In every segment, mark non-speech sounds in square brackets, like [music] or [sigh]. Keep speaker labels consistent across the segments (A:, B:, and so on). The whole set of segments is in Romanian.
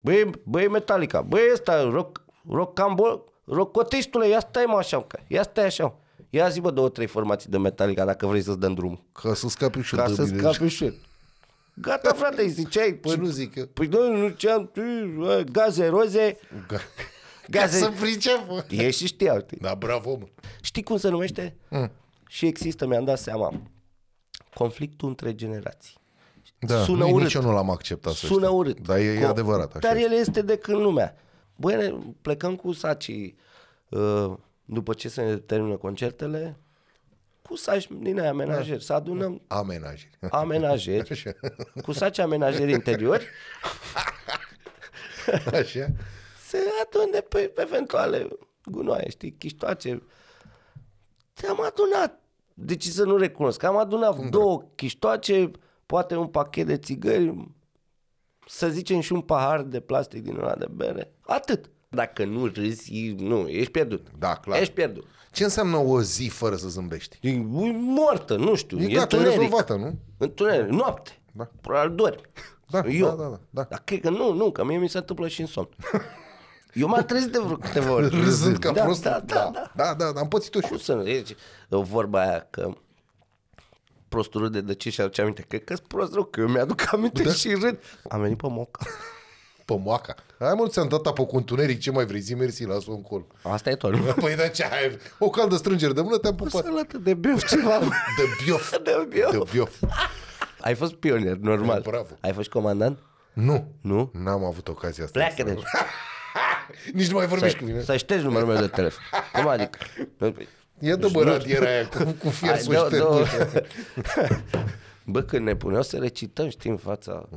A: Băi, băi Metallica, băi ăsta, rock, rock and roll, rocotistule, ia stai mă așa, că- ia stai așa. Ia zi bă două, trei formații de Metallica dacă vrei să-ți dăm drumul.
B: Ca să scapi și
A: Ca
B: de
A: să
B: mine.
A: scapi ușor. Gata frate,
B: [laughs]
A: îi ziceai.
B: Păi nu zic eu.
A: Păi noi nu ceam gaze roze,
B: Ca, ca
A: gaze...
B: să pricep. mă.
A: E și știau. știi?
B: Da, bravo, mă.
A: Știi cum se numește? Mm. Și există, mi-am dat seama. Conflictul între generații.
B: Da,
A: Sună
B: nu,
A: urât.
B: nici eu nu l-am acceptat. să
A: Sună
B: știi.
A: urât.
B: Dar e, e
A: Co-
B: adevărat. Așa.
A: Dar el este de când lumea. Băi, ne plecăm cu sacii uh, după ce se termină concertele, cu saci din aia menajeri, să adunăm
B: Amenajeri.
A: amenajeri,
B: [laughs] Așa.
A: cu saci amenajeri interiori,
B: Așa.
A: se adune pe eventuale gunoaie, știi, chiștoace. Te-am adunat. De ce să nu recunosc? Am adunat două chiștoace, poate un pachet de țigări, să zicem și un pahar de plastic din ăla de bere. Atât. Dacă nu râzi, nu, ești pierdut.
B: Da, clar.
A: Ești pierdut.
B: Ce înseamnă o zi fără să zâmbești?
A: E moartă, nu știu.
B: E,
A: E,
B: gata, e
A: întuneric.
B: rezolvată, nu?
A: Întuneric, noapte.
B: Da.
A: Probabil dormi.
B: Da,
A: Eu.
B: da, da, da, da.
A: Dar cred că nu, nu, că mie mi se întâmplă și în
B: [laughs]
A: somn. Eu m-am trezit de vreo câteva ori.
B: Râzând ca
A: da,
B: prost.
A: Da, da, da.
B: da, da, da, am pățit-o și
A: Cum
B: eu.
A: să nu zici vorba aia că prostul râde de ce și aduce aminte? Cred că-s prost rău, că eu mi-aduc aminte da. și râd. Am venit pe moca.
B: Pe moaca. Hai mă, nu ți-am dat apă cu întuneric, ce mai vrei? Zi mersi, las-o în col. [laughs]
A: Asta e tot. Nu?
B: Păi da, ce ai? O caldă strângere de mână te-am
A: Să
B: pupat.
A: lătă de beu ceva. mă.
B: De biof.
A: De biof.
B: De biof.
A: Ai fost pionier, normal.
B: Da. Bravo. Da,
A: Ai fost comandant?
B: Nu.
A: Nu?
B: N-am avut ocazia asta.
A: Pleacă de
B: Nici nu mai vorbești cu
A: să,
B: mine.
A: să ștergi numărul meu de telefon. Cum adică?
B: [laughs] Ia dă bă radiera aia cu, cu
A: Hai,
B: fiersul
A: două,
B: și te
A: două.
B: duci.
A: [laughs] Bă, când ne puneau să recităm, știi, în fața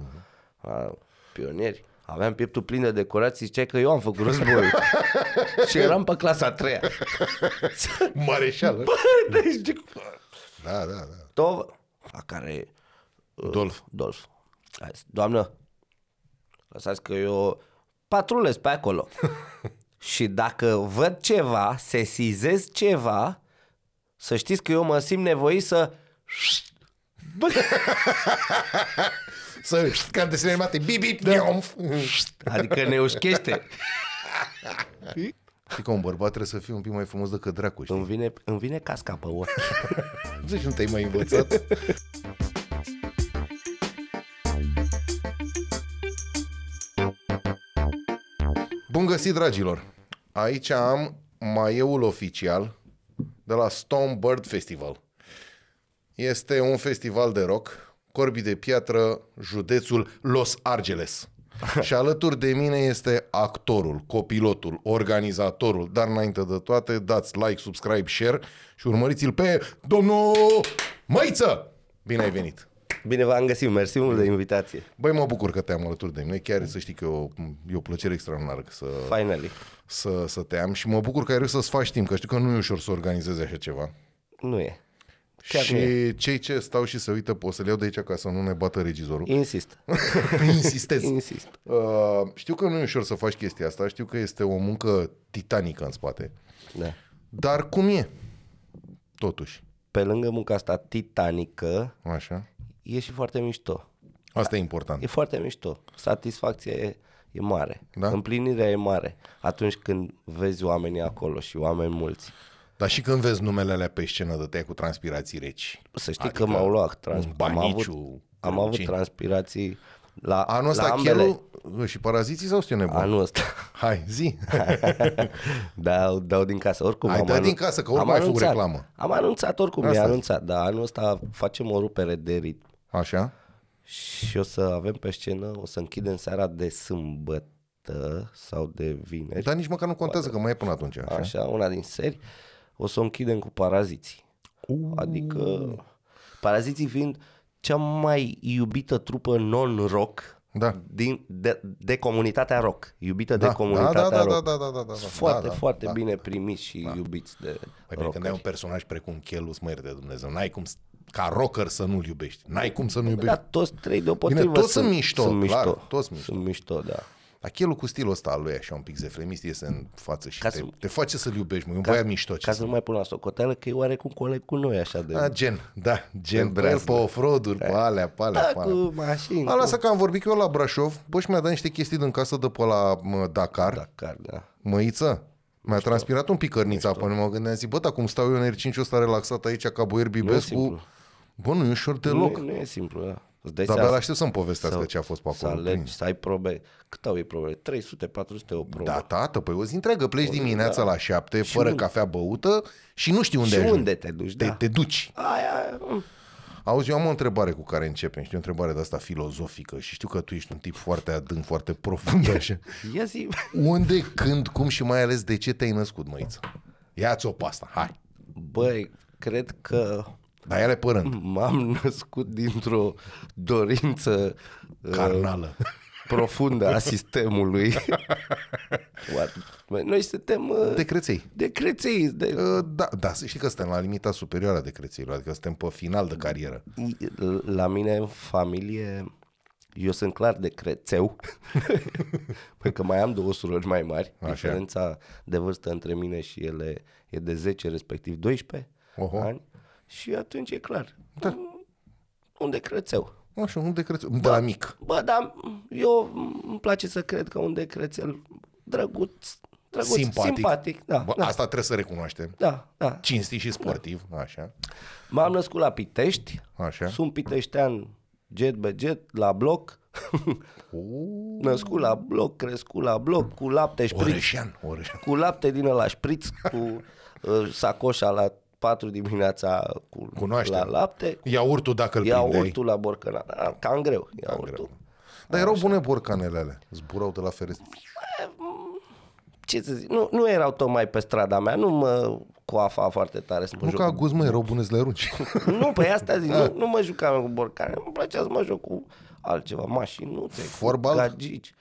A: a pionieri, aveam pieptul plin de decorații, ziceai că eu am făcut războiul. și eram pe clasa a treia.
B: Mareșală.
A: Bă, deci, de-
B: Da, da, da.
A: Tov, la care uh,
B: Dolf.
A: Dolf. a zis, Doamnă, lăsați că eu patrulez pe acolo. și dacă văd ceva, sesizez ceva, să știți că eu mă simt nevoit să... Bă,
B: Să ca în desene animate. Bip, bip, neomf.
A: adică ne ușchește.
B: Știi că un bărbat trebuie să fie un pic mai frumos decât dracu, știi?
A: Îmi vine, îmi vine casca pe ochi.
B: Deci nu te-ai mai învățat. Bun găsit, dragilor! Aici am maieul oficial de la Stonebird Festival. Este un festival de rock, corbii de piatră, județul Los Angeles. Și alături de mine este actorul, copilotul, organizatorul, dar înainte de toate dați like, subscribe, share și urmăriți-l pe domnul Măiță! Bine ai venit!
A: [laughs] Bine v-am găsit, mersi mult de invitație.
B: Băi, mă bucur că te-am alături de mine, chiar să știi că e o, e o plăcere extraordinară să,
A: Finally.
B: să, să te am și mă bucur că ai reușit să-ți faci timp, că știu că nu e ușor să organizezi așa ceva.
A: Nu e. Chiar
B: Chiar
A: nu
B: și cei ce stau și se uită, pot să le iau de aici ca să nu ne bată regizorul.
A: Insist.
B: Păi, Insistez.
A: Insist.
B: Uh, știu că nu e ușor să faci chestia asta, știu că este o muncă titanică în spate.
A: Da.
B: Dar cum e? Totuși.
A: Pe lângă munca asta titanică,
B: Așa.
A: e și foarte mișto.
B: Asta e important.
A: E foarte mișto. Satisfacția e, e mare.
B: Da?
A: Împlinirea e mare. Atunci când vezi oamenii acolo și oameni mulți.
B: Dar și când vezi numele alea pe scenă, dăteai cu transpirații reci.
A: Să știi că m-au luat. Trans-
B: un
A: am avut,
B: baniciu,
A: am avut
B: cine?
A: transpirații la,
B: Anul
A: la
B: ăsta
A: ambele.
B: chelul și paraziții sau sunt eu nebun?
A: Anul ăsta.
B: Hai, zi.
A: [laughs] dau, dau din casă, oricum.
B: Ai
A: am
B: dat din casă, că oricum
A: am
B: ai făcut
A: anunțat.
B: reclamă.
A: Am anunțat oricum,
B: Asta
A: mi-a
B: e.
A: anunțat, dar anul ăsta facem o rupere de ritm.
B: Așa.
A: Și o să avem pe scenă, o să închidem seara de sâmbătă sau de vineri,
B: Dar nici măcar nu contează că mai e până atunci. Așa.
A: Deci, așa, una din seri, o să o închidem cu paraziții.
B: Uh.
A: Adică, paraziții fiind cea mai iubită trupă non-rock
B: Da.
A: din, de, de comunitatea rock, iubită de
B: Da, da,
A: comunitatea
B: da, da,
A: rock.
B: da, da, da, da, da,
A: Foarte,
B: da, da,
A: foarte
B: da.
A: bine primiți și iubiți de
B: Păi bine,
A: rock.
B: când ai un personaj precum Chelus, mă ierte Dumnezeu, n-ai cum s- ca rocker să nu-l iubești. N-ai cum să nu iubești.
A: Da, toți trei deopotrivă
B: Bine, toți
A: sunt,
B: sunt mișto,
A: sunt
B: clar,
A: mișto.
B: toți mișto.
A: Sunt mișto, da.
B: Dar chelul cu stilul ăsta al lui așa un pic zefremist iese în față și
A: Ca
B: te,
A: să-
B: te, face să-l iubești, mă, e un băiat mișto.
A: Ca să nu mai pun la socoteală că e oarecum coleg cu noi așa de...
B: A, gen, da, gen, pe el,
A: brazdă.
B: pe off-road-uri, pe alea, pe alea,
A: da,
B: pe
A: cu
B: alea.
A: mașini.
B: A lasă că am vorbit cu eu la Brașov, bă, și mi-a dat niște chestii din casă de pe la mă, Dakar, da.
A: Dakar, da.
B: măiță. Mi-a transpirat un pic cărnița până mă gândeam, zic, bă, dar cum stau eu în R5 ăsta relaxat aici ca boier
A: simplu.
B: Bibescu, bă, nu e ușor
A: Nu,
B: deloc.
A: nu e simplu, da. Îți dai
B: Dar
A: seama
B: abia aștept să-mi povestească
A: să-
B: ce a fost pe
A: să
B: acolo.
A: alergi, să ai probe. Cât au ei probe? 300, 400 o probă.
B: Da, tată, păi o zi întreagă pleci dimineața la șapte, fără
A: unde?
B: cafea băută și nu știi unde
A: da. și
B: ajungi.
A: unde te duci,
B: Te,
A: da.
B: te duci.
A: Aia, mm,
B: Auzi, eu am o întrebare cu care începem, știi, o întrebare de asta filozofică și știu că tu ești un tip foarte adânc, foarte
A: [laughs]
B: profund așa.
A: ia zi.
B: Unde, când, cum și mai ales de ce te-ai născut, măiță? Ia-ți-o pe asta, hai.
A: Băi, cred că
B: Dar ele
A: Mm,
B: părând,
A: m-am născut dintr-o dorință uh,
B: carnală.
A: profundă a sistemului. What? Băi, Noi suntem uh,
B: Ă, De creței.
A: de creței, de,
B: Uh, Da, da, să știi că suntem la limita superioară de crețeilor, adică suntem pe final de carieră.
A: la mine în familie, eu sunt clar de [laughs] crețeu, pentru că mai am două surori mai mari,
B: Așa.
A: Așa. diferența de vârstă între mine și ele e de 10 respectiv 12
B: Oho.
A: ani și atunci e clar, da. unde crețeu.
B: Așa, un de creței,
A: Da.
B: de la mic.
A: Bă, dar eu îmi place să cred că un decrețel drăguț, drăguț
B: Simpatic.
A: simpatic, simpatic da,
B: Bă,
A: da,
B: asta trebuie să recunoaștem.
A: da, da.
B: Cinstit și sportiv, așa.
A: M-am născut la Pitești,
B: Așa.
A: sunt piteștean jet be jet, la bloc,
B: Uuu,
A: născut la bloc, crescut la bloc, cu lapte șpriț,
B: Orășean, orășean.
A: cu lapte din ăla șpriț, cu uh, sacoșa la 4 dimineața cu
B: Cunoaștem.
A: la lapte, cu
B: Iaurtul dacă îl prindeai.
A: iaurtul la borcăna, Da, cam greu, iaurtul.
B: greu. Dar erau bune borcanele alea. Zburau de la fereastră.
A: ce să zic, nu, nu erau tocmai pe strada mea, nu mă coafa foarte tare să mă
B: Nu
A: joc.
B: ca guz, mă, erau bune să le [laughs] arunci.
A: Nu, pe asta zic, nu, nu mă jucam cu borcane, îmi plăcea să mă joc cu altceva, mașinuțe, cu
B: Forbal?
A: gagici.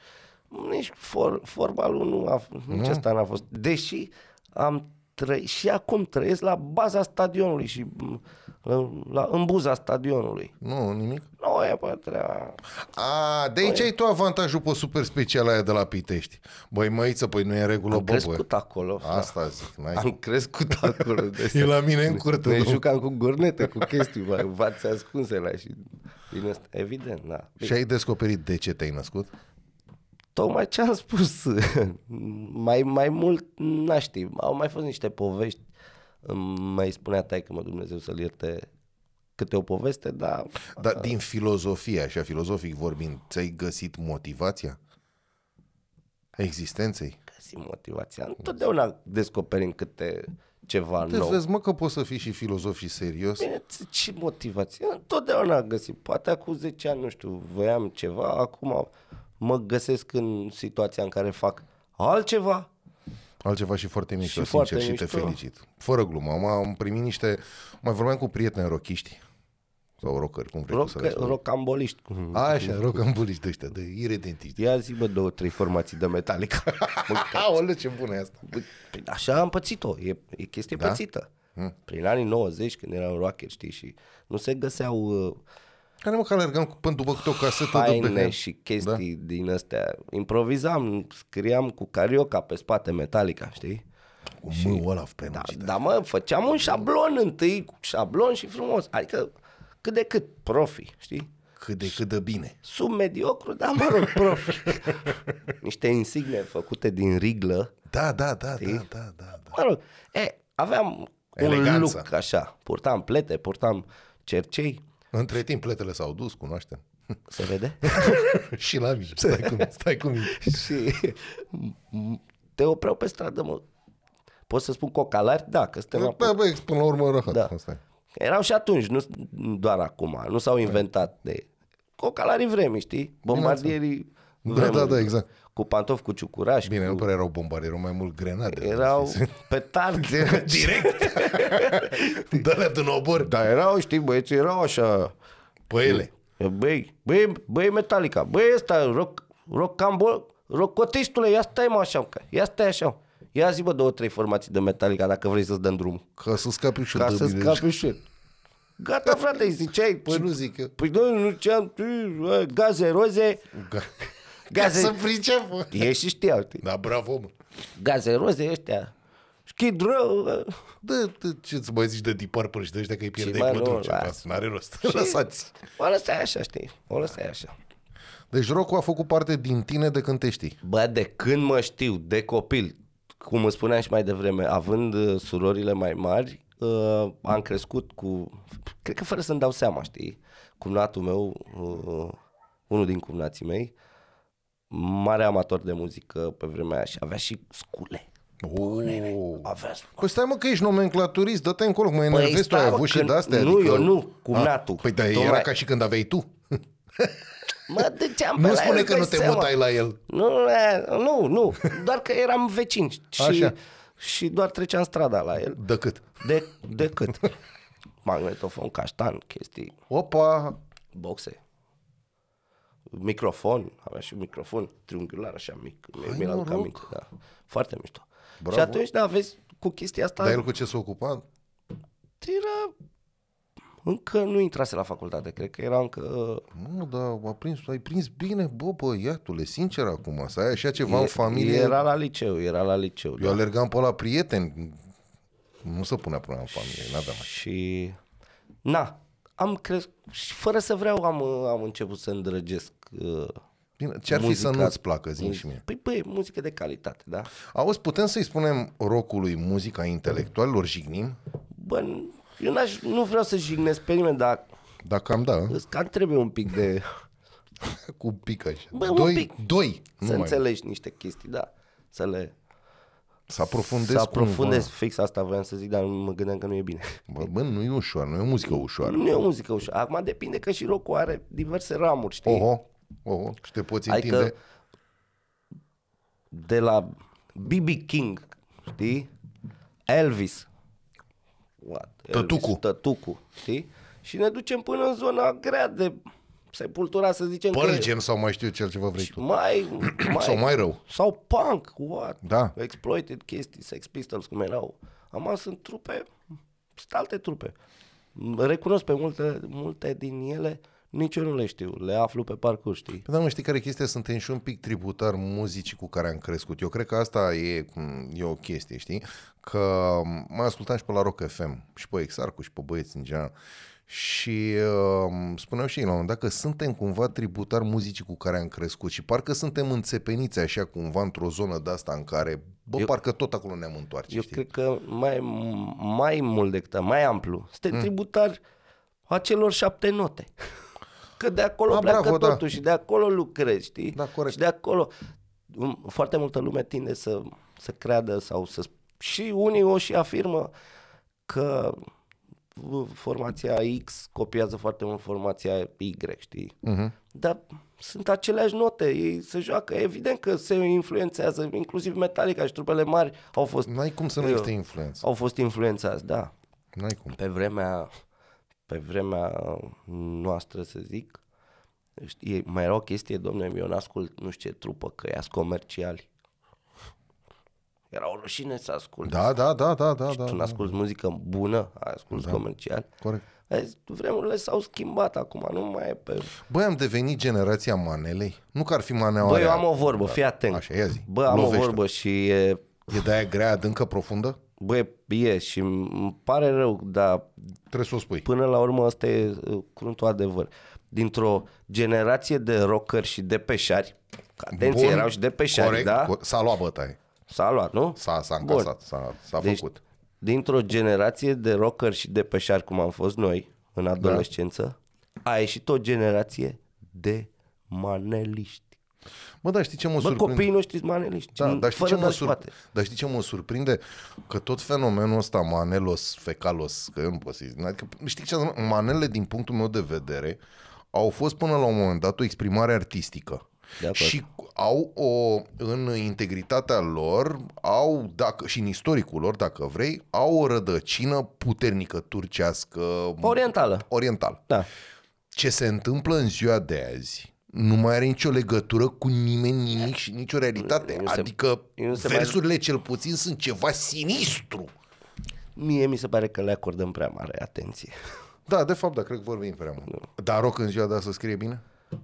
A: Nici for, forbalul nu a f- nici
B: Ah.
A: asta n-a fost. Deși am trăit și acum trăiesc la baza stadionului și m, la, la, în buza stadionului.
B: nu, nimic.
A: Nu e pe treaba.
B: A, de aici ai tu avantajul pe super special aia de la Pitești. Băi, măiță, păi nu e în regulă,
A: Am
B: bă, bă.
A: crescut acolo.
B: Asta zic, n-ai.
A: Am
B: [laughs]
A: crescut acolo. de-
B: E la mine în curte,
A: Ne
B: domnul.
A: jucam cu gurnete, cu chestii, bă, v-ați ascunse la și... Din asta, evident, da.
B: Și ai descoperit de ce te-ai născut?
A: Tocmai ce am spus, [laughs] mai, mai mult n-aș ști. Au mai fost niște povești, îmi mai spunea tai că mă Dumnezeu să-l ierte câte o poveste, dar
B: Dar din filozofie, așa filozofic vorbind, ți-ai găsit motivația existenței?
A: găsim motivația. Întotdeauna descoperim câte ceva
B: Te
A: nou.
B: Păi vezi, mă, că poți să fii și filozof și serios.
A: Bine, ți- ce motivație? Întotdeauna găsim. Poate acum 10 ani, nu știu, voiam ceva, acum mă găsesc în situația în care fac altceva.
B: Altceva și foarte mișto,
A: Și
B: sincer,
A: foarte
B: și te
A: mișto.
B: felicit. Fără glumă, am- am primit niște... Mai vorbeam cu prieteni rochiști sau rocări, cum Mhm. vrei tu să le
A: Roc,
B: spui.
A: rocamboliști. cum-
B: A, Așa, rocambuliști de ăștia, de iredentiști.
A: Ia zi, bă, două, trei formații de metalic.
B: [laughs] Aoleu, ce bună e asta.
A: Păi Așa am pățit-o, e, e chestie da? pățită. Hmm. Prin anii 90, când eram rocker, știi, și nu se găseau uh,
B: Care mă, că alergam cu până după câte o casetă de
A: haine
B: pe
A: și chestii da? din astea. Improvizam, scriam cu carioca pe spate metalica, știi?
B: Cu mâul ăla pe
A: Da,
B: da.
A: da, mă, făceam un șablon întâi, cu șablon și frumos. Adică, cât de cât, profi, știi?
B: Cât de cât de bine.
A: Submediocru, dar mă rog, profi. Niște insigne făcute din riglă.
B: Da, da, da, da, da, da, da.
A: Mă rog, e, aveam
B: Eleganță.
A: un look așa, purtam plete, purtam cercei,
B: Între timp pletele s-au dus,
A: [laughs]
B: cunoaștem.
A: se vede?
B: și la mine. Stai cu mine, stai cu
A: [laughs]
B: mine.
A: și te opreau pe stradă, mă. Pot să spun cocalari? Da, că suntem la...
B: Da, băi, până la urmă răhat.
A: Da.
B: Asta e.
A: Erau și atunci, nu s- doar acum, nu s-au inventat de... Cocalarii vremii, știi? Bombardierii
B: Da, da, da,
A: vremurilor.
B: exact.
A: Cu pantofi, cu ciucuraș,
B: Bine, nu prea erau bombarde, erau mai mult
A: [laughs]
B: grenade.
A: erau petarde.
B: Direct! [laughs] Dă-le din obor.
A: Dar da, erau, știi, băieții erau așa...
B: Pe ele.
A: Băi, băi, băi Metallica, băi ăsta, rock, rockambol, rockotistule, ia stai mă așa, că- ia stai așa. Ia zi bă două, trei formații de Metallica dacă vrei să-ți dăm drumul.
B: Ca să scapi și
A: Ca
B: de Păi
A: să
B: bine.
A: scapi ușor. Gata frate, îi ziceai.
B: Păi nu zic eu.
A: Păi noi nu ziceam, tu, bă, gaze roze,
B: Ga- Să
A: Gaze,
B: pricep. mă.
A: ei și știau, știi?
B: Da, bravo, mă.
A: Gaze roze ăștia. Schid rău. ă,
B: Da, da, ce-ți mai zici de Deep Purple și de ăștia că îi
A: mai
B: pierdeai cu
A: nu,
B: trucea,
A: lasă.
B: lasă, n-are rost, lăsați.
A: O lăsai așa, știi? O lăsai așa.
B: Deci rock a făcut parte din tine de când te știi.
A: Bă, de când mă știu, de copil, cum îți spuneam și mai devreme, având uh, surorile mai mari, uh, am crescut cu, cred că fără să-mi dau seama, știi, cumnatul meu, uh, unul din cumnații mei, mare amator de muzică pe vremea aia și avea și scule.
B: Oh.
A: Avea
B: Păi săi mă că ești nomenclaturist, dă-te încolo, că mă enervezi, tu
A: Păi stai,
B: ai
A: mă,
B: avut și
A: că
B: de-astea.
A: nu, eu nu, cu
B: Ah,
A: natul.
B: Păi da, era
A: Tocmai.
B: ca și când aveai tu.
A: Mă duceam pe
B: [laughs] Nu
A: la
B: spune
A: el,
B: că nu
A: dai
B: te
A: seama.
B: mutai la el.
A: Nu, e, nu, nu, doar că eram
B: [laughs]
A: vecini și,
B: Așa.
A: și doar treceam strada la el.
B: De cât?
A: De, de cât? Magnetofon, caștan, chestii,
B: Opa,
A: boxe, microfon, avea și un microfon triunghiular așa mic, mi- mi-l aduc
B: noroc.
A: aminte, da. foarte mișto.
B: Bravo.
A: Și atunci, da, vezi, cu chestia asta,
B: dar
A: Dar...
B: el cu ce s-a ocupat?
A: era, încă nu intrase la facultate, cred că era încă,
B: Nu, dar a prins, ai prins bine, bă, băiatule, sincer acum, să ai așa ceva în familie.
A: era la liceu, era la liceu, da.
B: Eu alergam pe la prieteni, nu se punea problema în familie, n-aveam așa.
A: Și na, am crescut și fără să vreau am, uh, am început să îndrăgesc uh,
B: Bine, ce-ar fi să
A: Muzica-
B: nu-ți placă, zi și mie.
A: Păi băi, muzică de calitate, da?
B: Auzi, putem să-i spunem rocului muzica intelectualilor, jignim?
A: Bă, n- eu n-aș, nu vreau să jignesc pe nimeni, dar
B: Dacă am da,
A: îți cam trebuie un pic
B: [laughs]
A: de...
B: cu un pic așa.
A: Bă, un
B: doi,
A: pic.
B: doi, nu
A: să
B: mai.
A: înțelegi niște chestii, da? Să le...
B: Să aprofundez
A: să
B: cumva.
A: aprofundez fix asta voiam să zic, dar mă gândeam că nu e bine. [laughs]
B: Bă, bă, nu e ușor, nu e o muzică ușoară.
A: Nu e o muzică ușoară. Acum depinde că și rock are diverse ramuri, știi?
B: Oho, oho, și te poți
A: Adică-
B: întinde.
A: de la B.B. King, știi? Elvis. What?
B: Tătucu.
A: Tătucu, știi? Și ne ducem până în zona grea de sepultura, să zicem că e
B: Părgem sau mai știu ce altceva vrei tu.
A: mai, mai,
B: Sau mai rău.
A: sau punk, what?
B: Da.
A: Exploited chestii, Sex Pistols, cum erau. Am sunt trupe, sunt alte trupe. Recunosc pe multe, multe din ele, nici eu nu le știu, le aflu pe parcurs, știi?
B: Păi da, mă, știi care e chestia? Suntem și un pic tributar muzicii cu care am crescut. Eu cred că asta e, m, e o chestie, știi? Că mai ascultam și pe la Rock FM, și pe Exarcu, și pe băieți în general. Și uh, spuneau și ei la un moment dat că suntem cumva tributari muzicii cu care am crescut și parcă suntem înțepeniți așa cumva într-o zonă de asta în care, bă, eu, parcă tot acolo ne-am întoarce,
A: Eu
B: știi?
A: cred că mai, mai mult decât atât, mai amplu. Suntem mm. tributari acelor șapte note. Că de acolo
B: Da,
A: da, pleacă
B: bravo,
A: bravo,
B: da.
A: totul da. și de acolo lucrezi, știi?
B: Da, corect.
A: Și de acolo um, foarte multă lume tinde să, să creadă sau să... sp- Și unii o și afirmă că uh, formația X copiază foarte mult formația Y, știi?
B: Uh-huh.
A: Dar sunt aceleași note, ei se joacă, evident că se influențează, inclusiv Metallica și trupele mari au fost
B: N-ai cum să nu
A: Eu-
B: existe influență.
A: au fost influențați, da.
B: N-ai cum.
A: Pe vremea, pe vremea noastră, să zic, știi, mai era o chestie, domnule, eu n-ascult nu știu ce trupă, că ea comerciali. Era o rușine să ascult.
B: Da, da, da, da, da,
A: tu
B: da. da.
A: n-asculti muzică bună, asculti da. comercial.
B: Corect.
A: Vezi, vremurile s-au schimbat acum, nu mai e pe...
B: Băi, am devenit generația manelei? Nu că ar fi maneaua
A: Bă,
B: aia.
A: eu am o vorbă, fii atent.
B: da. Așa, ia zi.
A: Bă, am o
B: Lovește-o.
A: vorbă și e,
B: E de aia grea, adâncă, profundă?
A: bă, e și îmi pare rău, dar
B: Trebuie să o spui.
A: până la urmă ăsta e uh, cruntul adevăr. Dintr-o generație de rockeri și de peșari, că atenție,
B: Bun,
A: erau și de peșari,
B: corect,
A: da?
B: co- S-a luat bătaie.
A: S-a luat, nu?
B: S-a, s-a
A: Bun.
B: încasat, s-a, s-a
A: Deci,
B: făcut.
A: dintr-o generație de rockeri și de peșari, cum am fost noi în adolescență, da. a ieșit o generație de maneliști.
B: Mă, dar știi ce mă
A: Bă,
B: surprinde?
A: copiii noștri sunt maneliști.
B: Da, dar știi,
A: fără
B: ce mă
A: dar
B: sur...
A: poate.
B: dar știi ce mă surprinde? Că tot fenomenul ăsta, manelos, fecalos, că nu pot să zic. Adică, știi ce am Manele, din punctul meu de vedere, au fost până la un moment dat o exprimare artistică.
A: De acord.
B: Și au o, în integritatea lor, au, dacă, și în istoricul lor, dacă vrei, au o rădăcină puternică turcească,
A: Orientală,
B: oriental.
A: da.
B: Ce se întâmplă în ziua de azi nu mai are nicio legătură cu nimeni, nimic și nicio realitate.
A: Nu se-
B: adică
A: nu se mai-
B: versurile cel puțin sunt ceva sinistru.
A: Mie mi se pare că le acordăm prea mare atenție.
B: Da, de fapt, da, cred că vorbim prea mult. Dar rock în ziua de astăzi scrie bine?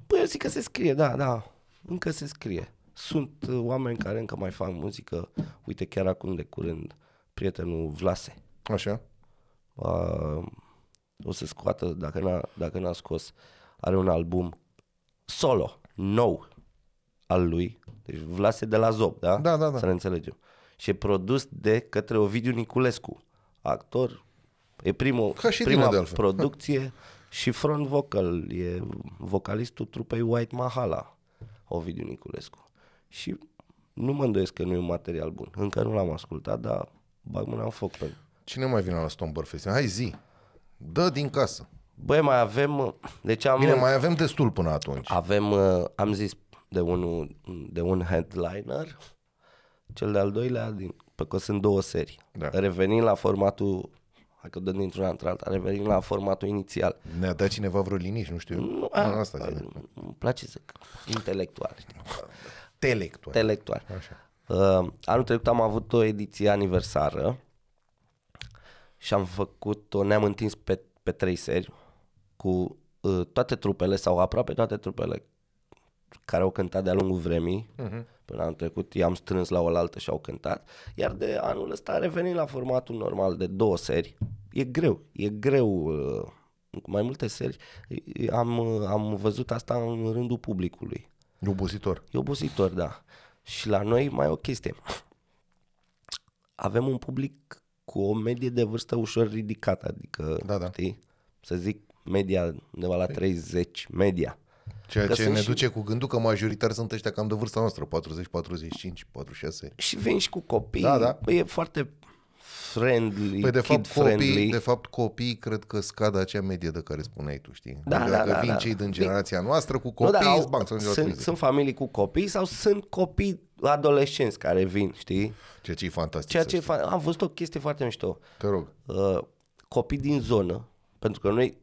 A: Păi eu zic că se scrie, da, da. încă se scrie. Sunt uh, oameni care încă mai fac muzică. Uite, chiar acum de curând, prietenul Vlase
B: Așa.
A: uh, o să scoată, dacă n-a, dacă n-a scos, are un album solo, nou, al lui. Deci Vlase de la Zob, da?
B: Da, da, da.
A: Să ne înțelegem. Și e produs de către Ovidiu Niculescu, actor. E primul,
B: Ca și
A: prima
B: tine, de altfel.
A: producție [laughs] și front vocal. E vocalistul trupei White Mahala, Ovidiu Niculescu. Și nu mă îndoiesc că nu e un material bun. Încă nu l-am ascultat, dar bag mâna în foc pentru.
B: Cine mai vine la Stone Bird Festival? Hai zi. Dă din casă.
A: Băi, mai avem, deci am,
B: Bine, mai avem destul până atunci.
A: avem, uh, am zis de, unul, de un headliner, cel de-al doilea, din, pe că sunt două serii.
B: Da.
A: Revenim la formatul, hai că dăm dintr-una într alta, revenim la formatul inițial.
B: Ne-a dat cineva vreo liniști, nu știu. Nu,
A: a-
B: asta zic.
A: Îmi place să intelectual, știi?
B: Telectual.
A: intelectual.
B: Așa.
A: Uh, anul trecut am avut o ediție aniversară și am făcut-o, ne-am întins pe, pe trei seri cu uh, toate trupele sau aproape toate trupele care au cântat de-a lungul vremii. Uh-huh. Până anul trecut i-am strâns la oaltă și au cântat. Iar de anul ăsta revenim la formatul normal de două seri. E greu, e greu uh, cu mai multe seri. Am, uh, am văzut asta în rândul publicului.
B: E obositor.
A: E obositor, da. Și la noi mai e o chestie. Avem un public cu o medie de vârstă ușor ridicată, adică,
B: Da, Păi. da.
A: știi, să zic media undeva la 30, media.
B: Ceea
A: Că
B: ce
A: sunt
B: ne
A: și-
B: duce cu gândul că majoritar sunt ăștia cam de vârsta noastră, 40, 45, 46.
A: Și vin și cu copii,
B: Da, da.
A: Bă, e foarte friendly,
B: Păi de fapt,
A: friendly.
B: copii, de fapt copiii cred că scad acea medie de care spuneai tu, știi?
A: Da,
B: Adică
A: da,
B: dacă
A: da,
B: vin
A: da.
B: cei din generația noastră cu
A: Nu,
B: copii,
A: dar au-
B: îți bang, să ajungi la
A: sunt,
B: 30.
A: sunt familii cu copii sau sunt copii adolescenți care vin, știi?
B: Ceea ce e fantastic.
A: Ceea
B: să
A: ce
B: știi.
A: fa- am văzut o chestie foarte mișto.
B: Te rog.
A: uh, copii din zonă, pentru că noi,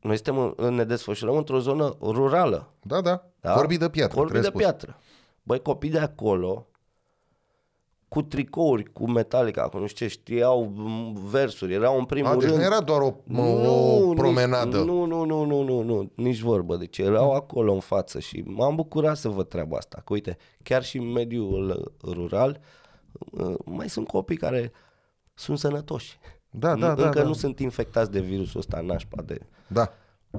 A: noi suntem în- în, ne desfășurăm într-o zonă rurală.
B: Da, da.
A: Da?
B: Corbii de piatră.
A: Corbi de
B: trebuie spus.
A: piatră. Băi, copii de acolo, cu tricouri, cu Metallica, cu nu știu ce, știau m, versuri, erau în primul
B: A, deci
A: rând.
B: nu era doar o, mă, o
A: nici-
B: promenadă. Mm.
A: Nu, nu, nu, nu, nu, nu, nici vorbă. Deci erau acolo în față și m-am bucurat să văd treaba asta. Că uite, chiar și în mediul uh, rural uh, mai sunt copii care sunt sănătoși.
B: Da, da,
A: Nu-
B: da,
A: Încă
B: da.
A: nu sunt infectați de virusul ăsta nașpa de,
B: Da.
A: da.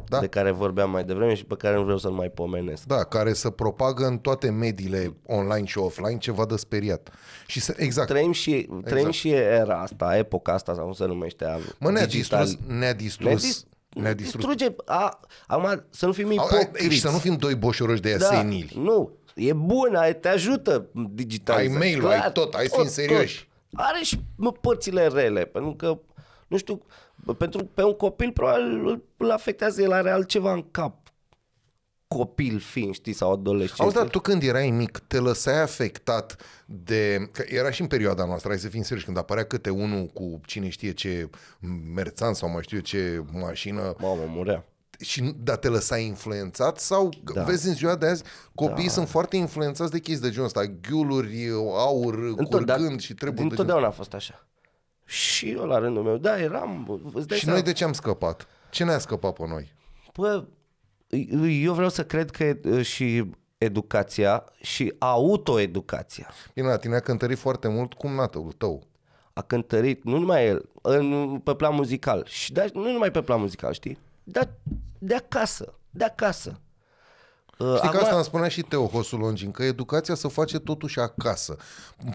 B: Da.
A: de care vorbeam mai devreme și pe care nu vreau să-l mai pomenesc.
B: Da, care să propagă în toate mediile online și offline ceva de speriat. Și să, exact.
A: Trăim și, exact. trăim și era asta, epoca asta sau cum se numește a
B: Mă, ne-a
A: digital-
B: distrus, ne-a
A: Ne-a
B: distrus,
A: dis-
B: ne-a
A: ne
B: distrus.
A: distruge. A, acum să nu fim
B: Au- au- Și
A: ipocriți.
B: să nu fim doi boșoroși de aia
A: da,
B: senili.
A: Nu, e bună, ai- te ajută
B: Ai
A: digitalizarea.
B: mail
A: clar,
B: ai tot, ai fi serioși.
A: Tot. Are și mă, părțile rele, pentru că, nu știu, bă, pentru, pe un copil probabil îl- îl afectează, el are altceva în cap. Copil fiind, știi, sau adolescent.
B: Auzi, dar tu când erai mic, te lăsai afectat de... Că era și în perioada noastră, hai să fim serioși, când apărea câte unul cu cine știe ce merțan sau mai știu eu ce mașină,
A: Mamă, murea.
B: și, dar te lăsai influențat sau da. vezi în ziua de azi copiii da. sunt foarte influențați de chestii de genul ăsta, ghiuluri, aur, curgând și trebuie de genul.
A: Întotdeauna a fost așa. Și eu la rândul meu, da, eram, bă, îți dai
B: Și
A: seama.
B: noi de ce am scăpat? Ce ne-a scăpat pe noi?
A: Bă, eu vreau să cred că e, și educația și autoeducația
B: Bine, la tine a cântărit foarte mult cum natul tău.
A: a cântărit, nu numai el, în, pe plan muzical. Și da, nu numai pe plan muzical, știi? Dar de acasă, de acasă. Uh,
B: Știi că asta îmi spunea și Teo Hosulongin, că educația se face totuși acasă.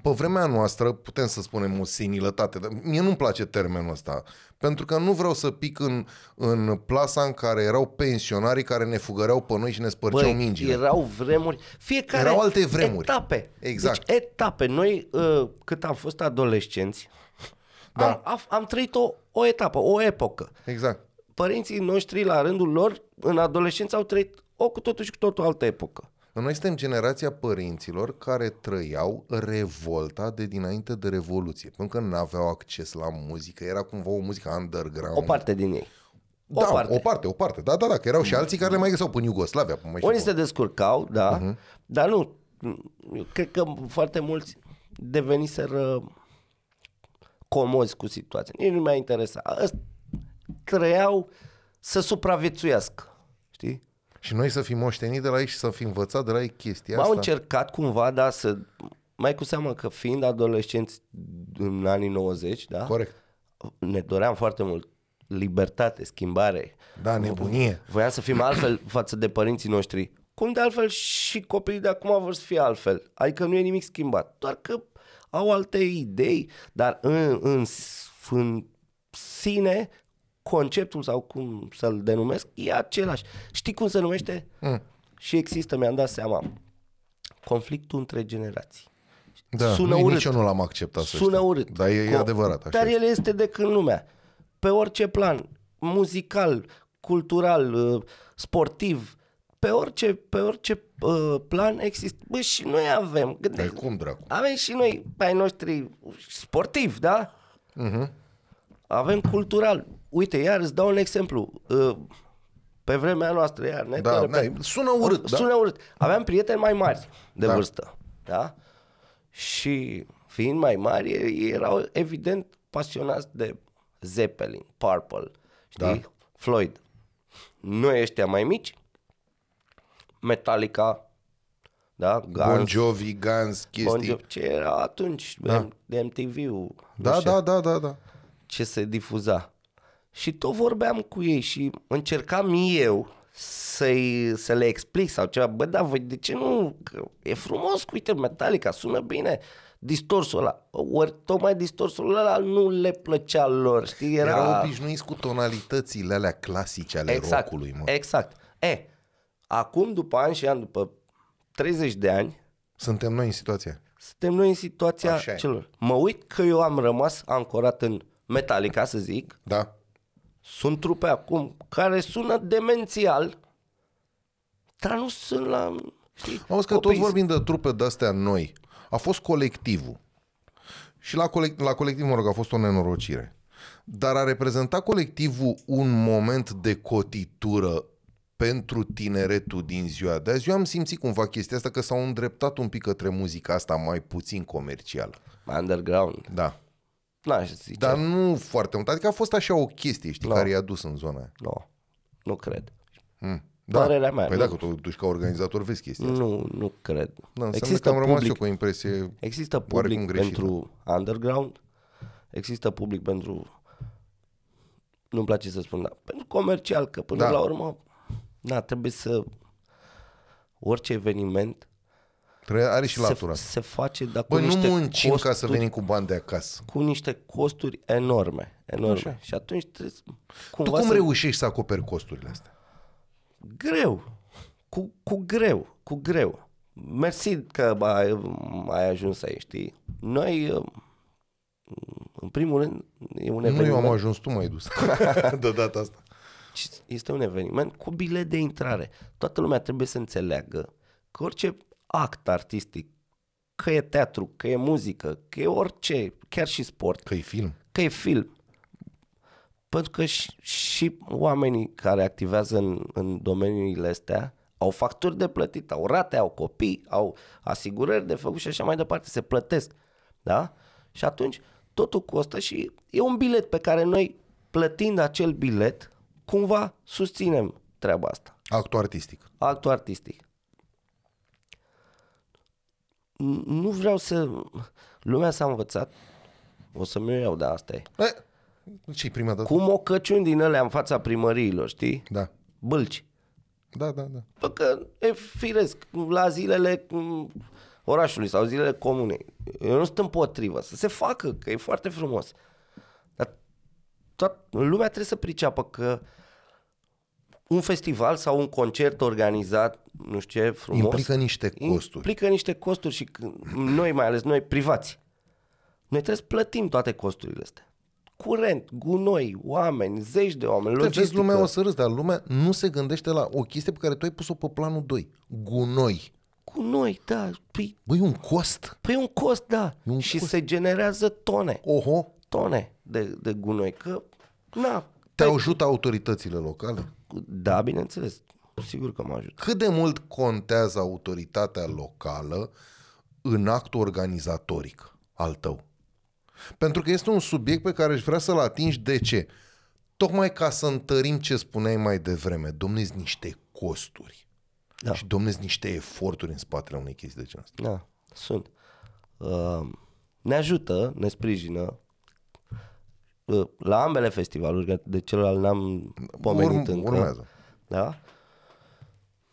B: Pe vremea noastră, putem să spunem o senilătate, dar mie nu-mi place termenul ăsta, pentru că nu vreau să pic în, în plasa în care erau pensionarii care ne fugăreau pe noi și ne spărceau
A: Băi,
B: mingile.
A: erau vremuri, fiecare
B: Erau alte vremuri.
A: etape.
B: Exact.
A: Deci etape. Noi uh, cât am fost adolescenți,
B: Da.
A: am, am, am trăit o, o etapă, o epocă.
B: Exact.
A: Părinții noștri la rândul lor în adolescență au trăit o cu totul și cu totul altă epocă.
B: Noi suntem generația părinților care trăiau revolta de dinainte de Revoluție, pentru că nu aveau acces la muzică, era cumva o muzică underground.
A: O parte din ei. O
B: da,
A: parte.
B: o parte, o parte. Da, da, da, că erau și alții care le mai găseau până în Iugoslavia. Până mai știu
A: Unii
B: cum.
A: se descurcau, da,
B: Mhm.
A: uh-huh. dar nu. eu Cred că foarte mulți deveniseră comozi cu situația. Nici nu mai interesa. Ăs- Trăiau să supraviețuiască. Știi?
B: Și noi să fim moștenit de la ei și să fim învățat de la ei chestia
A: M-au
B: asta.
A: încercat cumva, da, să... Mai cu seamă că fiind adolescenți în anii 90, da?
B: Corect.
A: ne doream foarte mult libertate, schimbare.
B: Da, nebunie.
A: Voiam să fim altfel față de părinții noștri. Cum de altfel și copiii de acum vor să fie altfel. Adică nu e nimic schimbat, doar că au alte idei, dar în, în, s- în sine conceptul sau cum să-l denumesc e același. Știi cum se numește? Mm. Și există, mi-am dat seama. Conflictul între generații.
B: Da,
A: Sună
B: noi
A: urât.
B: nici eu nu l-am acceptat. să
A: Sună
B: știi.
A: urât.
B: Dar e, e
A: Co-
B: adevărat. Așa
A: Dar
B: e.
A: el este de când lumea. Pe orice plan, muzical, cultural, uh, sportiv, pe orice, pe orice uh, plan există. Bă, și noi avem.
B: Păi
A: Gândește.
B: cum, dracu?
A: Avem și noi pe ai noștri sportivi, da? Uh-huh.
B: Mhm.
A: Avem cultural. Uite, iar îți dau un exemplu. Uh, Pe vremea noastră, iar ne
B: Da, n-ai, sună urât, da?
A: Sună urât. Aveam prieteni mai mari de
B: Da.
A: da. vârstă, da? Și fiind mai mari, ei erau evident pasionați de Zeppelin, Purple, știi? Da. Floyd. Noi ăștia mai mici, Metallica, da?
B: Bon
A: Guns,
B: Jovi, Guns,
A: Bon
B: chestii.
A: Jovi, ce era atunci, da. de MTV-ul.
B: Da, da, da, da, da.
A: ce se difuza. Și tot vorbeam cu ei și încercam eu să-i, să le explic sau ceva. Bă, dar voi de ce nu? Că e frumos, cu uite, Metallica, sună bine. Distorsul ăla, ori tocmai distorsul ăla nu le plăcea lor, știi? Era...
B: Erau obișnuiți cu tonalitățile alea clasice ale
A: exact,
B: rockului, mă.
A: Exact. E, acum, după ani și ani, după 30 de ani,
B: Suntem noi în situația.
A: suntem noi în situația
B: Așa e.
A: celor. Mă uit că eu am rămas ancorat în Metallica, să zic,
B: Da.
A: Sunt trupe acum care sună demențial, dar nu sunt la... Știi,
B: Auzi că
A: copiii
B: tot vorbim de trupe de-astea noi. A fost colectivul. Și la, colect- la colectiv, mă rog, a fost o nenorocire. Dar a reprezentat colectivul un moment de cotitură pentru tineretul din ziua de azi. Eu am simțit cumva chestia asta că s-au îndreptat un pic către muzica asta mai puțin comercială.
A: sunt Underground.
B: Da.
A: N-aș zice.
B: Dar nu foarte mult. Adică a fost așa o chestie, știi,
A: Da.
B: care i-a dus în zona aia.
A: Nu, nu cred.
B: Mm.
A: Părerea mea,
B: Păi
A: nu.
B: dacă tu duci ca organizator, vezi chestia.
A: Nu, nu cred.
B: Da, înseamnă că
A: există
B: am rămas
A: public,
B: eu cu o impresie
A: există
B: oarecum
A: public
B: greșită.
A: pentru Underground, există public pentru... Nu-mi place să spun, da, pentru comercial, că până
B: Da.
A: da. la urmă, na, trebuie să... Orice eveniment
B: Trebuie- Are și
A: se,
B: latura asta.
A: se face, dar cu
B: Băi, nu
A: niște
B: muncim
A: costuri
B: ca să venim cu bani de acasă.
A: cu niște costuri enorme. enorme. Și atunci trebuie să-
B: Tu
A: cumva
B: cum
A: să...
B: reușești să acoperi costurile astea?
A: Greu. Cu, cu greu. Cu greu. Mersi că ai, ai ajuns aici, știi? Noi, uh, în primul rând, e un
B: Nu eu
A: eveniment,
B: am ajuns, tu
A: [laughs]
B: m-ai dus de data asta.
A: este un eveniment cu bilet de intrare. Toată lumea trebuie să înțeleagă că orice act artistic, că e teatru, că e muzică, că e orice, chiar și sport,
B: Că-i film.
A: că e film. Pentru că și, și oamenii care activează în, în domeniile astea au facturi de plătit, au rate, au copii, au asigurări de făcut și așa mai departe, se plătesc. Da? Și atunci totul costă și e un bilet pe care noi, plătind acel bilet, cumva susținem treaba asta
B: Actul artistic.
A: actul artistic. N- Nu vreau să... Lumea s-a învățat, o să-mi o iau de asta e.
B: E, ce-i prima dată?
A: Cum o căciun din alea în fața primăriilor, știi?
B: Da.
A: Bâlci.
B: Da, da, da.
A: Bă, că e firesc, la zilele m, orașului sau zilele comunei. Eu nu sunt împotrivă, să se facă, că e foarte frumos. Dar toată lumea trebuie să priceapă că un festival sau un concert organizat, nu știu ce, frumos...
B: Implică niște costuri.
A: Implică niște costuri și c- noi, mai ales noi, privați. Noi trebuie să plătim toate costurile astea. Curent, gunoi, oameni, zeci de oameni,
B: Te vezi,
A: logistică.
B: lumea o să râs, dar lumea nu se gândește la o chestie pe care tu ai pus-o pe planul 2. Gunoi.
A: Cu noi, da. Păi,
B: Băi, un cost.
A: păi e un cost, da.
B: E un
A: și
B: cost.
A: se generează tone,
B: Oho.
A: tone de, de gunoi. Că, na,
B: Te ajută autoritățile locale?
A: da, bineînțeles. Sigur că mă ajută.
B: Cât de mult contează autoritatea locală în actul organizatoric al tău? Pentru că este un subiect pe care își vrea să-l atingi. De ce? Tocmai ca să întărim ce spuneai mai devreme. Domne, sunt niște costuri.
A: Da.
B: Și domnezi niște eforturi în spatele unei chestii de genul ăsta.
A: Da, sunt. Uh, ne ajută, ne sprijină. Uh, La ambele festivaluri, că de celălalt n-am pomenit
B: Urm-
A: încă.
B: urmează.
A: Da?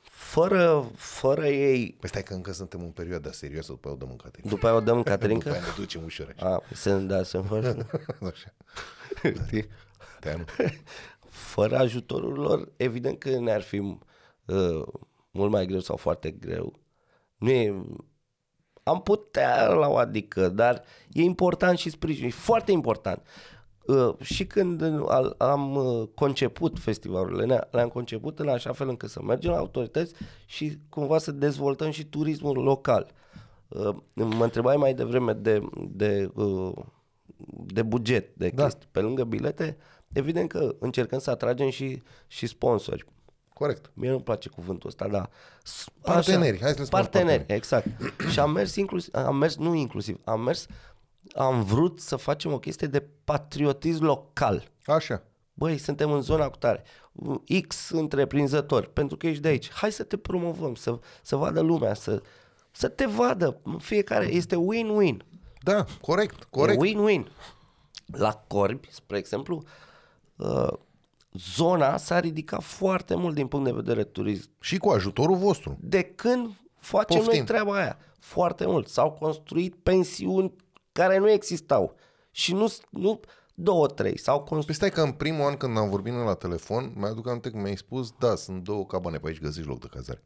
A: Fără, fără ei,
B: Păi stai că încă suntem în perioada serioasă, după aia o dăm în
A: [laughs]
B: Caterin.
A: după aia o
B: [laughs]
A: dăm
B: După
A: Caterinca.
B: aia ne ducem ușor așa.
A: A, sunt, da, sunt fără,
B: [laughs] așa.
A: știi?
B: Te-am.
A: [laughs] fără ajutorul lor, evident că ne-ar fi uh, mult mai greu sau foarte greu. Nu e, am putea la o adică, dar e important și sprijin, e foarte important. Uh, și când în- al- am uh, conceput festivalurile, ne- le-am conceput în așa fel încât să mergem la autorități și cumva să dezvoltăm și turismul local. Uh, Mă întrebai mai devreme de, de, uh, de buget, de da. chestii. Pe lângă bilete, evident că încercăm să atragem și, și sponsori.
B: Corect.
A: Mie nu-mi place cuvântul ăsta, dar... s-
B: Parteneri, hai să le spunem
A: Parteneri, exact. și am mers inclusiv, am mers, nu inclusiv, am mers, am vrut să facem o chestie de patriotism local.
B: Așa.
A: Băi, suntem în zona cu tare. X întreprinzător, pentru că ești de aici. Hai să te promovăm, să, să vadă lumea, să, să te vadă. Fiecare este win-win.
B: Da, corect,
A: E
B: corect.
A: Win-win. La Corbi, spre exemplu, uh, zona s-a ridicat foarte mult din punct de vedere turism.
B: Și cu ajutorul vostru.
A: De când facem Poftim.
B: Poftim.
A: noi treaba aia? Foarte mult. S-au construit pensiuni care nu existau. Și nu, s- nu două, trei. S-au
B: Păi
A: construit...
B: stai că în primul an când am vorbit noi la telefon, mi-aduc aminte că mi-ai spus, da, sunt două cabane pe aici, găsești loc de cazare.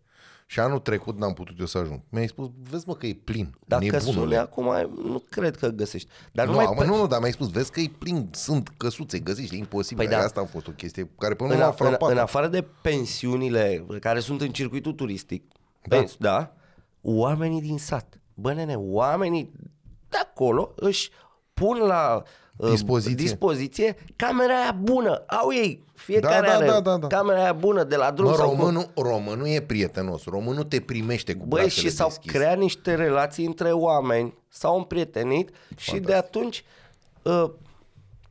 B: Și anul trecut n-am putut eu să ajung. Mi-ai spus, vezi mă că e plin,
A: Dacă
B: Păi, nebunule.
A: suni acum, nu cred că găsești. Dar păi-
B: Nu,
A: numai
B: mă,
A: pe-
B: nu, nu, dar mi-ai spus, vezi că e plin, sunt căsuțe, găsești, e imposibil.
A: Păi da. Păi
B: Păi Asta a fost o chestie care pe mine
A: în,
B: m-a
A: a, în,
B: frapat.
A: în afară de pensiunile care sunt în circuitul turistic, da. Pens, da, oamenii din sat, bă nene, oamenii de acolo își pun la uh,
B: Dispoziție.
A: dispoziție camera aia bună, au ei, fiecare
B: da,
A: are
B: da, da, da.
A: camera aia bună de la drum
B: Mă,
A: sau cum.
B: românul, românul e prietenos, românul te primește cu
A: Băi,
B: brațele
A: și s-au
B: deschise.
A: creat niște relații între oameni, s-au împrietenit și de atunci uh,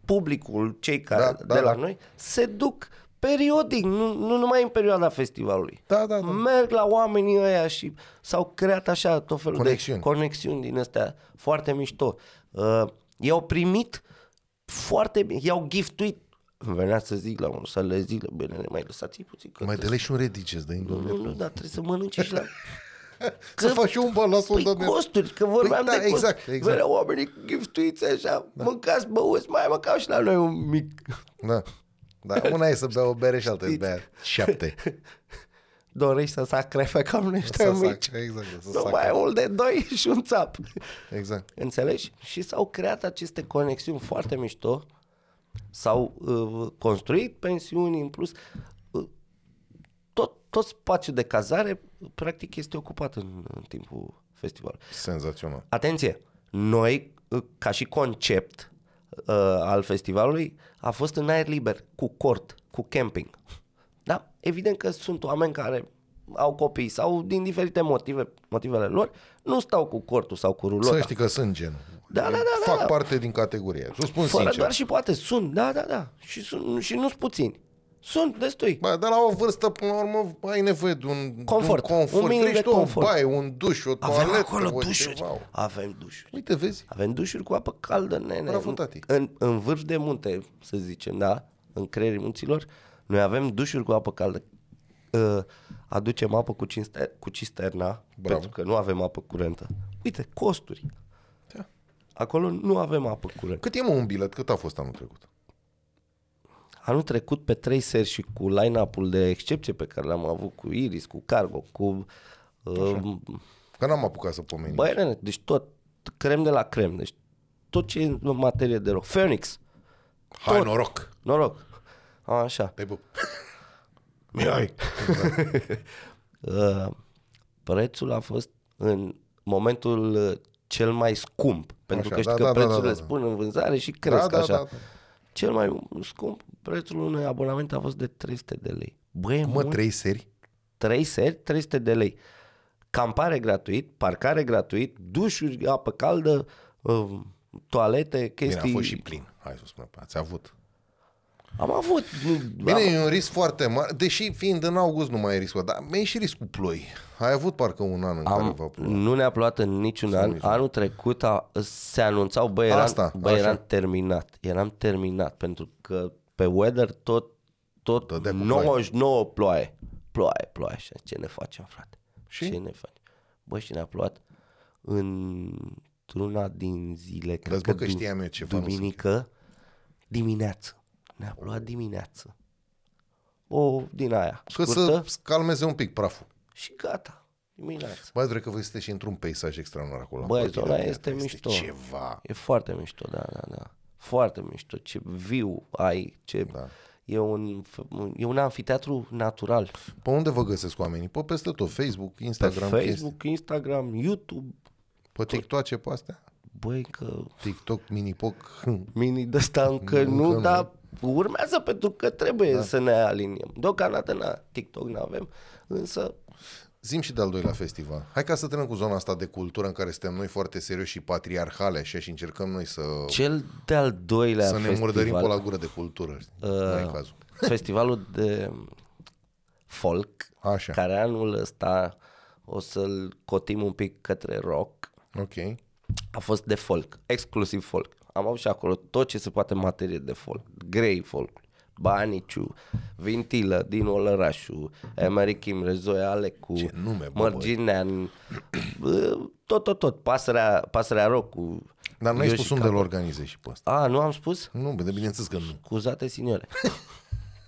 A: publicul, cei care
B: Da,
A: da,
B: da,
A: de la
B: da.
A: noi, se duc periodic, nu, nu numai în perioada festivalului.
B: Da, da, da.
A: Merg la oamenii ăia și s-au creat așa tot felul
B: Conexiuni.
A: de conexiuni din astea foarte mișto. Uh, i-au primit foarte bine, i-au giftuit Venea să zic la unul, să le zic, bine, ne mai lăsați puțin. Că
B: Mai dele și un redigest de indole.
A: nu, nu, dar trebuie să mănânce și la...
B: [laughs] Să faci și un balasul,
A: Păi
B: doamne.
A: costuri, că vorbeam
B: da,
A: de costuri.
B: exact, exact.
A: Veneau oamenii giftuiți așa, da. mâncați, băuți, mai mâncau și la noi un mic.
B: Da. Da, una e să bea o bere și alta e să bea
A: [laughs]
B: șapte.
A: Dorești să sacrefe cam niște
B: Să
A: mici.
B: sac, exact, să
A: nu
B: sac.
A: mai e mult de doi [laughs] și un țap.
B: Exact.
A: Înțelegi? Și s-au creat aceste conexiuni foarte mișto, s-au uh, construit pensiuni în plus. Uh, tot, tot spațiul de cazare practic este ocupat în, în timpul festivalului.
B: Senzațional.
A: Atenție! Noi, uh, ca și concept uh, al festivalului, a fost în aer liber, cu cort, cu camping. Da? Evident că sunt oameni care au copii sau din diferite motive, motivele lor, nu stau cu cortul sau cu
B: Să
A: rulota.
B: știi că sunt genul.
A: Da, da, da, da,
B: Fac
A: da.
B: parte din categorie. Să spun
A: Fără
B: sincer.
A: doar și poate, sunt, da, da, da. Și, sunt, și nu-s puțini. Sunt destui.
B: Bă, dar la o vârstă, până la urmă, ai nevoie de un
A: Confort.
B: De un confort.
A: Un minim de
B: Crești
A: confort.
B: o baie, un duș, o toaletă.
A: Avem acolo
B: o
A: dușuri.
B: Ceva.
A: Avem dușuri.
B: Uite, vezi?
A: Avem dușuri cu apă caldă, nene.
B: Bravo,
A: În-
B: tati.
A: În, în vârf de munte, să zicem, da? În creierii munților, noi avem dușuri cu apă caldă. Uh, aducem apă cu, cinste, cu cisterna,
B: Bravo.
A: pentru că nu avem apă curentă. Uite, costuri.
B: Da.
A: Acolo nu avem apă curentă.
B: Cât e mă un bilet? Cât a fost anul trecut?
A: Anul trecut, pe trei seri și cu line-up-ul de excepție pe care l-am avut cu Iris, cu Cargo, cu... Uh,
B: deci- Că n-am apucat să pomenim.
A: Băi, nene, deci tot, crem de la crem, deci tot ce e în materie de rock. Phoenix,
B: Hai,
A: tot.
B: noroc! Păi,
A: noroc. Așa.
B: Te pup.
A: [laughs] Mihai. Exact. Uh, prețul a fost în momentul uh, cel mai scump, pentru
B: Așa,
A: că știi că
B: da, da, da,
A: prețurile
B: da, da.
A: spun în vânzare și
B: Da,
A: cresc
B: da,
A: așa.
B: da.
A: Cel mai scump, prețul unui abonament a fost de 300 de lei. Băi,
B: Mă,
A: mult.
B: trei seri?
A: 3 seri, 300 de lei. Campare gratuit, parcare gratuit, dușuri, apă caldă, uh, toalete,
B: Bine, a
A: chestii.
B: fost și plin. Hai să spunem. Ați avut.
A: Am avut...
B: Bine,
A: am,
B: e un risc foarte mare, deși fiind în august nu mai e riscul, dar mai e și riscul ploi. Ai avut parcă un an în care va
A: am,
B: ploua.
A: nu ne-a plouat în niciun an. Anul trecut a, se anunțau, băi, eram,
B: Asta,
A: bă,
B: așa.
A: eram terminat. Eram terminat, pentru că pe weather tot, tot
B: Dădea cu
A: 99 ploaie. Ploaie, ploaie. Și am zis, ce ne facem, frate?
B: Și?
A: Ce ne facem? Bă, și ne-a plouat într-una din zile, cred
B: Vezi, bă,
A: că,
B: că
A: du-
B: știam eu ceva, nu se
A: duminică, dimineață. Ne-a plouat dimineață. O, din aia,
B: Că
A: scurtă
B: să calmeze un pic praful.
A: și gata, dimineață.
B: Bă, cred că voi sunteți și într-un peisaj extraordinar acolo.
A: Bă,
B: Acolo,
A: zona
B: tine,
A: este
B: este
A: mișto.
B: ceva.
A: E foarte mișto, da, da, da. Foarte mișto, ce viu ai, ce... Da. E un, e un amfiteatru natural.
B: Pe unde vă găsesc oamenii? Pe peste tot, Facebook,
A: Pe
B: Instagram,
A: Facebook,
B: chestii.
A: Instagram, YouTube,
B: Pe TikTok ce pe astea?
A: băi, că
B: TikTok, minipoc.
A: mini de [laughs] ăsta încă
B: Încă
A: nu,
B: nu.
A: dar urmează pentru că trebuie da. să ne aliniem. Deocamdată na, TikTok nu avem, însă
B: Zim și de-al doilea festival. Hai ca să trecem cu zona asta de cultură în care suntem noi foarte serioși și patriarhale așa și încercăm noi să,
A: cel de-al doilea
B: să ne murdărim pe
A: festival,
B: la gură de cultură. Uh... Nu e cazul.
A: [laughs] festivalul de folk,
B: Așa.
A: care anul ăsta o să-l cotim un pic către rock,
B: Ok.
A: a fost de folk, exclusiv folk. Am avut și acolo tot ce se poate în materie de folk. Grey folk, Baniciu, Vintilă, din Olărașu, Emery Kim, Rezoia Alecu,
B: Ce nume, bă,
A: Mărginean, bă, tot, tot, tot, Pasărea, Pasărea Rocu.
B: Dar nu ai
A: Eu
B: spus
A: și
B: unde
A: Cap-
B: îl organizezi și pe ăsta.
A: A, nu am spus?
B: Nu, bine, bineînțeles că nu.
A: Cuzate, signore,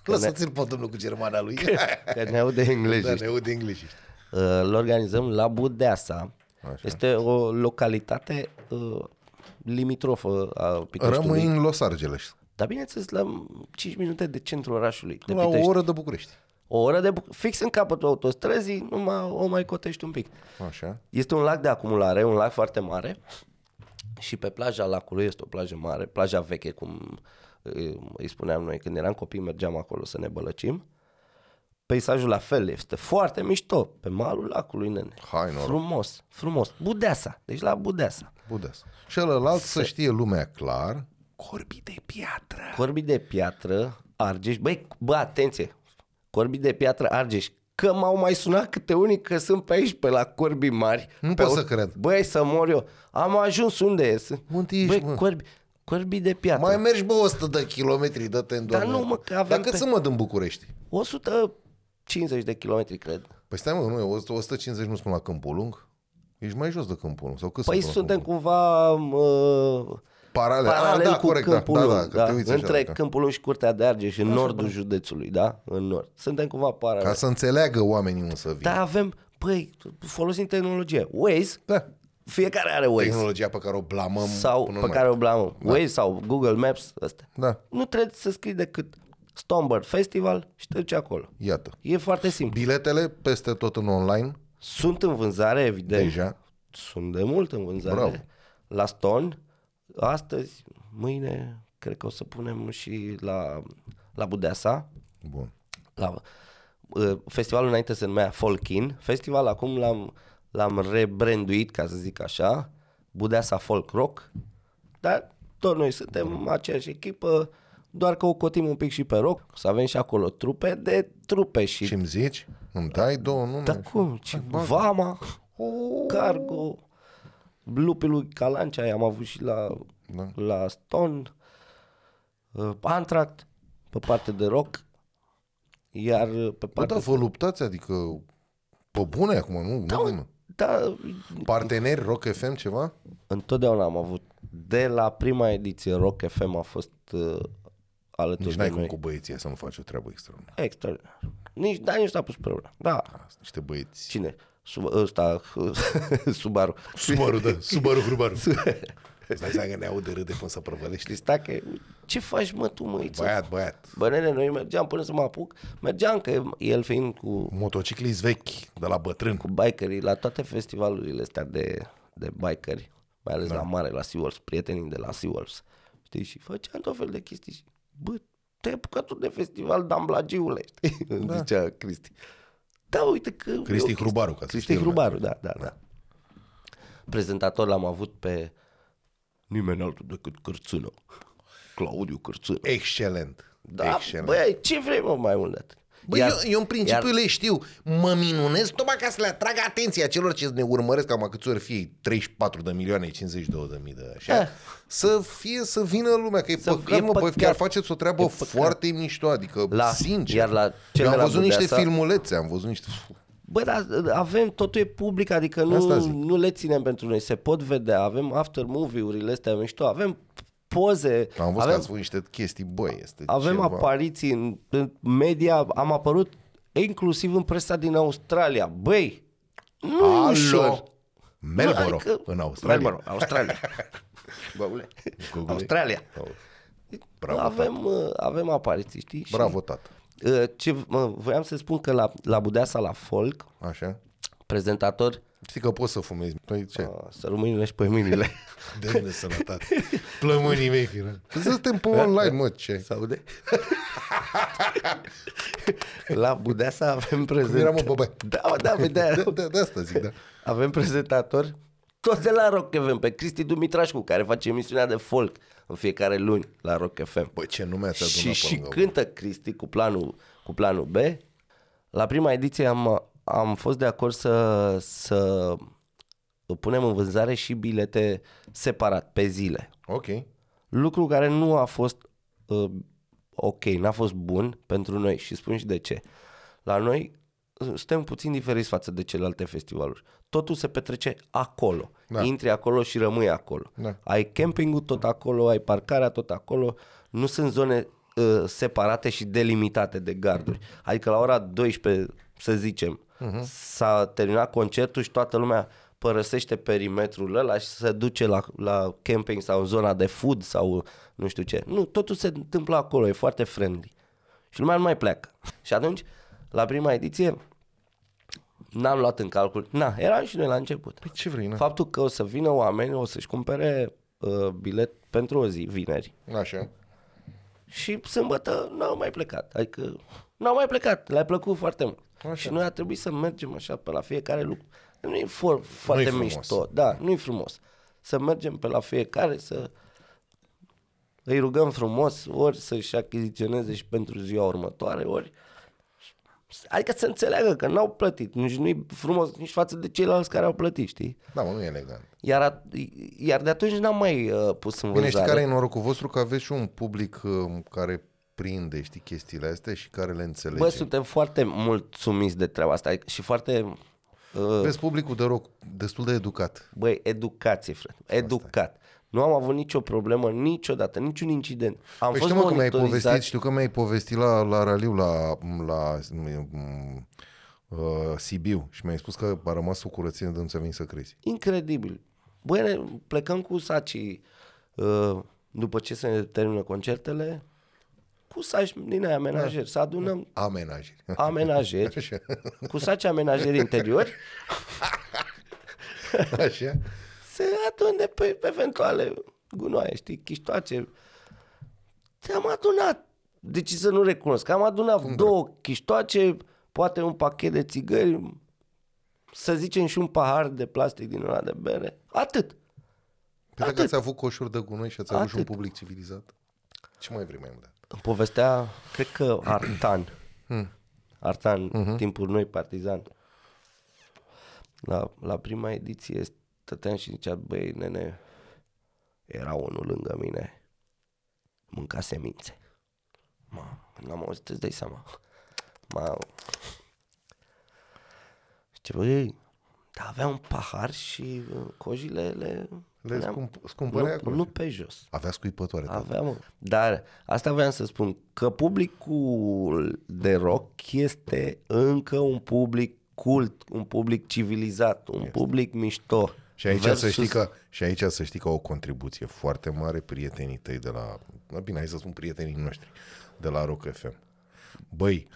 B: Lăsați-l pe domnul cu germana lui. [laughs]
A: că ne aude
B: da,
A: englezești.
B: ne aude englezii.
A: Îl organizăm la Budeasa.
B: Așa.
A: Este o localitate uh, limitrofă a Piteștiului.
B: Rămâi în Los Angeles.
A: Dar bineînțeles, la 5 minute de centrul orașului. De
B: La o
A: Pitești.
B: oră de București.
A: o oră de bu- fix în capătul autostrăzii, numai o mai cotești un pic.
B: Așa.
A: Este un lac de acumulare, un lac foarte mare și pe plaja lacului este o plajă mare, plaja veche, cum eh, îi spuneam noi când eram copii, mergeam acolo să ne bălăcim. Peisajul la fel este foarte mișto, pe malul lacului, nene.
B: Hai, noroc.
A: frumos, frumos. Budeasa, deci la Budeasa.
B: Budeas. Și ălălalt să știe lumea clar, corbi de piatră.
A: Corbii de piatră, Argeș, băi, bă, atenție, Corbii de piatră, Argeș, că m-au mai sunat câte unii că sunt pe aici, pe la Corbii Mari.
B: Nu
A: pe
B: pot
A: o-
B: să cred.
A: Băi, să mor eu. Am ajuns unde e?
B: Unde ești,
A: băi,
B: mă?
A: Corbi, Corbii de piatră.
B: Mai
A: Mai...
B: mergi, bă, 100 de kilometri, dă-te în
A: Dar
B: Doamne.
A: nu, mă, că
B: Dar
A: avem
B: cât
A: pe-
B: să mă dă în București?
A: 150 de kilometri, cred.
B: Păi stai, mă, nu, e 100 150 nu sunt până la Câmpul Lung? Ești mai jos de Câmpul Lung. Sau cât
A: Păi
B: sunt până la
A: suntem cumva mă,
B: Câmpul Lung? Paralel.
A: paralel
B: ah, da,
A: cu
B: corect,
A: Câmpul
B: da, da, da,
A: Lung,
B: că te uiți așa,
A: între
B: da.
A: Câmpul Lung și Curtea de Argeș, în nordul județului, da? În nord. Suntem cumva paralel.
B: Ca să înțeleagă oamenii unde să vin.
A: Dar avem, băi, folosim tehnologie. Waze,
B: da.
A: fiecare are Waze.
B: Tehnologia pe care o blamăm
A: sau pe
B: până Păi nu Da.
A: care o blamăm. Waze sau Google Maps, astea.
B: mai- Da,
A: Nu trebuie să scrii decât Stomberg Festival și te duci acolo.
B: iată.
A: E foarte simplu.
B: Biletele peste tot în online,
A: Sunt în vânzare, evident.
B: deja.
A: Sunt de mult în vânzare.
B: Bravo.
A: La Stone, astăzi, mâine, cred că o să punem și la, la Budeasa.
B: Bun.
A: La, uh, festivalul înainte se numea Folkin. Festival acum l-am, l-am rebranduit, ca să zic așa, Budeasa Folk Rock. Dar tot noi suntem aceeași echipă, doar că o cotim un pic și pe rock. O Să avem și acolo trupe de trupe și...
B: Și îmi zici? Îmi dai două nume?
A: da cum? Ce, Vama, Cargo, Lupii lui Calancea, i-am avut și la,
B: Da.
A: la Stone, uh, Antract, pe parte de rock, iar uh, pe
B: Bă,
A: partea
B: da, vă luptați, adică... Pe bune acum, nu?
A: Da,
B: nu,
A: mă,
B: nu.
A: da,
B: Parteneri Rock FM ceva?
A: întotdeauna am avut. De la prima ediție Rock FM a fost uh, alături
B: Nici
A: de
B: n-ai
A: noi.
B: cum cu băieții ăia să nu faci o treabă extraordinară.
A: Extraordinar. Nici, da, nici n-a pus problema. Da,
B: Asta, Niște băieți.
A: cine? Sub, ăsta, [laughs] Subaru.
B: Subaru, da, Subaru Grubaru.
A: [laughs]
B: Îți dai seama că ne aude râde până să prăvălești.
A: Cristache, ce faci mă tu măiță?
B: Băiat, băiat.
A: Bă, nene, noi mergeam până să mă apuc, mergeam că el fiind cu,
B: Motociclist vechi, de la bătrân.
A: cu bikerii la toate festivalurile astea de, de bikeri, mai ales da. la mare, la Sea Wolves, prietenii de la Sea Wolves, știi, și făceam tot fel de chestii și, bă, te-ai apucat tu de festival, damblagiule, știi, [laughs] îmi da. zicea Cristi. Da, uite că... e o
B: Cristi
A: chestie.
B: Hrubaru, ca să
A: Cristi
B: știe lumea.
A: Hrubaru, da, da, da. Prezentator l-am avut pe nimeni altul decât Cârțână. Claudiu Cârțână.
B: Excelent.
A: Da,
B: Excelent.
A: băi, ce vrei mă, mai mult de atât?
B: Bă,
A: Iar-
B: eu, eu în principiu
A: iar-
B: le știu. Mă minunez tocmai ca să le atrag atenția celor ce ne urmăresc, acum câți ori fie 34 de milioane, 52 de mii de așa,
A: Eh.
B: să fie, să vină lumea, că e
A: Să
B: păcat,
A: fie
B: mă, bă,
A: păcat.
B: chiar faceți o treabă
A: E păcat.
B: foarte mișto, adică
A: La-
B: sincer.
A: iar la cel
B: eu am
A: de la
B: văzut niște
A: Budeasa-
B: filmulețe, am văzut niște...
A: Bă, dar uh, avem, totul e public, adică
B: Asta
A: nu,
B: zic.
A: nu le ținem pentru noi, se pot vedea, avem after movie-urile astea mișto, avem poze,
B: Am văzut că
A: avem,
B: ați făcut niște chestii, băi, este
A: avem
B: ceva.
A: apariții în, în media, am apărut inclusiv în presa din Australia, băi, nu e ușor.
B: Alo! Melboro,
A: Adică-
B: în Australia.
A: Melbourne,
B: [laughs]
A: Australia.
B: Băule. Gogule.
A: Australia.
B: Bravo, tată.
A: avem, uh, avem apariții, știi? Și,
B: Bravo, tată.
A: uh, Ce, mă, voiam să spun că la, la Budeasa, la Folk,
B: Așa.
A: prezentator,
B: Știi că poți să fumezi. Păi ce?
A: uh, să mâinile și pe mâinile.
B: [laughs]
A: [laughs]
B: Demne sănătate. Plămânii mei, firea. Suntem
A: Da,
B: pe online, mă, ce?
A: Saude? la Budeasa avem prezent.
B: era, mă, băbăi.
A: Da, mă, da, păi de-aia
B: De,
A: erau.
B: de, de asta zic, da.
A: Avem prezentator tot de la Rock FM, pe Cristi Dumitrașcu, care face emisiunea de folk în fiecare luni la Rock FM.
B: Bă, ce nume ați
A: și
B: adunat
A: și
B: pe
A: cântă Cristi cu planul, cu planul B. La prima ediție am, am fost de acord să, să punem în vânzare și bilete separat, pe zile.
B: Ok. Păi
A: Lucru care nu a fost uh, ok, n-a fost bun pentru noi și spun și de ce. La noi uh, suntem puțin diferiți față de celelalte festivaluri. Totul se petrece acolo.
B: Da.
A: Da. Intri acolo și rămâi acolo.
B: Da.
A: Ai campingul tot acolo, ai parcarea tot acolo. Nu sunt zone uh, separate și delimitate de garduri. Adică la ora 12, să zicem, uh-huh. s-a terminat concertul și toată lumea părăsește perimetrul ăla și se duce la, la camping sau în zona de food sau nu știu ce. Nu, totul se întâmplă acolo, e foarte friendly. Și lumea nu mai pleacă. Și atunci, la prima ediție, n-am luat în calcul. Na, eram și noi la început.
B: Păi ce vrei, na?
A: Faptul că o să vină oameni, o să-și cumpere uh, bilet pentru o zi, vineri.
B: Așa.
A: Și sâmbătă n-au mai plecat. Adică n-au mai plecat. Le-a plăcut foarte mult.
B: Așa.
A: Așa. Și noi a trebuit să mergem așa pe la fiecare lucru. Nu e for, foarte
B: frumos.
A: mișto. Da, nu e frumos. Să mergem pe la fiecare, să îi rugăm frumos ori să-și achiziționeze și pentru ziua următoare, ori Adică să înțeleagă că n-au plătit, nici nu-i frumos nici față de ceilalți care au plătit, știi?
B: Da, mă, nu e elegant.
A: Iar, a, iar de atunci n-am mai uh, pus în
B: Bine,
A: vânzare.
B: știi care e norocul vostru? Că aveți și un public um, care prinde, știi, chestiile astea și care le înțelege.
A: Bă, suntem foarte mulțumiți de treaba asta adică- și foarte, uh,
B: Vezi publicul de rock destul de educat.
A: băi, educație, frate, educat. Nu am avut nicio problemă niciodată, niciun incident. Am
B: Păi
A: fost
B: știu, mă, că mi-ai povestit,
A: monitorizat.
B: știu că mi-ai povestit la, la raliu la, la mm, uh, Sibiu și mi-ai spus că a rămas o curățenie de nu ți-a venit să crezi.
A: Incredibil. Băi, ne plecăm cu sacii uh, după ce se termină concertele, cu saci din aia menajer, să adunăm
B: Amenajeri.
A: amenajeri,
B: Da. Așa.
A: cu saci amenajeri
B: [laughs]
A: interiori,
B: Așa.
A: se adune pe eventuale gunoaie, știi, chiștoace. Te-am adunat. De ce să nu recunosc? Că Am adunat Cum două da? chiștoace, poate un pachet de țigări, să zicem și un pahar de plastic din ăla de bere. Atât.
B: Păi dacă
A: Atât.
B: ați avut coșuri de gunoi și ați avut și un
A: Atât.
B: public civilizat, ce mai vrei mai mult?
A: Îmi povestea, cred că Artan.
B: [clears throat] Hmm.
A: Artan,
B: Mhm.
A: uh-huh. timpul noi partizan. La, la prima ediție stăteam și zicea, băi, nene, era unul lângă mine, mânca semințe. Mamă, n-am auzit, îți dai seama. Mamă. Zice, băi, dar avea un pahar și uh, cojile le...
B: Le
A: puneam-
B: scump, scumpărea
A: nu,
B: acolo.
A: nu pe jos.
B: Avea scuipătoare. Da.
A: Aveam, dar asta voiam să spun, că publicul de rock este încă un public cult, un public civilizat, un public mișto.
B: Și aici, să știi că, și aici să știi că au o contribuție foarte mare prietenii tăi de la... na, Bine, hai să spun prietenii noștri de la Rock FM. Băi,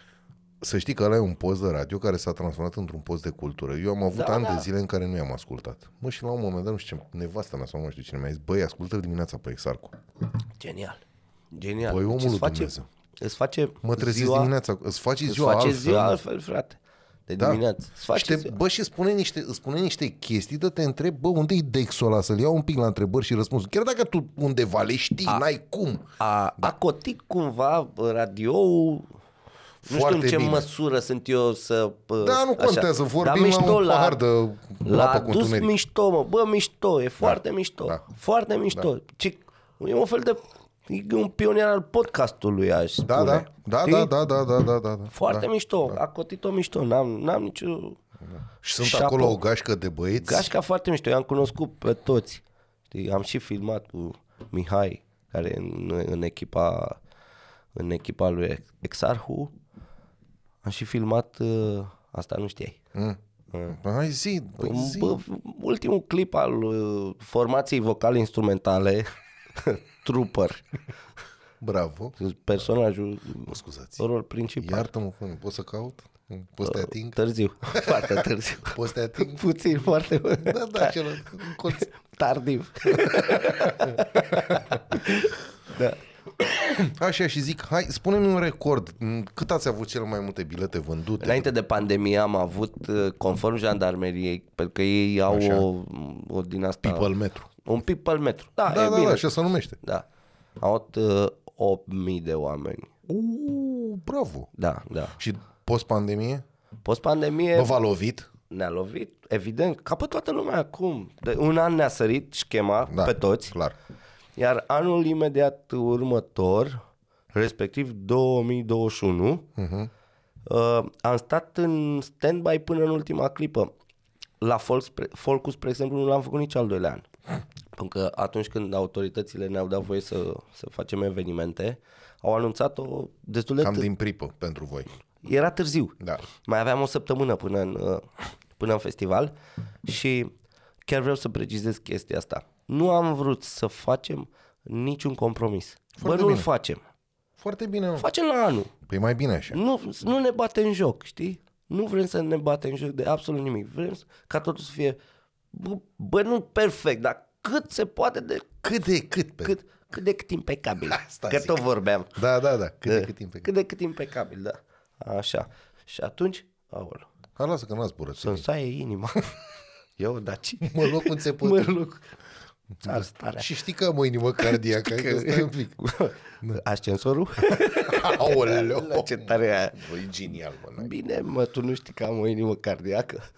B: să știi că ăla e un post de radio care s-a transformat într-un post de cultură. Eu am avut da,
A: Da,
B: ani da.
A: da.
B: de zile în care nu i-am ascultat. Mă, și la un moment dat, nu știu ce, nevasta mea sau nu știu cine mi-a zis, băi, ascultă dimineața pe Exarcu.
A: Genial, genial.
B: Păi, omul
A: îți
B: lui
A: face,
B: Dumnezeu.
A: Îți face
B: Mă trezesc
A: ziua,
B: dimineața, îți faci
A: îți
B: ziua
A: face
B: altfel.
A: ziua altfel, frate. de
B: Da.
A: dimineață. Să faci
B: Niște,
A: ziua.
B: bă, și spune niște, îți spune niște chestii, dă te întreb, bă, unde-i Dexul ăla? Să-l iau un pic la întrebări și răspunsuri. Chiar dacă tu undeva le știi, A. n-ai cum.
A: A, da. a cotit cumva radioul nu știu
B: Foarte
A: în ce
B: bine.
A: măsură sunt eu să... bă,
B: Da, nu contează, vorbim
A: Ă,
B: la
A: mișto
B: un pahar de
A: L-a
B: apă cu
A: dus
B: întuneric.
A: mișto, mă. Bă, mișto, e foarte mișto.
B: da.
A: Foarte mișto. Ce, e un fel de... E un pionier al podcastului, aș spune.
B: Da, da, da,
A: Știi?
B: da, da, da, da, da, da, da.
A: Foarte
B: da.
A: mișto. A cotit-o mișto. N-am, n-am nicio...
B: Și sunt
A: Șapă.
B: acolo o gașcă de băieți.
A: Gașca foarte mișto, eu am cunoscut pe toți. Știi, am și filmat cu Mihai, care e în, în echipa în echipa lui Exarhu. Am și filmat uh, asta nu știai.
B: Mm. Hai zi, păi zi.
A: Bă, ultimul clip al uh, formației vocale instrumentale [laughs] Trooper,
B: Bravo.
A: personajul
B: Mă scuzați.
A: rolul principal.
B: Iartă-mă, până, poți să caut? Poți să te ating?
A: Târziu, [laughs] foarte târziu.
B: Poți să te
A: [laughs]
B: ating?
A: Puțin, foarte
B: Da, da, celălalt. în colț.
A: tardiv. da.
B: Așa și zic, hai, spune-mi un record. M, Cât ați avut cel mai multe bilete vândute?
A: Înainte de pandemie am avut, uh, conform jandarmeriei, pentru că ei au
B: Așa.
A: o, o din asta...
B: People Metro.
A: Un people metru. Da,
B: Da,
A: e
B: da,
A: bine.
B: da, așa se numește.
A: da. Au avut uh, 8.000 de oameni.
B: Uuu, bravo.
A: Da, da.
B: Și post-pandemie?
A: Post-pandemie
B: Bă, v-a lovit?
A: ne-a lovit, evident, ca pe toată lumea acum. De un an ne-a sărit schema
B: Da,
A: pe toți,
B: Clar.
A: iar anul imediat următor, respectiv 2021,
B: Uh-huh.
A: Uh, am stat în stand-by până în ultima clipă. La Folk spre- Folcus, spre exemplu, nu l-am făcut nici al doilea an. Pentru că atunci când autoritățile ne-au dat voie să, să facem evenimente, au anunțat-o destul de...
B: Cam
A: T-
B: din pripă pentru voi.
A: Era târziu.
B: Da.
A: Mai aveam o săptămână până în, uh, până în festival și chiar vreau să precizez chestia asta. Nu am vrut să facem niciun compromis.
B: Foarte
A: Bă, nu-l
B: bine.
A: facem.
B: Foarte bine, mă.
A: Facem la anul.
B: Păi mai bine așa.
A: Nu, nu ne bate în joc, știi? Nu vrem să ne bate în joc de absolut nimic. Vrem să- ca totul să fie, bă, bă nu perfect, dar cât se poate de
B: Cât de cât? Pe...
A: cât, cât de cât impecabil.
B: Asta
A: că
B: zic.
A: tot vorbeam.
B: Da, da, da. Cât de cât timp?
A: Cât de cât impecabil, da. Așa. Și atunci, aoleu,
B: Hai, lasă că n-a zburat.
A: să-mi saie inima. Eu, dar cine
B: Mă loc înțeput.
A: mă loc? Țar starea.
B: Și știi că am o inimă cardiacă. că... Stai un
A: [laughs]
B: pic.
A: Ascensorul?
B: Aoleu.
A: La ce tare e aia.
B: Băi, genial, mă. n-ai.
A: Bine, mă, tu nu știi că am o inimă cardiacă?
B: Hai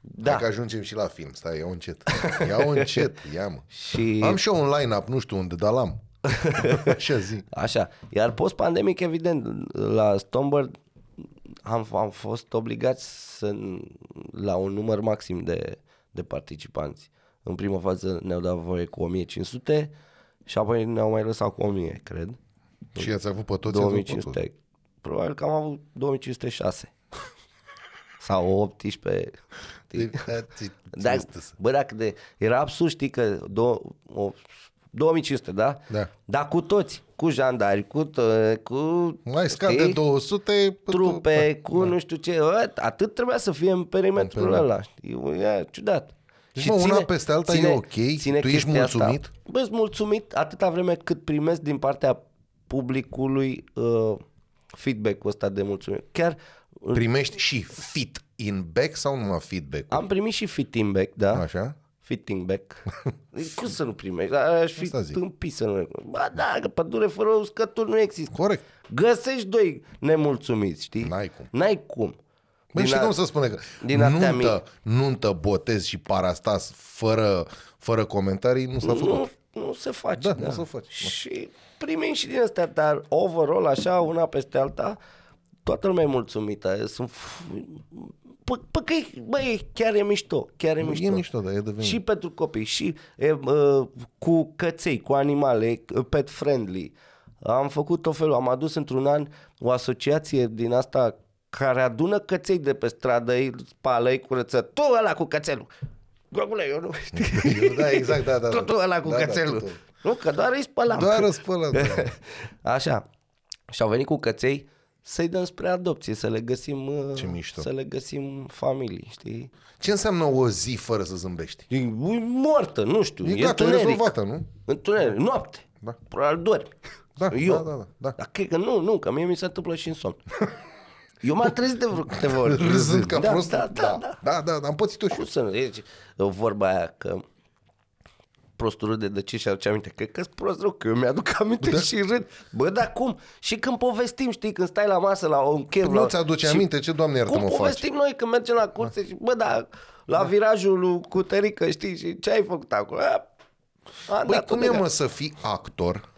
A: Da.
B: că ajungem și la film. Stai, iau
A: [laughs]
B: încet. Iau încet, ia mă.
A: Și...
B: Am și eu un line-up, nu știu unde,
A: [laughs]
B: dar l-am. Așa zi.
A: Așa. Iar post-pandemic, evident, la Stonebird am, am fost obligați să, la un număr maxim de, de participanți. În prima fază ne-au dat voie cu 1500 și apoi ne-au mai lăsat cu 1000, cred.
B: Și ați avut pe toți?
A: 2500. Probabil că am avut 2506. [laughs] Sau 18. știi? Da,
B: Da.
A: bă, dacă de, era absurd, știi că do, o, 2500, da?
B: Da.
A: Dar cu toți, cu jandari, cu, tă, cu
B: [laughs] Mai scade
A: știi?
B: 200
A: trupe, cu
B: da.
A: nu știu ce, ă, atât trebuia să fie în perimetrul ăla, știi? E ciudat.
B: Deci, mă, una peste alta e ok? Tu ești
A: chestia asta.
B: mulțumit?
A: Bă, sunt mulțumit atâta vreme cât primesc din partea publicului uh, feedback-ul ăsta de mulțumire. Chiar uh,
B: Primești și fit in back sau numai feedback?
A: am primit și feedback, da?
B: Așa?
A: Fitting
B: [laughs]
A: back. Deci Cum să nu primești? Dar Aș fi
B: Asta zic.
A: tâmpit să nu Ba da, că pădure fără uscături nu există.
B: Corect.
A: Găsești doi nemulțumiți, știi?
B: N-ai cum.
A: N-ai cum.
B: Băi,
A: Din
B: și
A: a-
B: cum se spune că
A: din artea
B: nuntă, nuntă, botez și parastas fără, fără comentarii nu s-a făcut.
A: nu, nu se face.
B: Da, nu se face, da.
A: Și primim și din astea, dar overall, așa, una peste alta, toată lumea e mulțumită. Sunt... f- Pă, pă, că e, bă, e, chiar e mișto, chiar e mișto.
B: E mișto, dar e devenit.
A: Și pentru copii, și e, uh, cu căței, cu animale, e pet friendly. Am făcut tot felul, am adus într-un an o asociație din asta care adună căței de pe stradă, îi spală, îi curăță, tu ăla cu cățelul. Gogule, eu nu știu.
B: [laughs] Eu, da, exact, da, da. da.
A: Totul ăla cu
B: Da, da,
A: cățelul.
B: totul.
A: nu, că doar îi spălam.
B: Doar
A: [laughs]
B: spălă. Da.
A: Așa. Și au venit cu căței să-i dăm spre adopție, să le găsim, uh,
B: Ce mișto.
A: să le găsim familii, știi?
B: Ce înseamnă o zi fără să zâmbești?
A: E moartă, nu știu, e,
B: E gata, e
A: tuneric.
B: rezolvată, nu?
A: Întuneric, noapte.
B: Da. [laughs]
A: Probabil dormi.
B: Da,
A: Eu.
B: da, da, da, da. [laughs]
A: Dar cred că nu, nu, că mie mi se întâmplă și în somn. Eu m-am trezit de vreo câteva ori.
B: Râzând ca
A: da,
B: prost.
A: Da, da, da.
B: da, da, da, da am pățit-o și
A: Cum
B: eu.
A: să nu? Deci, vorba aia că prostul râde de ce și aduce aminte. Cred că sunt prost rău, că eu mi-aduc [laughs] aminte da. și râd. Bă, dar cum? Și când povestim, știi, când stai la masă, la un chef, la...
B: Păi Nu ți-aduce
A: și
B: aminte ce, doamne iartă,
A: Cum
B: mă faci?
A: povestim noi când mergem la curse și, bă, da, la virajul lui Cutărică, știi, și ce ai făcut acolo? A, a
B: Păi
A: dat-o
B: cum
A: de
B: e,
A: gata.
B: mă, să fii actor,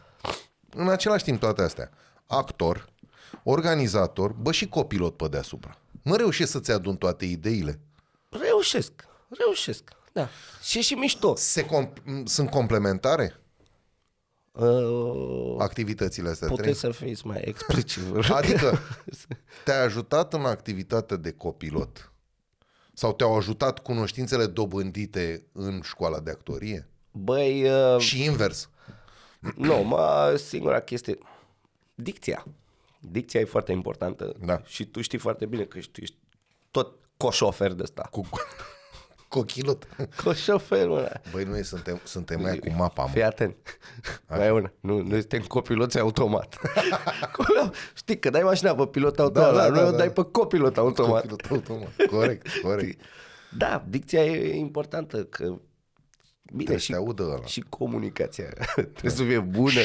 B: în același timp toate astea, actor, organizator, bă, și copilot pe deasupra. Nu reușești să-ți adun toate ideile.
A: Reușesc, reușesc, da. Și e și mișto.
B: Se com- sunt complementare
A: Uh,
B: activitățile astea? trei?
A: puteți să fiți mai explicit. vă rog.
B: [laughs] Adică te-a ajutat în activitatea de copilot sau te-au ajutat cunoștințele dobândite în școala de actorie?
A: Băi, uh,
B: Și invers.
A: Nu, mă, singura chestie... Dicția. Dicția e foarte importantă.
B: Da.
A: Și tu știi foarte bine că tu ești tot coșofer de ăsta.
B: Cu [laughs] cochilot.
A: Coșofer, mă. da.
B: Băi, noi suntem, suntem aia cu mapa, mă.
A: Fii atent. Mai e una. Nu, noi suntem copiloți
B: [laughs]
A: automat. Cum- știi că dai mașina pe pilot automat,
B: da,
A: da, da,
B: da,
A: noi da, o
B: da.
A: dai pe copilot automat.
B: Copilot automat. Corect, corect.
A: Da, dicția e importantă, că Bine,
B: Trebuie să
A: și,
B: te audă ăla.
A: și comunicația trebuie să fie bună. [laughs]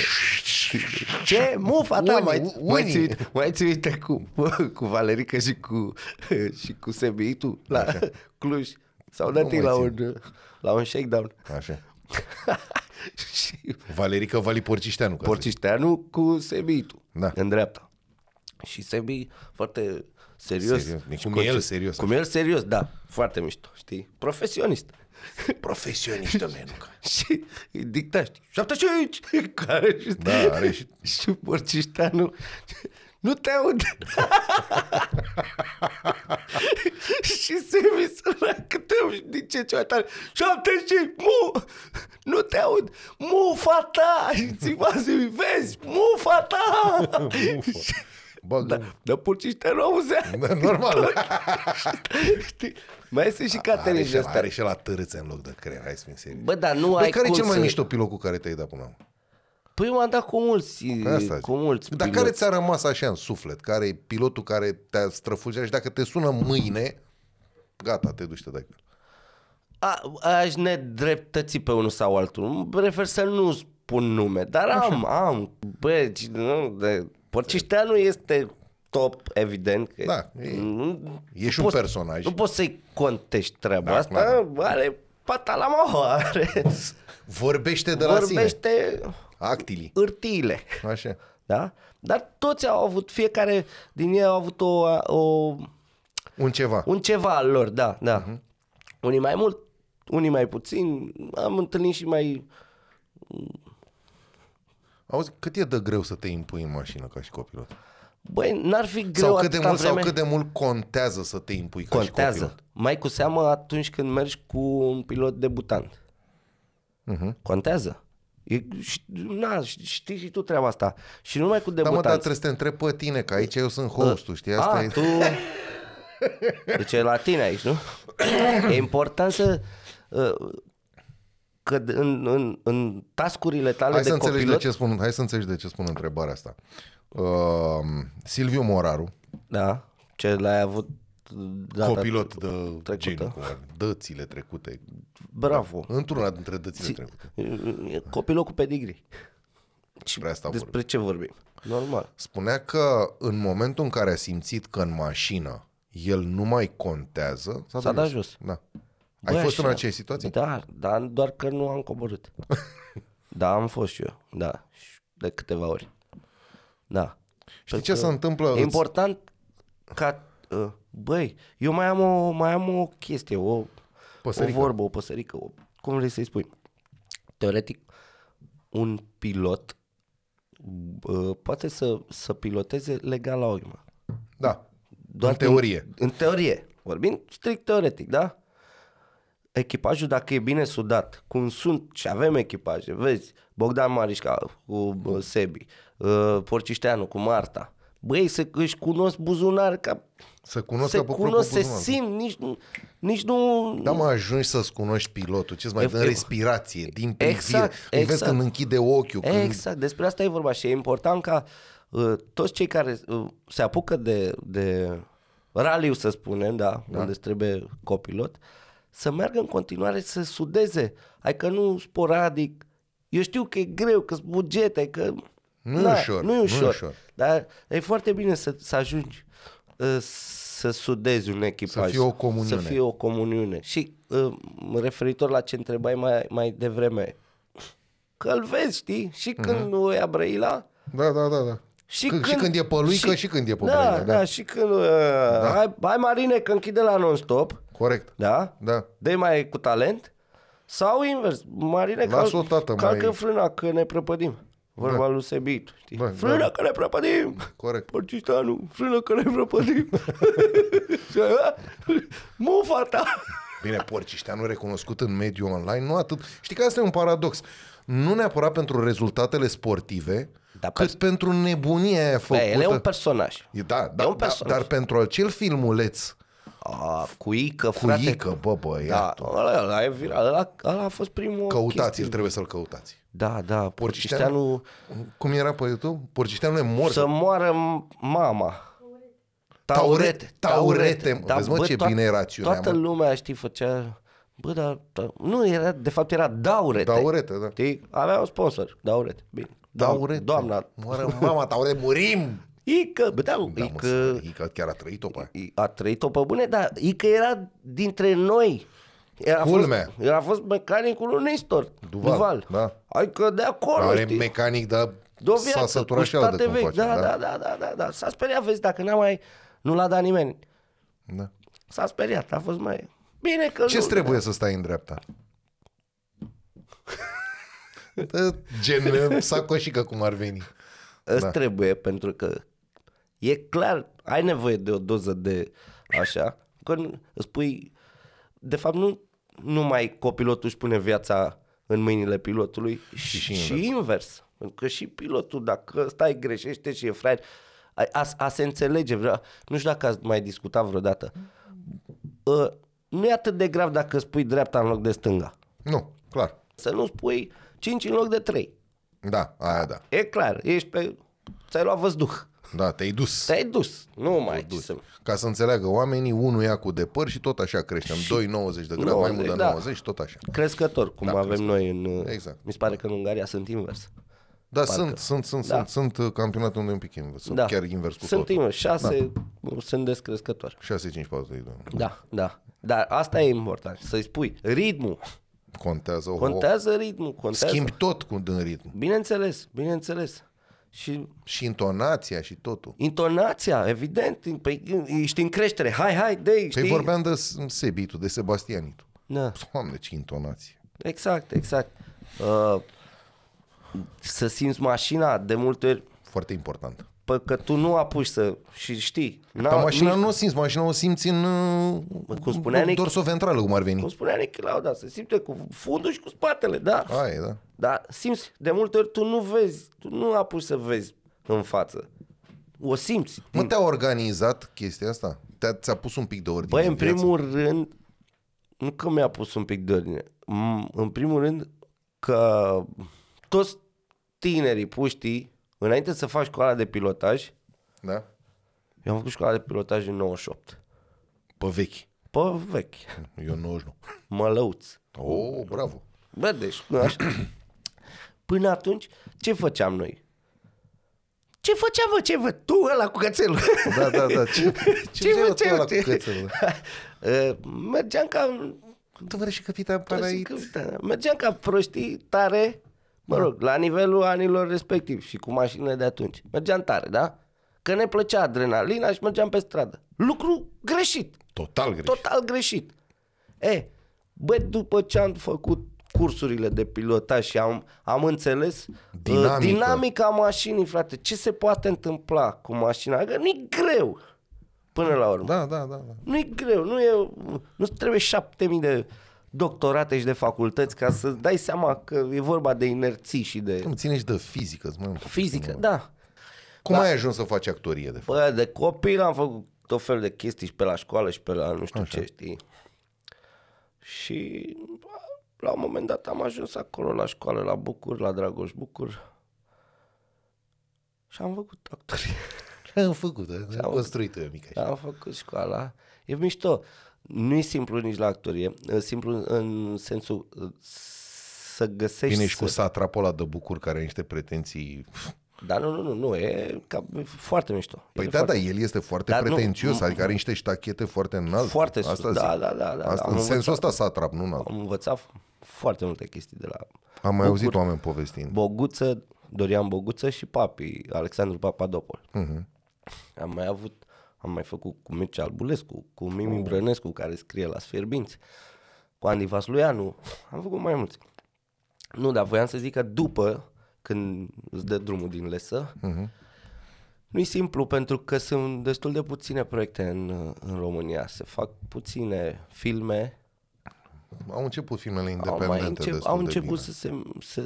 A: Ce? Mufa ta,
B: Unii,
A: mai, mai,
B: unii.
A: ții, minte- mai ții minte cu, cu Valerica și cu, [laughs] și cu Sebeitu la Cluj. S-au dat
B: Nu
A: ei
B: mai
A: la
B: țin.
A: un, la un
B: [laughs]
A: shakedown.
B: Așa.
A: și
B: Valerica Vali Porcișteanu. ca să
A: Porcișteanu cu Sebitu
B: Da.
A: în dreapta. Și Sebi foarte serios.
B: Serios, deci
A: Și
B: cum
A: cu
B: e el
A: acel-
B: serios,
A: Cum el serios, da. Foarte mișto, știi? Profesionist.
B: zic. Profesioniști, domnule.
A: [laughs] și îi dicta, știi, 75! Care și,
B: Da, are și-
A: și Borcișteanu, nu te aud.
B: [laughs]
A: și se mi săracă, te zice ceva tare, 75, mu, nu te aud, mufa ta, și ți vezi, mufa
B: [laughs]
A: ta. [laughs]
B: Bă,
A: Da, dar Borcișteanu auzea.
B: da.
A: [laughs]
B: normal.
A: Știi? Mai sunt și
B: Are
A: Caterin
B: și,
A: de
B: ăla,
A: asta.
B: are și la târâțe în loc de creier. Hai să fim serios.
A: Bă, dar nu
B: Păi
A: ai
B: care e
A: cum
B: cel mai
A: să...
B: mișto pilot cu care te-ai dat până acum?
A: Păi eu am dat cu mulți,
B: Păi Asta zic.
A: cu mulți
B: Dar care ți-a rămas așa în suflet? Care e pilotul care te-a străfugit și dacă te sună mâine, gata, te duci și te dai cu el.
A: A, aș nedreptăți pe unul sau altul. Îmi Prefer să nu spun nume, dar am, am. Bă, ci- nu, de, Porcișteanu este top, evident. Că
B: Da, e-
A: nu,
B: Ești
A: nu
B: un
A: poți-
B: personaj.
A: Nu poți să-i contești treaba
B: Da,
A: asta. Are pata la maua, are.
B: Vorbește de la sine.
A: Vorbește
B: Actili.
A: ârtiile.
B: Așa.
A: Da? Dar toți au avut, fiecare din ei au avut o, o
B: Un ceva.
A: un ceva al lor, da, da.
B: Mhm.
A: Uh-huh. Unii mai mult, unii mai puțin. Am întâlnit și mai...
B: Auzi, cât e de greu să te impui în mașină ca și copilot?
A: Băi, n-ar fi greu
B: Sau cât, de
A: atâta
B: mult, sau
A: vreme.
B: cât de mult contează să te impui ca și
A: Contează.
B: copilot?
A: Mai cu seamă atunci când mergi cu un pilot debutant.
B: Mhm.
A: Uh-huh. Contează. E, și, na, știi și tu treaba asta. Și numai cu
B: Da, mă, dar
A: debutanți.
B: trebuie să te întreb pe tine, că aici eu sunt hostul, știi? Asta
A: A,
B: e...
A: Ah, tu... Deci e la tine aici, nu? E important să... uh, Că în, în, în tascurile tale
B: Hai
A: de
B: să înțelegi de
A: copilot...
B: ce spun, hai să înțelegi de ce spun întrebarea asta. Uh, Silviu Moraru,
A: Da, ce l-ai avut data
B: copilot da. de
A: Da, trecută.
B: genul, cum ar fi, dățile trecute.
A: Bravo.
B: Într-una dintre dățile trecute.
A: Copilul cu pedigree.
B: Despre asta vorbim.
A: Despre ce vorbim? Normal.
B: Spunea că în momentul în care a simțit că în mașină el nu mai contează, s-a,
A: S-a dat jos.
B: Da. Ai
A: Băi,
B: fost
A: așa.
B: în aceeași situație?
A: Da, dar doar că nu am
B: [laughs]
A: coborât. da, am fost și eu. Da, și de câteva ori. Da.
B: Știi ce se întâmplă?
A: E important ca... uh, Băi, eu mai am o, mai am o chestie, o,
B: Păsărică.
A: o vorbă, o păsărică, o, cum vrei să-i spui. Teoretic, un pilot uh, poate să, să piloteze legal la urmă.
B: Da. Doar în teorie.
A: În, în teorie. Vorbim strict teoretic, da? Echipajul, dacă e bine sudat, cum sunt și avem echipaje, vezi, Bogdan Marișca cu bă, Sebi, uh, Porcișteanu cu Marta, băi, să își cunosc buzunar, ca
B: Să cunosc
A: se
B: că pe
A: cunosc, se
B: propriu buzunar.
A: simt, nici, nu- nici nu...
B: Da, mă, ajungi să-ți cunoști pilotul, ce-ți mai
A: Eu-
B: dă
A: eu-
B: respirație, din privire.
A: Exact,
B: Îi vezi
A: exact.
B: când închide ochiul, când
A: Exact, despre asta e vorba și e important ca uh, toți cei care uh, se apucă de, de raliu, să spunem, da, da. unde trebuie copilot, să meargă în continuare să sudeze, adică nu sporadic. Eu știu că e greu, că sunt bugete, că...
B: Nu e ușor,
A: nu e
B: nu e
A: ușor,
B: ușor.
A: dar e foarte bine să, să ajungi uh, să sudezi un echipaj.
B: fie o comuniune.
A: Să fie o comuniune. Și uh, referitor la ce întrebai mai, mai devreme, că îl vezi, știi? Și când o ia Brăila,
B: Da, da, da, da.
A: și
B: Mhm. Când-
A: când,
B: și când e pe lui, că și când e pe
A: da,
B: Brăila, da.
A: da. și când... Uh, da. hai, hai Marine că închide la non-stop,
B: Corect.
A: da?
B: Da.
A: de mai cu talent sau invers. Marine
B: Las-o,
A: cal-
B: tată,
A: calcă
B: mai-
A: frâna că ne prăpădim. Vorba da. lui Sebit. Știi?
B: Da,
A: Da, frâna
B: da.
A: da. că ne prăpădim!
B: Corect.
A: Porcistanu, frână că ne prăpădim! [laughs] Mufa ta!
B: Bine, porcișteanul recunoscut în mediul online, nu atât. Știi că asta e un paradox. Nu neapărat pentru rezultatele sportive,
A: Da,
B: cât pentru nebunia aia făcută.
A: Bă, el e un personaj.
B: E, Da, da,
A: E un
B: da,
A: personaj.
B: dar pentru acel filmuleț
A: A, cuică,
B: cu
A: frate.
B: Ică, bă, bă,
A: Da, ăla, ăla, e viral, ăla, ăla a fost primul
B: căutați-l,
A: chestie.
B: trebuie să-l căutați.
A: Da, da,
B: Porcișteanu-
A: Porcișteanu
B: Cum era pe YouTube? Porcișteanul e mort.
A: Să moară m- mama.
B: Taurete, taurete, mă. Vezi, mă, ce
A: toa-
B: bine e rațiunea,
A: Toată
B: mă.
A: lumea, știi, făcea... Bă, dar... da- Nu, era, de fapt era daurete.
B: Daurete, da.
A: Știi? Avea un sponsor, daurete. Bine. Doam-
B: Taurete.
A: Doamna.
B: Moară mama, taurete, murim!
A: Ică, bă, da,
B: Da, mă,
A: Ică...
B: să- Ică chiar a trăit-o pe aia.
A: I- a trăit-o pe bune, dar Ică era dintre noi. Era
B: Culmea.
A: Fost, el a fost mecanicul unui Nestor,
B: Duval,
A: Duval. Duval.
B: da.
A: Adică de acolo,
B: Are
A: știi?
B: mecanic, dar
A: De o
B: s-a
A: viață,
B: săturat
A: cu
B: și el de
A: state
B: cum
A: vechi.
B: face.
A: da, da, da, da, da, da. S-a speriat, vezi, dacă n-a mai... Nu l-a dat nimeni.
B: da.
A: S-a speriat, a fost mai... Bine că
B: ce
A: nu,
B: trebuie să stai în
A: [laughs]
B: dreapta? Da, Gen sacoșică cum ar veni.
A: Îți trebuie, pentru că e clar, ai nevoie de o doză de așa, că nu- îți pui... De fapt, nu numai copilotul își pune viața în mâinile pilotului, și,
B: și
A: și, și invers. Pentru că și pilotul, dacă stai greșește și e fraier, a, a, a se înțelege. Vrea, nu știu dacă ați mai discutat vreodată. Uh, nu e atât de grav dacă spui dreapta în loc de stânga.
B: Nu, clar.
A: Să nu spui 5 în loc de 3.
B: Da, aia da.
A: E clar, ești pe... Ți-ai luat văzduh.
B: Da, te-ai dus.
A: Te-ai dus. Nu mai ai ce să...
B: Ca să înțeleagă oamenii, unul ia cu depăr și tot așa creștem. 2,90 de grade, mai mult
A: 90,
B: de
A: da.
B: 90 și tot așa.
A: Crescător, cum da, avem noi în...
B: Exact.
A: Mi se pare că în Ungaria sunt invers.
B: Da, sunt, sunt, sunt,
A: Da.
B: sunt, sunt uh, campionate unde e un pic invers. Sau
A: da.
B: Chiar invers cu
A: Sunt
B: totul.
A: invers. Șase da. sunt descrescători.
B: 6, 5, 4, 3, 2.
A: Da, da. Dar asta e important. Să-i spui ritmul.
B: Contează. oho.
A: Contează ritmul. Contează.
B: Schimbi tot cu în ritm.
A: Bineînțeles, bineînțeles. Și
B: Și intonația și totul.
A: intonația, evident, păi, ești în creștere. Hai, hai, dei, știi?
B: Păi vorbeam de S- Sebitu, de Sebastianitu.
A: da.
B: Doamne, ce intonație.
A: Exact, exact. Uh, să simți mașina de multe ori
B: Foarte important.
A: Pă Păi că tu nu apuci să... Și știi. n-au-
B: Dar mașina
A: nici-
B: nu o simți, mașina o simți în...
A: cum spunea Nic-
B: Dorsoventrală, cum ar
A: Cum
B: veni.
A: spunea Nichi Lauda, se simte cu fundul și cu spatele, da.
B: Aia, e, da.
A: Dar simți, de multe ori tu nu vezi, tu nu apuci să vezi în față. O simți.
B: Mă, te-a organizat chestia asta? Te-a, ți-a pus un pic de ordine
A: Băi, în
B: viață?
A: primul rând, nu că mi-a pus un pic de ordine, M- în primul rând că toți tinerii puștii, înainte să faci școala de pilotaj,
B: Da?
A: eu am făcut școala de pilotaj în 98,
B: Pe vechi.
A: pe vechi, [laughs]
B: Eu 99.
A: mălăuți.
B: Oh, bravo.
A: Bă, deci, nu așa. [clears throat] Până atunci, ce făceam noi? Ce făceam, mă, ce văd? Tu ăla cu cățelul. [laughs]
B: Da, da, da. Ce, ce,
A: mă,
B: ce, ce, la
A: ce-
B: cucățelul?
A: Uh, Mergeam ca... da,
B: Tu vrei și capitan Panait.
A: Mergeam ca proștii tare, mă rog, la nivelul anilor respectiv și cu mașinile de atunci. Mergeam tare, da? Că ne plăcea adrenalina și mergeam pe stradă. Lucru greșit.
B: Total greșit. Tot...
A: Total greșit. E, bă, după ce am făcut cursurile de pilotaj și am, am înțeles
B: Dinamică.
A: uh, dinamica mașinii, frate, ce se poate întâmpla cu mașina, că nu-i greu până la urmă. Da.
B: Da, da, da, da.
A: Nu-i greu, nu e, nu trebuie șapte mii de doctorate și de facultăți ca să dai seama că e vorba de inerții și de
B: Îmi ține și de fizică, îți mănâncă.
A: fizică, da.
B: Cum da. ai ajuns să faci actorie, de fapt?
A: Bă, de copil am făcut tot felul de chestii și pe la școală și pe la nu știu Așa. ce, știi? Și bă, la un moment dat am ajuns acolo la școală, la Bucur, la Dragoș Bucur. Și am făcut actorie. [laughs]
B: Am făcut, da. am
A: am-
B: construit eu mică așa.
A: Am făcut școala. E mișto. Nu e simplu nici la actorie. E simplu în sensul uh, să găsești...
B: Vine și cu
A: să...
B: satrapul ăla de bucur care are niște pretenții.
A: Dar nu, nu, nu, nu. E, ca, e foarte mișto.
B: Păi
A: e
B: da,
A: foarte,
B: da, el este foarte
A: Dar nu-
B: pretențios, adică are niște ștachete foarte înalte.
A: Foarte sus.
B: Asta
A: Da,
B: zic.
A: da, da, da, da.
B: Asta,
A: Am
B: în
A: învățat-
B: sensul ăsta satrap, nu în altul.
A: Am învățat foarte multe chestii de la
B: Am mai auzit oameni povestind.
A: Boguță, Dorian Boguță și Papi, Alexandru Papadopol. Uh-huh. Am mai avut, am mai făcut cu Mircea Albulescu, cu Mimi uh. Brănescu, care scrie la Sfierbinți, cu Andy Vasluianu, am făcut mai mulți. Nu, dar voiam să zic că după, când îți dă drumul din lesă, uh-huh. nu e simplu pentru că sunt destul de puține proiecte în, în România. Se fac puține filme,
B: Au început filmele
A: au, mai
B: independente
A: încep,
B: destul
A: au
B: de
A: început
B: bine.
A: să se... Să,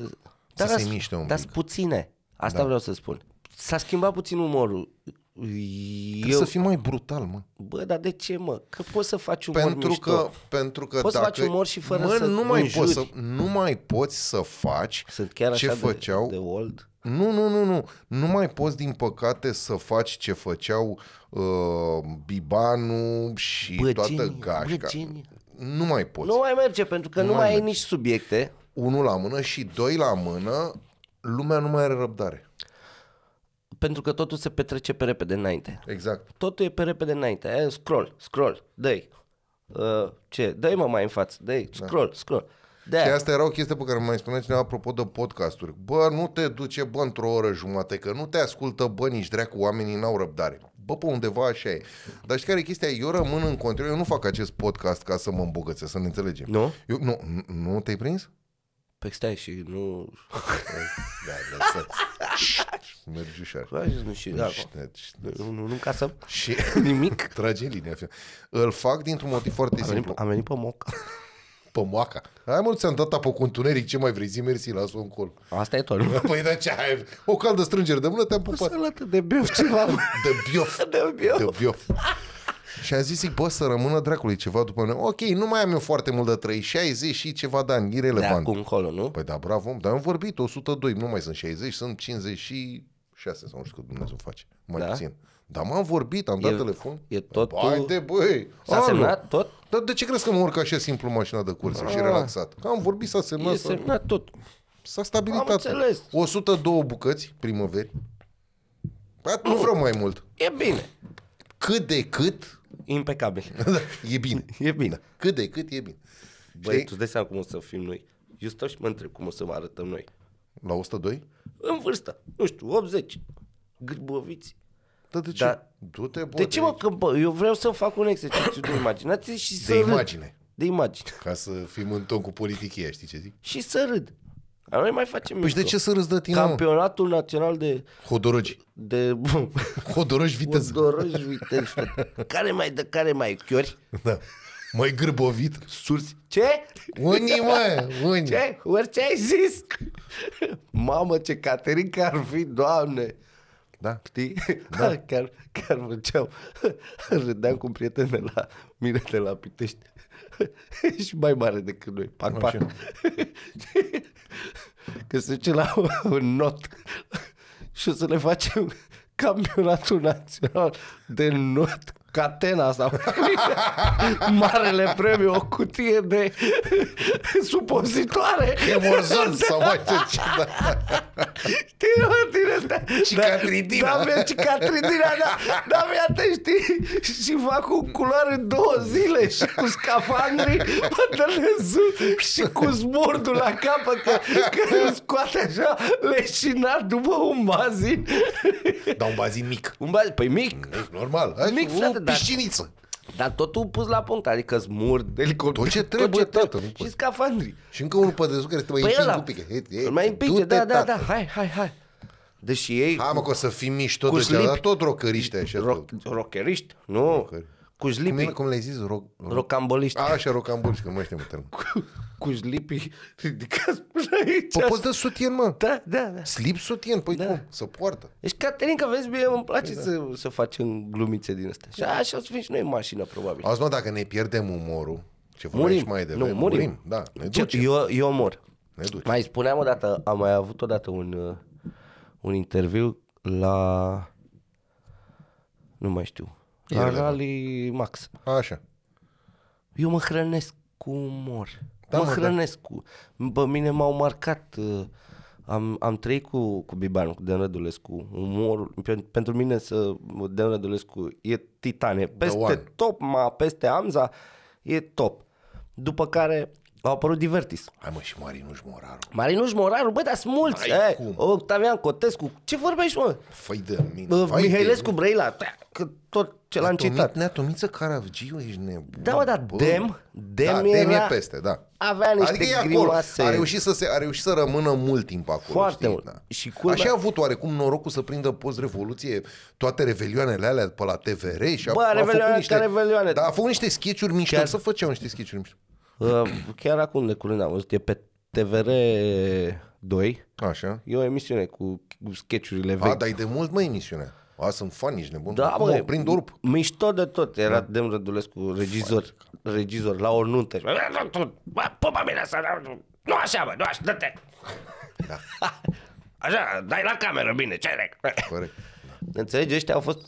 B: Să se
A: as-
B: miște un
A: dar
B: pic.
A: sunt puține. Asta da. vreau să spun. S-a schimbat puțin umorul.
B: Trebuie
A: Eu,
B: să fii mai brutal, mă.
A: Bă, dar de ce, mă? Că poți să faci umor
B: Pentru
A: mișto.
B: că, pentru că
A: Poți să
B: dacă,
A: faci umor și fără
B: mă,
A: să
B: nu mai,
A: înjuri.
B: poți să, nu mai poți să faci
A: Sunt chiar
B: ce
A: așa
B: făceau
A: de, de old.
B: Nu, nu, nu, nu. Nu mai poți, din păcate, să faci ce făceau uh, Bibanu și
A: Bă,
B: toată
A: genii,
B: gașca.
A: bă, genii.
B: nu mai poți.
A: Nu mai merge, pentru că nu, nu mai, ai nici subiecte.
B: Unul la mână și doi la mână, lumea nu mai are răbdare.
A: Pentru că totul se petrece pe repede înainte.
B: Exact.
A: Totul e pe repede înainte. Aia, scroll, scroll, dă-i. Uh, ce? Dă-i mă mai în față. Dă-i, scroll, da. scroll.
B: Și
A: De-aia.
B: asta era o chestie pe care mai spunea cineva apropo de podcasturi. Bă, nu te duce, bă, într-o oră jumate, că nu te ascultă, bă, nici dracu, oamenii n-au răbdare. Bă, pe undeva așa e. Dar știi care e chestia? Eu rămân în continuare, eu nu fac acest podcast ca să mă îmbogățesc, să ne înțelegem.
A: Nu?
B: Eu, nu, nu- nu te-ai prins?
A: Păi stai și nu...
B: Da, lăsați. Mergi ușor.
A: Păi, nu știu, da, bă.
B: Deci,
A: Nu, nu, nu casăm
B: Și
A: [laughs] nimic.
B: trage linia. Îl fac dintr-un motiv foarte
A: Am venit,
B: simplu.
A: am venit pe moc.
B: Pe moaca. Hai mă, ți-am dat apă cu întuneric, ce mai vrei? Zi mersi, las-o în col. [laughs]
A: Asta e tot. Nu?
B: Păi da, ce ai? O caldă strângere de mână te-am
A: Să
B: pupat.
A: lătă de bev ceva. mă.
B: De biof.
A: [laughs] De biof.
B: De biof. Și am zis, zic, bă, să rămână dracului ceva după noi. Ok, nu mai am eu foarte mult de trăi, 60 și ceva de ani,
A: De
B: irelevant.
A: acum încolo, nu?
B: Păi da, bravo, om. dar am vorbit, 102, nu mai sunt 60, sunt 56 sau nu știu cât Dumnezeu face, mai
A: Da?
B: puțin. Dar m-am vorbit, am dat
A: E-
B: telefon.
A: e totul-
B: Hai de băi!
A: S-a
B: alo.
A: semnat tot?
B: Dar de ce crezi că mă urc așa simplu în mașina de curse și relaxat? Că am vorbit, s-a semnat,
A: E
B: s-a,
A: semnat tot.
B: s-a stabilit
A: Am
B: atunci.
A: înțeles.
B: 102 bucăți primăveri. Păi, nu vreau mai mult.
A: E bine.
B: Cât de cât, [laughs]
A: Impecabil.
B: e bine.
A: E bine.
B: Cât de cât, e bine.
A: Băi, tu îți dai seama cum o să fim noi. Eu stau și mă întreb cum o să mă arătăm noi.
B: La 102?
A: În vârstă, nu știu, 80. Gârboviți.
B: Da, de ce?
A: Da.
B: Du-te, bă,
A: De ce mă, că, bă, eu vreau să fac un exercițiu de imaginație și să
B: de
A: râd.
B: imagine.
A: De imagine.
B: Ca să fim în ton cu politichia, știi ce zic?
A: Și să râd. Dar noi mai facem
B: Păi și de
A: mișto.
B: ce să râzi de tine, Campion.
A: Campionatul național de...
B: mă? Hodorogi.
A: de
B: Hodorogi viteză.
A: Odoroși vitești. Care mai de care mai chiori?
B: Da. Mai gârbovit.
A: Surzi. Ce?
B: Unii, mă, unii.
A: Ce? Orice ai zis? Mamă, ce Caterin că ar fi, doamne!
B: Da.
A: Știi? [laughs] Da. Chiar, chiar făceam. [laughs] Râdeam cu prieteni de la mine de la Pitești. [laughs] Și mai mare decât noi. Pac, pac.
B: Așa.
A: [laughs] Că se duce la [laughs] un not. Și o să le facem [laughs] campionatul național de not. Catena sau [laughs] marele premiu, o cutie de [laughs] supozitoare.
B: Emorzon sau mai ce ce, da.
A: Știi, mă, din astea.
B: Cicatridina.
A: Da, mi-a cicatridina, da. Da, mi-a te știi. Și fac o culoare în două zile și cu scafandrii mă dă lăzut și cu zbordul la capă că, că îmi scoate așa leșinat după un bazin.
B: Dar un bazin mic.
A: Un bazin, păi mic,
B: Deci, normal. Hai,
A: Mic,
B: o
A: frate, dar-
B: pisciniță.
A: dar totul pus la punct, adică zmur,
B: Tot
A: elicopter,
B: ce trebuie, tată, nu
A: Și
B: poți.
A: scafandrii.
B: Și încă unul pe desubt care te mai
A: Păi
B: împinge
A: ăla,
B: un pic. Hei, hei,
A: îl mai împinge,
B: du-te,
A: da, da, da,
B: tată.
A: hai, hai, hai. Deși ei,
B: Hai mă că o să fim mișto
A: Cu
B: de cea, dar
A: slipi.
B: tot rocăriște așa. tot.
A: rock, rockeriști, nu, cu
B: Cum, e- Ah.
A: jlipii,
B: cum le-ai zis? Roc... roc-
A: rocamboliști.
B: A, așa, rocamburi, că nu mai știu mă
A: [laughs]
B: termen.
A: cu, cu jlipii ridicați până aici.
B: Pă, poți da sutien, mă.
A: Da, da, da.
B: Slip sutien, păi
A: Da.
B: cum? Să poartă.
A: Deci, Caterin, că vezi, mie îmi
B: Da.
A: place să, să facem glumițe din astea. Și așa o să fim și noi în mașină, probabil.
B: Auzi, mă, dacă ne pierdem umorul, ce vorbeai
A: Murim.
B: și Ah, mai
A: nu,
B: devreme,
A: murim.
B: Da, ne
A: Ce-
B: ducem.
A: eu, eu mor.
B: Ne ducem.
A: Mai spuneam odată, am mai avut odată un, uh, un interviu la... Nu mai știu. La
B: Irelevant.
A: Rally Max.
B: Așa.
A: Eu mă hrănesc cu umor. Da,
B: Da,
A: mă
B: mă, da.
A: hrănesc cu... Pe mine m-au marcat... uh, Am, am trăit cu, cu Biban, cu Dan Rădulescu, umorul. Pe, pentru mine să Dan Rădulescu e titane.
B: one.
A: Peste top, ma, peste Amza, e top. După care au apărut Divertis.
B: Hai mă și Marinuș Moraru.
A: Marinuș Moraru, bă, dar sunt mulți.
B: N-ai
A: Eh,
B: cum.
A: Octavian Cotescu, ce vorbești, mă?
B: Făi de mine.
A: Bă,
B: vai de
A: Mihailescu Brăila, că tot ce l-am
B: Atomit-
A: citat.
B: Neatomiță Caravgiu, ești nebun.
A: Da, mă, dar
B: bă.
A: Dem- Dem
B: da, Dem e
A: era-
B: peste, da.
A: Avea niște
B: adică e acolo.
A: grimase.
B: A reușit, să se, a reușit să rămână mult timp acolo.
A: Foarte
B: știi?
A: mult.
B: Da.
A: Și culmea-
B: Așa a avut oarecum norocul să prindă post-revoluție toate revelioanele alea pe la TVR și a,
A: Bă,
B: a făcut
A: revelioane
B: niște...
A: ca revelioane.
B: Da, a făcut niște sketch-uri mișto.
A: Chiar-
B: Să făceau niște sketch-uri mișto.
A: Uh, chiar acum de curând am văzut, e pe TVR 2.
B: Așa.
A: E o emisiune cu, cu sketchurile vechi.
B: A, da, dar e de mult, mă, emisiunea. A, sunt fan, ești nebun.
A: da,
B: Acum o prind orb.
A: mișto de tot. Era da. Dem Rădulescu, regizor, regizor la o nuntă. Și, Bă, pupa mine să... Nu așa, bă, nu așa, dă-te.
B: Da.
A: [laughs] Așa, dai la cameră, bine, ce
B: [laughs]
A: rec.
B: Corect.
A: Înțelegi? Ăștia au fost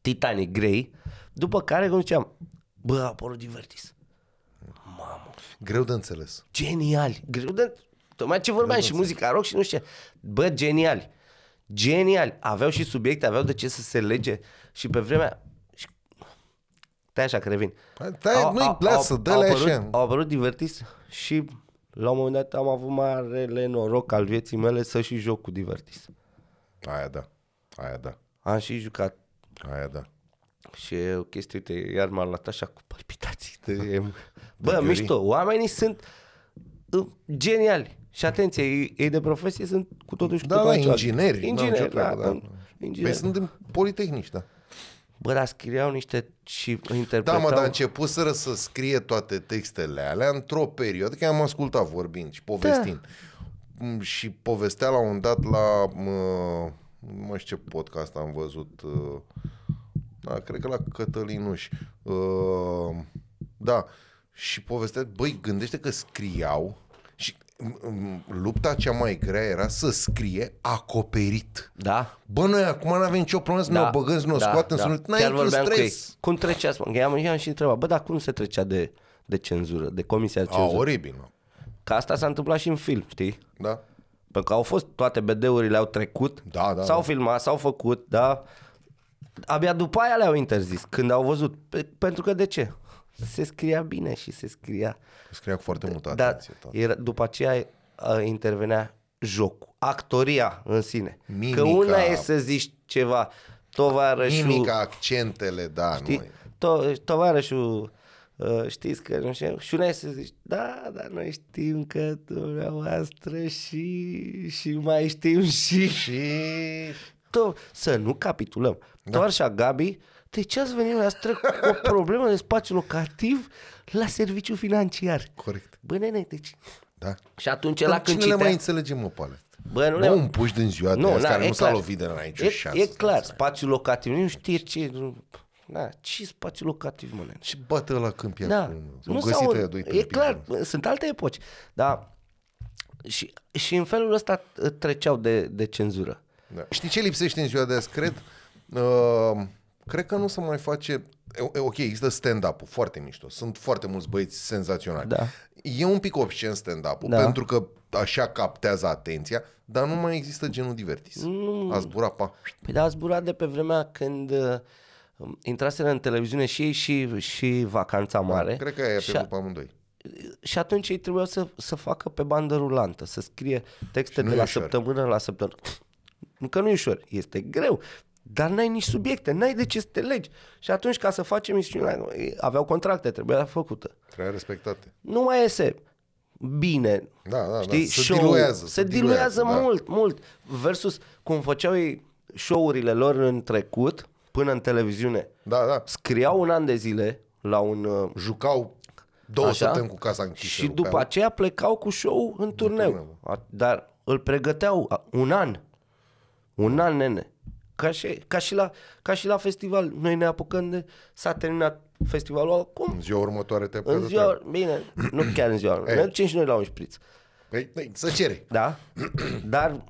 A: titanii grei, după care, cum ziceam, bă, a apărut Divertis. Mamă,
B: Greu de înțeles.
A: geniali, greu de... Tocmai ce vorbeam și muzica rock și nu știu ce. Bă, geniali, geniali. Aveau și subiecte, aveau de ce să se lege și pe vremea... Și... Stai așa că revin.
B: Stai,
A: Au-
B: da, nu-i
A: au-
B: lasă,
A: au-
B: dă-le
A: au apărut-
B: așa.
A: Au apărut Divertis și la un moment dat am avut marele noroc al vieții mele să și joc cu Divertis.
B: Aia da. Aia da.
A: Am și jucat
B: Aia da.
A: Și e o chestie, uite, iar m-am luat așa cu palpitații.
B: [laughs]
A: De... Bă,
B: Gheorghe.
A: mișto, oamenii sunt uh, geniali. Și atenție, ei- ei de profesie sunt cu totul și cu
B: Da,
A: totul
B: da,
A: altceva.
B: ingineri. n-au ce
A: Ingineri, da,
B: treabă,
A: da.
B: Păi
A: Ingineri.
B: sunt în politehnici, da.
A: Bă, dar scriau niște și
B: Da,
A: interpretau.
B: mă, dar începuseră să scrie toate textele alea într-o perioadă, că am ascultat vorbind și povestind. Da. Și povestea la un dat la, mă, nu mai știu ce podcast am văzut, uh, da, cred că la Cătălinuș. Uh, da, și povestea, băi, gândește că scriau și m- m- lupta cea mai grea era să scrie acoperit.
A: da?
B: Bă, noi acum nu avem nicio problemă să
A: da,
B: ne o băgăm, să ne o scoatem, să nu... N-ai
A: Chiar
B: niciun
A: vorbeam cu ei.
B: stres.
A: Cum trecea, mă? Că I-am, i-am și întrebat, bă, dar cum se trecea de, de cenzură, de comisia de
B: A,
A: cenzură?
B: oribil, mă.
A: Că asta s-a întâmplat și în film, știi?
B: da?
A: Pentru că au fost toate BD-urile, au trecut,
B: Da, da,
A: s-au
B: da.
A: filmat, s-au făcut, da. Abia după aia le-au interzis, când au văzut. Pe, pentru că de ce? Se scria bine și se scria.
B: Scria da. cu foarte multă
A: Dar
B: atenție. Da.
A: era, după aceea a, intervenea jocul, actoria în sine.
B: Mimica.
A: Că una e să zici ceva, tovarășul...
B: Mimica, accentele, da,
A: Știi?
B: noi.
A: To- tovarășul, uh, știți că nu știu, și una e să zici, da, dar noi știm că dumneavoastră și, și mai știm și...
B: Și...
A: To- să nu capitulăm. Da. Toarșa Gabi, de ce ați venit noastră cu o problemă de spațiu locativ la serviciu financiar?
B: Corect,
A: Bă, nene, deci...
B: da.
A: Și atunci
B: Dar
A: la
B: cine
A: când
B: le mai
A: citea...
B: înțelege, mă, pe alea?
A: Bă, nu
B: eh? Bă,
A: le
B: un puș din ziua de azi
A: na,
B: care
A: e
B: nu s-a
A: clar.
B: lovit de la nicio
A: e,
B: șansă.
A: E
B: da.
A: clar, spațiu locativ, nu știe ce... nu- Na, ce spațiu locativ, mă, nene?
B: Și bate la câmpia
A: Da.
B: acum.
A: Nu
B: Nu găsit
A: s-au-
B: ăia doi
A: E
B: tâmpiți,
A: clar,
B: mă.
A: sunt alte epoci. Dar și, și în felul ăsta uh, treceau de, de cenzură.
B: Da. Știi ce lipsește în ziua de azi, cred? Uh, cred că nu se mai face... e- e, Ok, există stand-up-ul, foarte mișto. Sunt foarte mulți băieți senzaționali.
A: Da.
B: E un pic obscen stand-up-ul,
A: Da.
B: pentru că așa captează atenția, dar nu mai există genul divertis. Mm. A zburat pa.
A: Păi da, a zburat de pe vremea când uh, intraseră în televiziune și ei și, și vacanța mare.
B: Da, Cred că aia
A: și,
B: pe
A: a,
B: pe amândoi.
A: și atunci ei trebuiau să, să facă pe bandă rulantă, să scrie texte
B: nu
A: de
B: e
A: la
B: ușor.
A: săptămână la săptămână. [laughs] Nu că nu e ușor, este greu, dar n-ai nici subiecte, n-ai de ce să te legi. Și atunci ca să facem emisiunea, aveau contracte, trebuia făcută.
B: Trebuie respectate.
A: nu mai iese bine.
B: Da, da, da.
A: știi?
B: Se
A: Show-ul
B: diluează,
A: Se,
B: se
A: diluează,
B: diluează, da.
A: mult, mult. Versus cum făceau ei show-urile lor în trecut, până în televiziune.
B: Da, da.
A: Scriau un an de zile la un... uh,
B: Jucau două
A: Așa?
B: săptămâni cu casa închisă.
A: și
B: rupeau.
A: după aceea plecau cu show în turneu. A- Dar îl pregăteau a- un an. Un an, nene. Ca și, ca, și la, ca și la festival. Noi ne apucăm de... S-a terminat festivalul acum.
B: În ziua următoare te
A: În ziua... Bine, nu
B: [clears throat]
A: chiar în ziua. Ne ducem și noi la un șpriț.
B: Păi, păi, să cere.
A: Da? Dar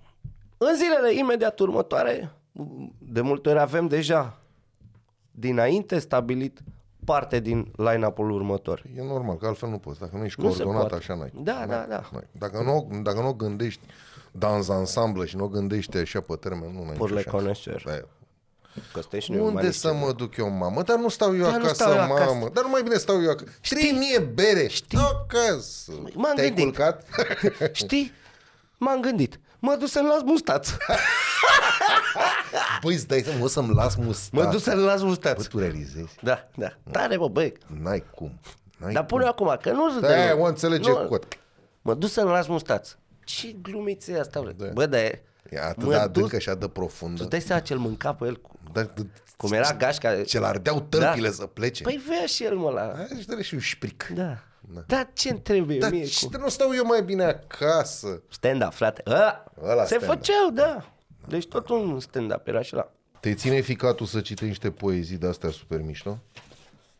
A: În zilele imediat următoare, de multe ori avem deja dinainte stabilit parte din line-up-ul următor.
B: E normal, că altfel nu poți. Dacă nu ești
A: Nu se
B: coordonat,
A: poate.
B: așa n-ai.
A: Da, da, da.
B: n-ai. Dacă nu, dacă nu o gândești dans ensemble și nu o gândești așa pe termen, nu ai
A: Pur le
B: nicio șansă.
A: conoșer.
B: Da.
A: Că suntem și noi
B: Unde
A: umaniști.
B: să mă duc eu, mamă? Dar nu stau eu
A: Dar nu
B: acasă,
A: stau eu
B: mamă.
A: acasă.
B: Dar nu mai bine stau eu acasă. Știi? mie bere. Știi? Acasă.
A: M-am
B: Te-ai
A: gândit. [laughs]
B: culcat?
A: Știi? M-am gândit. Mă duc să-mi las
B: [laughs]
A: mustaț.
B: Da. Băi, Păi îți dai seama, o să-mi las mustața.
A: Mă duc să-mi las
B: Bă,
A: mustaț.
B: tu realizezi?
A: Da, da. Tare, bă, băi.
B: N-ai cum. N-ai
A: Dar pune acum, că nu râde.
B: Da,
A: lumea.
B: o înțelege cot.
A: Mă duc să-mi las mustaț. Ce glumiță e asta,
B: Da.
A: da. Bă, dar e...
B: E atât
A: mă
B: de
A: duc-
B: adâncă și atât de
A: Tu
B: profundă.
A: dai seama ce-l mânca pe el cu...
B: Dar,
A: Cum era Da. gașca...
B: Ce-l ardeau tălpile să plece.
A: Păi vrea și el, mă, la...
B: Hai, și dă și un șpric.
A: Da. Dar ce trebuie
B: Dar
A: mie
B: ce-
A: cu...
B: nu stau eu mai bine acasă?
A: Stand-up, frate. A,
B: Ăla
A: se
B: stand-up.
A: făceau, da. Deci tot un stand-up era și la...
B: Te ține ficatul să citești niște poezii de-astea super mișto?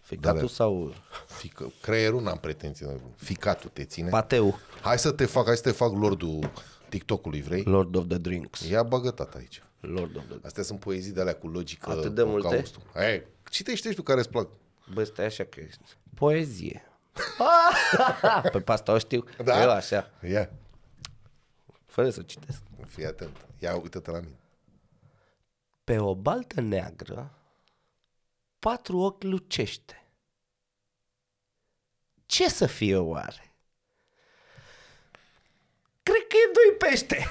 A: Ficatul
B: Da, da.
A: sau
B: Fică, creierul n-am pretenții. dar Ficatul te ține.
A: pateu.
B: Hai să te fac, hai să te fac lordul TikTok-ului, vrei?
A: Lord of the Drinks.
B: Ia bagătat aici.
A: Lord of the...
B: Astea sunt poezii de alea cu logică.
A: Atât de multe?
B: holocaustul. Hai, citește tu care îți plac.
A: Bă, stai așa că ești. [laughs] Poezie. Pe pe asta o știu.
B: Da?
A: Eu așa.
B: Ia,
A: Fără să citesc.
B: fii atent. Ia, uită-te la mine.
A: Pe o baltă neagră, patru ochi lucește. Ce să fie oare? Cred că e doi pește.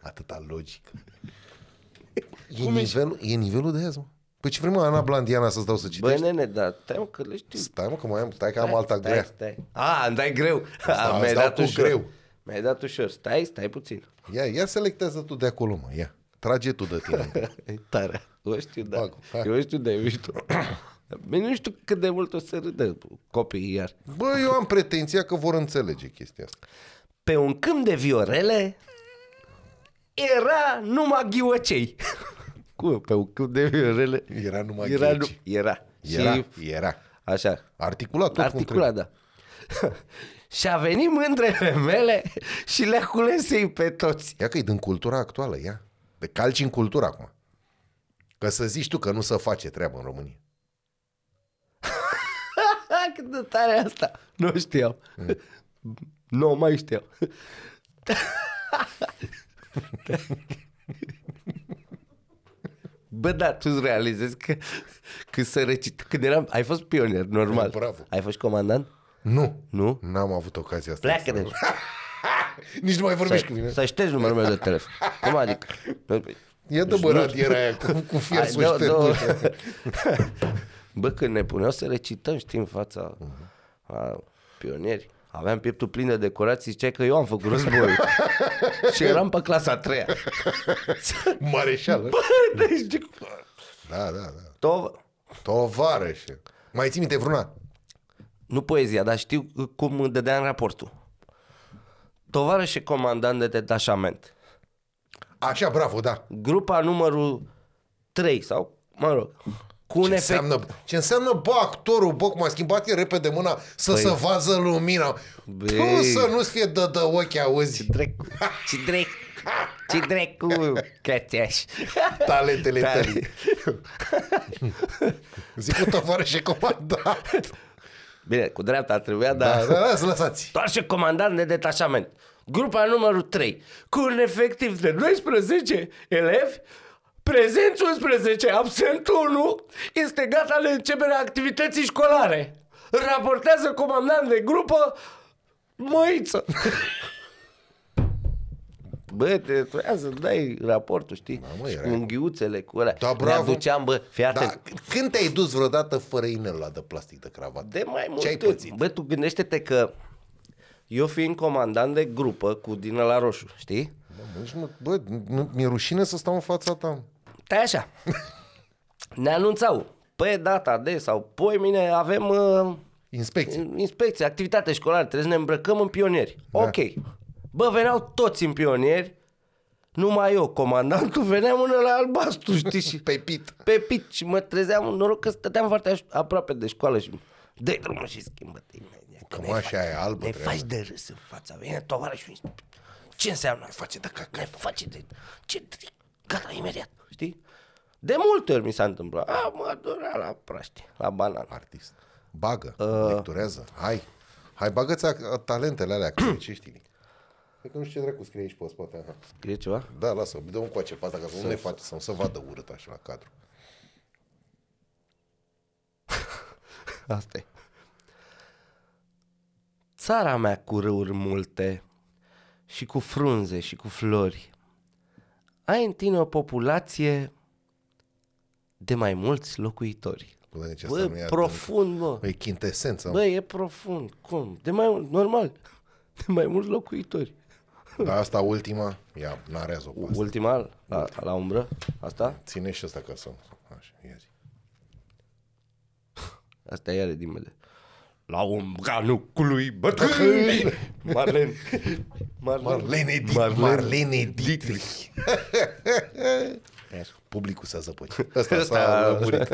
B: Atâta logică. E, nivelul, e nivelul de azi, mă. Păi ce vrei, mă, Ana Blandiana să-ți dau să
A: Bă,
B: citești?
A: nene, dar tem că le știu.
B: Stai, mă, că mai am, stai că am alta
A: Deci- stai,
B: grea.
A: Stai. A, îmi dai greu. A, mi-ai
B: îți dau
A: dat
B: cu
A: ușor.
B: greu.
A: Mi-ai dat ușor. Stai, stai puțin. [laughs]
B: Ia, ia selectează tu de acolo, mă, ia. Trage tu de
A: [laughs]
B: tine.
A: E tare. O știu, da.
B: Bagă, hai.
A: Eu știu de mișto. [coughs] Bine, nu știu cât de mult o să râdă copiii iar.
B: Bă, eu am pretenția că vor înțelege chestia asta.
A: Pe un câmp de viorele era numai ghiocei. Cum? Pe un câmp de viorele
B: Era numai
A: era, nu,
B: gheci.
A: era.
B: Era,
A: Și
B: era.
A: așa,
B: Articulat tot
A: articulat,
B: cum
A: da. [laughs] și a venit mândrele mele și le-a cules ei pe toți.
B: Ia că e din cultura actuală, ia. Te calci în cultura acum. Că să zici tu că nu se face treabă în România.
A: Ha, Ah, Cât de tare e asta. Mm. Nu știam. Nu mai știam. Bă, da, tu îți realizezi că, că să recit, când eram, ai fost pionier, normal.
B: Bravo.
A: Ai fost comandant?
B: Nu.
A: Nu?
B: N-am avut ocazia asta.
A: Pleacă de
B: Nici nu mai vorbești cu mine.
A: Să ștergi numărul meu de telefon. Cum adică?
B: Ia dă bă radiera aia cu,
A: [laughs]
B: cu
A: Hai,
B: fiersul
A: două- două-
B: ștergut.
A: [laughs] Bă, când ne puneau să recităm, știi, în fața a pionieri, aveam pieptul plin de decorații, ziceai că eu am făcut războiul. și eram pe clasa a treia.
B: Mareșală.
A: Bă, deci,
B: Da, da, da.
A: to-
B: Tovarășe. Mai ții minte vreuna?
A: nu poezia, dar știu cum dădeam raportul. Tovarășe comandant de detașament.
B: Așa, bravo, da.
A: Grupa numărul 3 sau, mă rog, cu un
B: Ce
A: efect
B: înseamnă, ce înseamnă, bă, actorul, bă, cum a schimbat el repede mâna să se vază lumina.
A: Păi- Băi.
B: Tu să nu-ți fie dă de ochi, auzi,
A: Drecu, ce drecu, ce drecu, cățeaș.
B: talentele
A: Tare.
B: tale. Zic cu tovarășe
A: Da.
B: comandat.
A: Bine, cu dreapta trebuia, dar...
B: Da, da, da, să lăsați.
A: Doar și comandant de detașament. Grupa numărul 3, cu un efectiv de 12 elevi, prezenți 11, absent 1, este gata de începerea activității școlare. Raportează comandant de grupă, măiță. [laughs] Bă, te trebuia să dai raportul, știi? Da,
B: mă,
A: și
B: era-
A: cu unghiuțele, cu alea.
B: Da,
A: Ne
B: bravo.
A: aduceam, bă, fii atent.
B: Da, când te-ai dus vreodată fără inelul ăla de plastic de cravată?
A: De mai mult.
B: Ce ai pățit?
A: Bă, tu gândește-te că eu fiind comandant de grupă cu din la roșu, știi?
B: Bă, mă, nici nu- Bă, nu- mi-e rușine să stau în fața ta.
A: Stai așa. [laughs] Ne anunțau pe data de sau poi mine avem uh,
B: Inspecție.
A: inspecție, activitate școlară, trebuie să ne îmbrăcăm în pionieri. Da. Ok. Bă, veneau toți în pionieri, numai eu, comandantul, veneam în la albastru, [laughs] știi? Și
B: Pe pit.
A: pe pit și mă trezeam, noroc că stăteam foarte aș- aproape de școală și dă drumul și schimbă-te imediat.
B: Cămașa
A: Ne faci-
B: aia albă
A: Ne
B: trebuie.
A: faci de râs în fața, vine tovarășul și Ce înseamnă? Ne face de caca. Ne face de... Ce... Gata, imediat. Știi? De multe ori mi s-a întâmplat. A, mă durea la praște, la banană.
B: Artist. Bagă, uh... lecturează, hai. Hai, bagă-ți a- talentele alea, că ce știi. Cred că nu știu ce dracu scrie aici pe spate. Aha.
A: Scrie ceva?
B: Da, lasă, dă un coace pe asta, că nu ne face să nu se vadă urât așa la cadru.
A: Asta e. Țara mea cu râuri multe și cu frunze și cu flori ai în tine o populație de mai mulți locuitori.
B: Bă, deci asta nu e
A: Bă, profund, mă.
B: Bă, e chintesență.
A: Bă, e profund. Cum? De mai mult, normal. [laughs] De mai mulți locuitori.
B: Dar asta ultima, ia, narează-o pe asta.
A: Ultima, la, la umbră, asta?
B: Ține și asta ca să... Așa, ia zi.
A: Asta e iară din mele. La umbra nucului
B: [laughs]
A: bătrâni Marlen Marlen
B: Marlene, Di-
A: Marlene.
B: Marlene, Marlene Dietrich. Publicul s-a zăpăcit. Asta,
A: Ăsta
B: s-a
A: a murit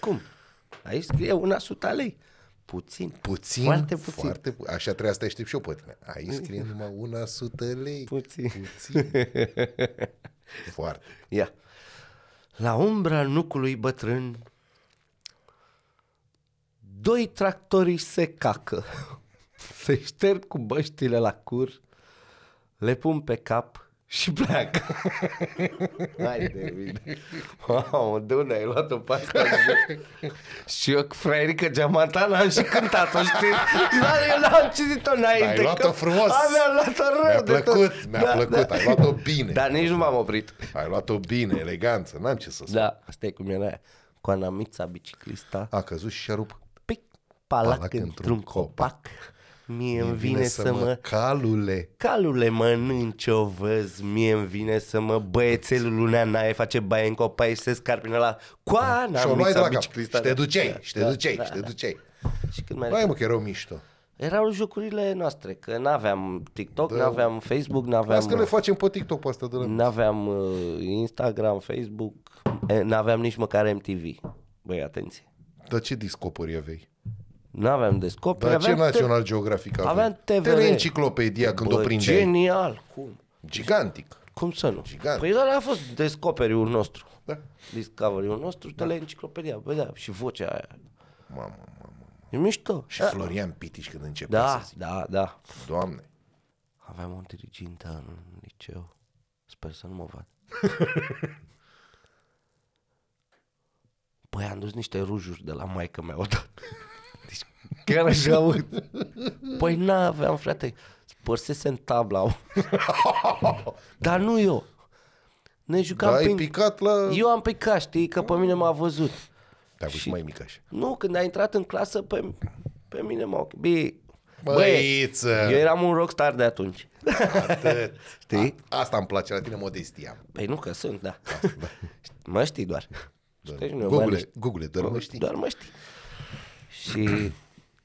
A: Cum? Aici scrie una sută lei Puțin
B: Puțin,
A: Foarte puțin.
B: Foarte pu- Așa trebuia să te aștept și eu pe tine. Aici scrie numai una sută lei.
A: Puțin
B: Puțin. Foarte.
A: Ia La umbra nucului bătrân Doi tractorii se cacă [laughs] Se șterg cu băștile la cur Le pun pe cap și
B: [laughs]
A: pleacă Hai de mine Wow, de unde ai luat-o pe
B: [laughs]
A: asta? și eu cu fraierică geamanta n-am și cântat-o, știi? Dar eu n-am citit-o înainte
B: Ai luat-o
A: că-
B: frumos.
A: A, mi-am luat-o rău de
B: Mi-a
A: tot. Da,
B: plăcut, mi-a plăcut, ai luat-o bine.
A: Dar nici nu m-am oprit
B: Ai luat-o bine, eleganță, n-am ce să spun.
A: da, asta e cum era aia. Cu anamița biciclista,
B: A căzut și a rupt.
A: pic, palac,
B: Palac
A: într-un,
B: într-un
A: copac, mie îmi vine să mă...
B: Calule.
A: Calule mănânci o văz, mie îmi vine să mă băiețelul lunea naie face baie în copaie și se scarpină la coana
B: Și o luai de la cap. Și
A: biciclista.
B: te duceai, și te
A: da,
B: duceai,
A: da,
B: și te
A: da.
B: duceai.
A: Și când mai
B: Hai mă că erau mișto.
A: Erau jocurile noastre, că n-aveam TikTok,
B: Da.
A: n-aveam Facebook,
B: Las că le
A: n-aveam,
B: facem pe TikTok pe asta de la...
A: n-aveam uh, Instagram, Facebook, eh, n-aveam nici măcar MTV. Băi, atenție.
B: Dar ce discopări aveai?
A: N-aveam descoperi,
B: Dar ce
A: Păi aveam,
B: național geografic aveai?
A: aveam TVR.
B: Teleenciclopedia când o
A: Bă,
B: prindeai.
A: Genial, cum?
B: Gigantic.
A: Cum să nu?
B: Gigant.
A: Păi ăla a fost descoperiul nostru.
B: Da.
A: Discovery-ul nostru, teleenciclopedia, bă, da, și vocea aia.
B: Mamă, mamă.
A: E mișto.
B: Și Florian Pitiș când începea
A: Da,
B: să zic.
A: da, da.
B: Doamne.
A: Aveam o dirigintă în liceu. Sper să nu mă [laughs] vad. Păi am dus niște rujuri de la maică mea odată. [laughs] Deci chiar așa aud. [laughs] Păi n-aveam, frate. Spărsese în [laughs] tabla. Dar nu eu. Ne
B: Dar
A: jucam
B: ai
A: prin...
B: picat la...
A: Eu am picat, știi, că pe mine m-a văzut.
B: Te-a văzut mai mic așa.
A: Nu, când a intrat în clasă, pe, pe mine m-a... Bine,
B: Băiță!
A: eu eram un rockstar de atunci.
B: Atât.
A: Știi?
B: A, asta îmi place la tine, modestia.
A: Păi nu că sunt, da. [laughs] mă știi doar. Știi, Deci nu, Da. mă
B: Google,
A: știi.
B: Google, Da. doar mă știi.
A: Doar mă știi.
B: [clears throat]
A: Și,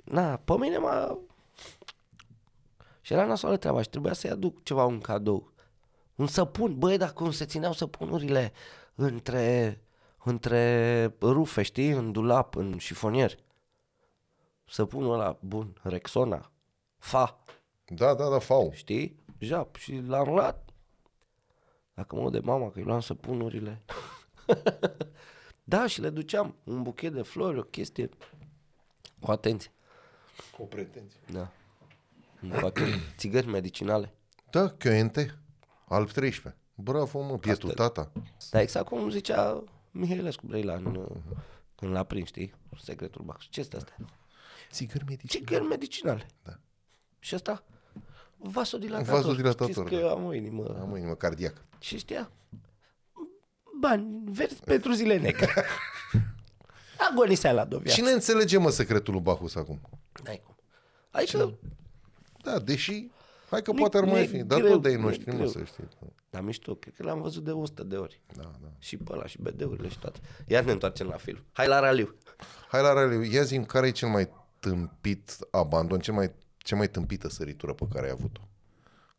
A: na, pe mine m-a... Și era nasoală treaba și trebuia să-i aduc ceva, un cadou. Un săpun, băi, dar cum se țineau săpunurile între, între rufe, știi, în dulap, în șifonier. Săpunul ăla, bun, Rexona, fa,
B: Da, da, da, fau.
A: știi? Jap, și l-am luat. Dacă mă aude mama că îi luam săpunurile. da, și le duceam un buchet de flori, o chestie. O atenție.
B: Cu pretenție.
A: Da. Un
B: [coughs]
A: pachet țigări medicinale.
B: Da, Chioente, alb 13. Bravo, mă, pietul tata.
A: Dar exact cum zicea Mihailescu Brăila în, uh, în la prin, știi? Secretul Bax. Ce este asta?
B: Țigări medici.
A: Țigări medicinale.
B: Da.
A: Și asta? Vasodilatator.
B: Vasodilatator,
A: Știți că
B: da.
A: eu am o inimă.
B: Am o inimă cardiac.
A: Și știa bani verzi pentru zile negre. [laughs] Agonisea la dovia.
B: Cine înțelege, mă, secretul lui Bahus acum?
A: N-ai cum. Adică,
B: Da, deși, hai că
A: Nu-i-
B: poate ar mai
A: nu-i
B: fi, dar
A: greu,
B: tot de ei
A: nu-i
B: noștri, mă,
A: greu.
B: să știi.
A: dar mișto, cred că l-am văzut de 100 de ori.
B: Da, da.
A: Și pe ăla, și BD-urile și toate. Iar ne întoarcem la film. Hai la raliu.
B: Hai la Raliu, ia zi care e cel mai tâmpit abandon, cel mai, cea mai tâmpită săritură pe care ai avut-o?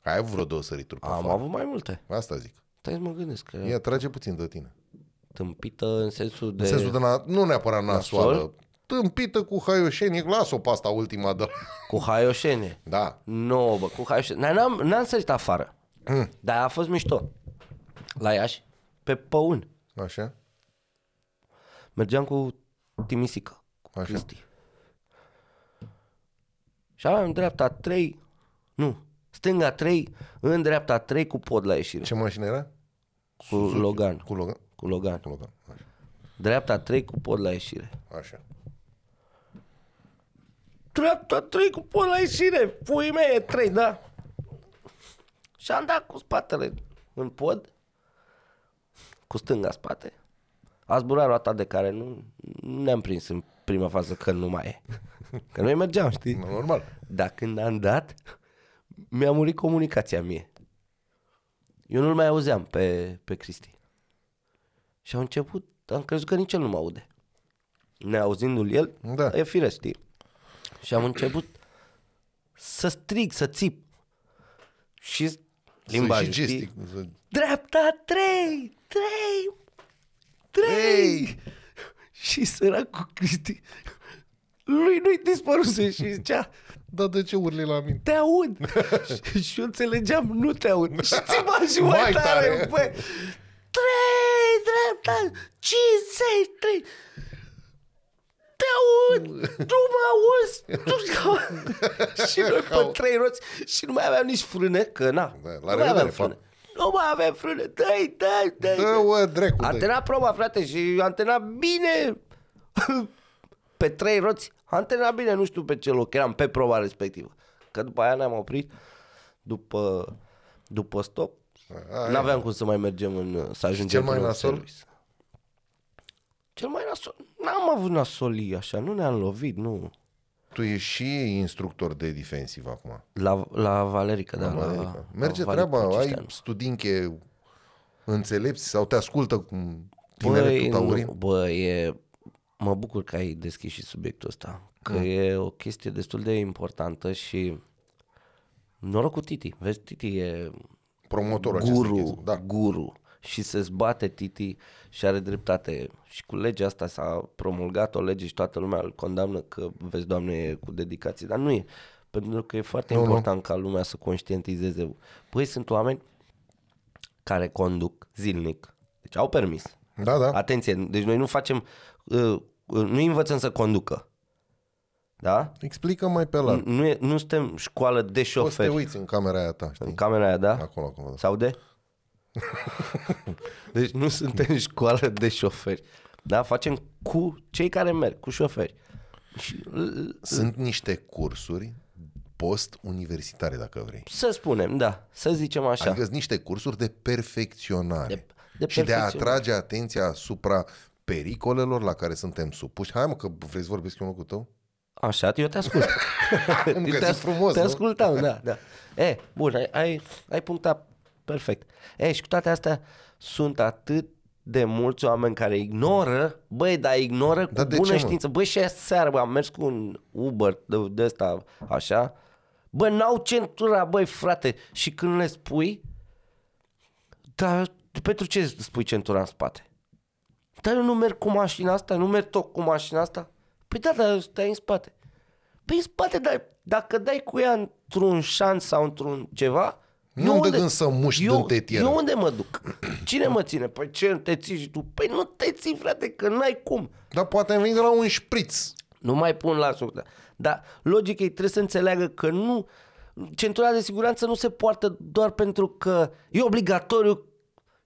B: Ai avut vreo două sărituri pe
A: Am
B: afară.
A: avut mai multe.
B: Asta zic.
A: Stai să mă gândesc că
B: Ea trage puțin de tine.
A: tâmpită în sensul de...
B: În sensul de na- nu neapărat nasoală,
A: Nasol?
B: tâmpită cu haioșenic, las-o pe asta ultima de
A: Cu haioșene.
B: [laughs] Da.
A: Nu, bă, cu haioșene. Dar n-am, n-am sărit afară.
B: Mm.
A: Dar a fost mișto. La Iași, pe păun.
B: Așa?
A: Mergeam cu Timisica, cu
B: Așa.
A: Cristi. Și aveam în dreapta 3, nu, stânga 3, în dreapta 3 cu pod la ieșire.
B: Ce mașină era?
A: Cu Logan.
B: Cu Logan?
A: Cu Logan.
B: Cu Logan. Așa.
A: Dreapta 3 cu pod la ieșire.
B: Așa.
A: dreapta, trei cu până la ieșire, pui mei, e trei, da? Și am dat cu spatele în pod, cu stânga spate. A zburat roata de care nu, nu ne-am prins în prima fază că nu
B: [laughs]
A: mai e. Că noi mergeam, știi?
B: Nu, Normal.
A: Dar când am dat, mi-a murit comunicația mie. Eu nu-l mai auzeam pe, pe Cristi. Și au început, am crezut că nici el nu mă aude. Neauzindu-l el,
B: Da.
A: e firesc, știi? Și am început să strig, să țip. Și limbajul,
B: și
A: știi?
B: gestic.
A: Dreapta, trei, trei, trei. Și săracul Cristi, lui nu-i dispăruse și zicea,
B: Dar de ce urli la mine?
A: te aud. și, și eu înțelegeam, nu te aud. Și țipa și mai,
B: Mai
A: tare.
B: tare.
A: Bă. Trei, dreapta, cincizeci, trei. Te aud, nu mă auzi. [laughs] Nu- și noi pe trei roți și nu mai aveam nici frâne, că na.
B: Da, la
A: nu mai
B: revedere,
A: aveam frâne. Nu mai aveam frâne. Dă-i, dă-i, dă-i.
B: Dă, o dracu, dă
A: Antena proba, frate, și antena bine pe trei roți. Antena bine, nu știu pe ce loc, eram pe proba respectivă. Că după aia ne-am oprit, după, după stop,
B: Aia.
A: n-aveam cum să mai mergem în, să ajungem
B: cel mai
A: până în
B: nasol?
A: service. Cel mai nasol? N-am avut nasolii așa, nu ne-am lovit, nu.
B: Tu ești și instructor de defensiv acum.
A: La, la Valerica, da. La,
B: Adică Merge
A: la
B: treaba,
A: Valerica
B: ai
A: Cisteanu.
B: studinche înțelepți sau te ascultă cum
A: Băi,
B: tineretul taurin?
A: nu, bă, e, mă bucur că ai deschis și subiectul ăsta, că
B: Da.
A: e o chestie destul de importantă și noroc cu Titi. Vezi, Titi e
B: Promotorul acestei
A: guru,
B: chestii. Da.
A: guru și se zbate Titi și are dreptate. Și cu legea asta s-a promulgat o lege și toată lumea îl condamnă că, vezi, doamne, e cu dedicație, dar nu e. Pentru că e foarte
B: Nu, nu.
A: important ca lumea să conștientizeze. Păi sunt oameni care conduc zilnic, deci au permis,
B: da, da.
A: Atenție, deci noi nu facem, uh, uh, nu învățăm să conducă. Da?
B: Explică mai pe larg.
A: Nu, e, nu suntem școală de
B: Poți să te
A: șoferi.
B: uiți în camera aia ta, știi?
A: În camera aia, da?
B: Acolo, acolo. Da.
A: Sau de?
B: [laughs]
A: deci nu suntem școală de șoferi. Da? Facem cu cei care merg, cu șoferi. Și, l-
B: Sunt niște cursuri post-universitare, dacă vrei.
A: să spunem, da, să zicem așa.
B: Adică sunt niște cursuri de perfecționare.
A: De- de
B: și de a
A: perfecționare.
B: atrage atenția asupra pericolelor la care suntem supuși. Hai mă, că vrei să vorbesc eu în locul tău?
A: Așa, eu te
B: [laughs]
A: ascult.
B: Îmi găsești
A: as-
B: frumos,
A: te
B: nu?
A: ascultam, da, da. E, bun, ai, ai, ai punctat perfect. E, și cu toate astea sunt atât de mulți oameni care ignoră, băi, dar ignoră cu
B: Dar de
A: bună
B: ce, mă?
A: știință. Băi, și aia seară, bă, am mers cu un Uber de, de ăsta, așa. Bă, n-au centura, băi, frate. Și când le spui, dar pentru ce îți spui centura în spate? Dar eu nu merg cu mașina asta, nu merg tot cu mașina asta. Păi da, dar stai în spate. Păi în spate, dar dacă dai cu ea într-un șans sau într-un ceva...
B: Nu-mi
A: eu
B: dă gând să mușc
A: eu,
B: din tetieră.
A: Eu unde mă duc? [clears throat] Cine mă ține? Păi ce nu te ții și tu? Păi nu te ții, frate, că n-ai cum.
B: Dar poate am venit de la un șpriț.
A: Nu mai pun la sub. da. Dar logic ei trebuie să înțeleagă că nu... Centura de siguranță nu se poartă doar pentru că e obligatoriu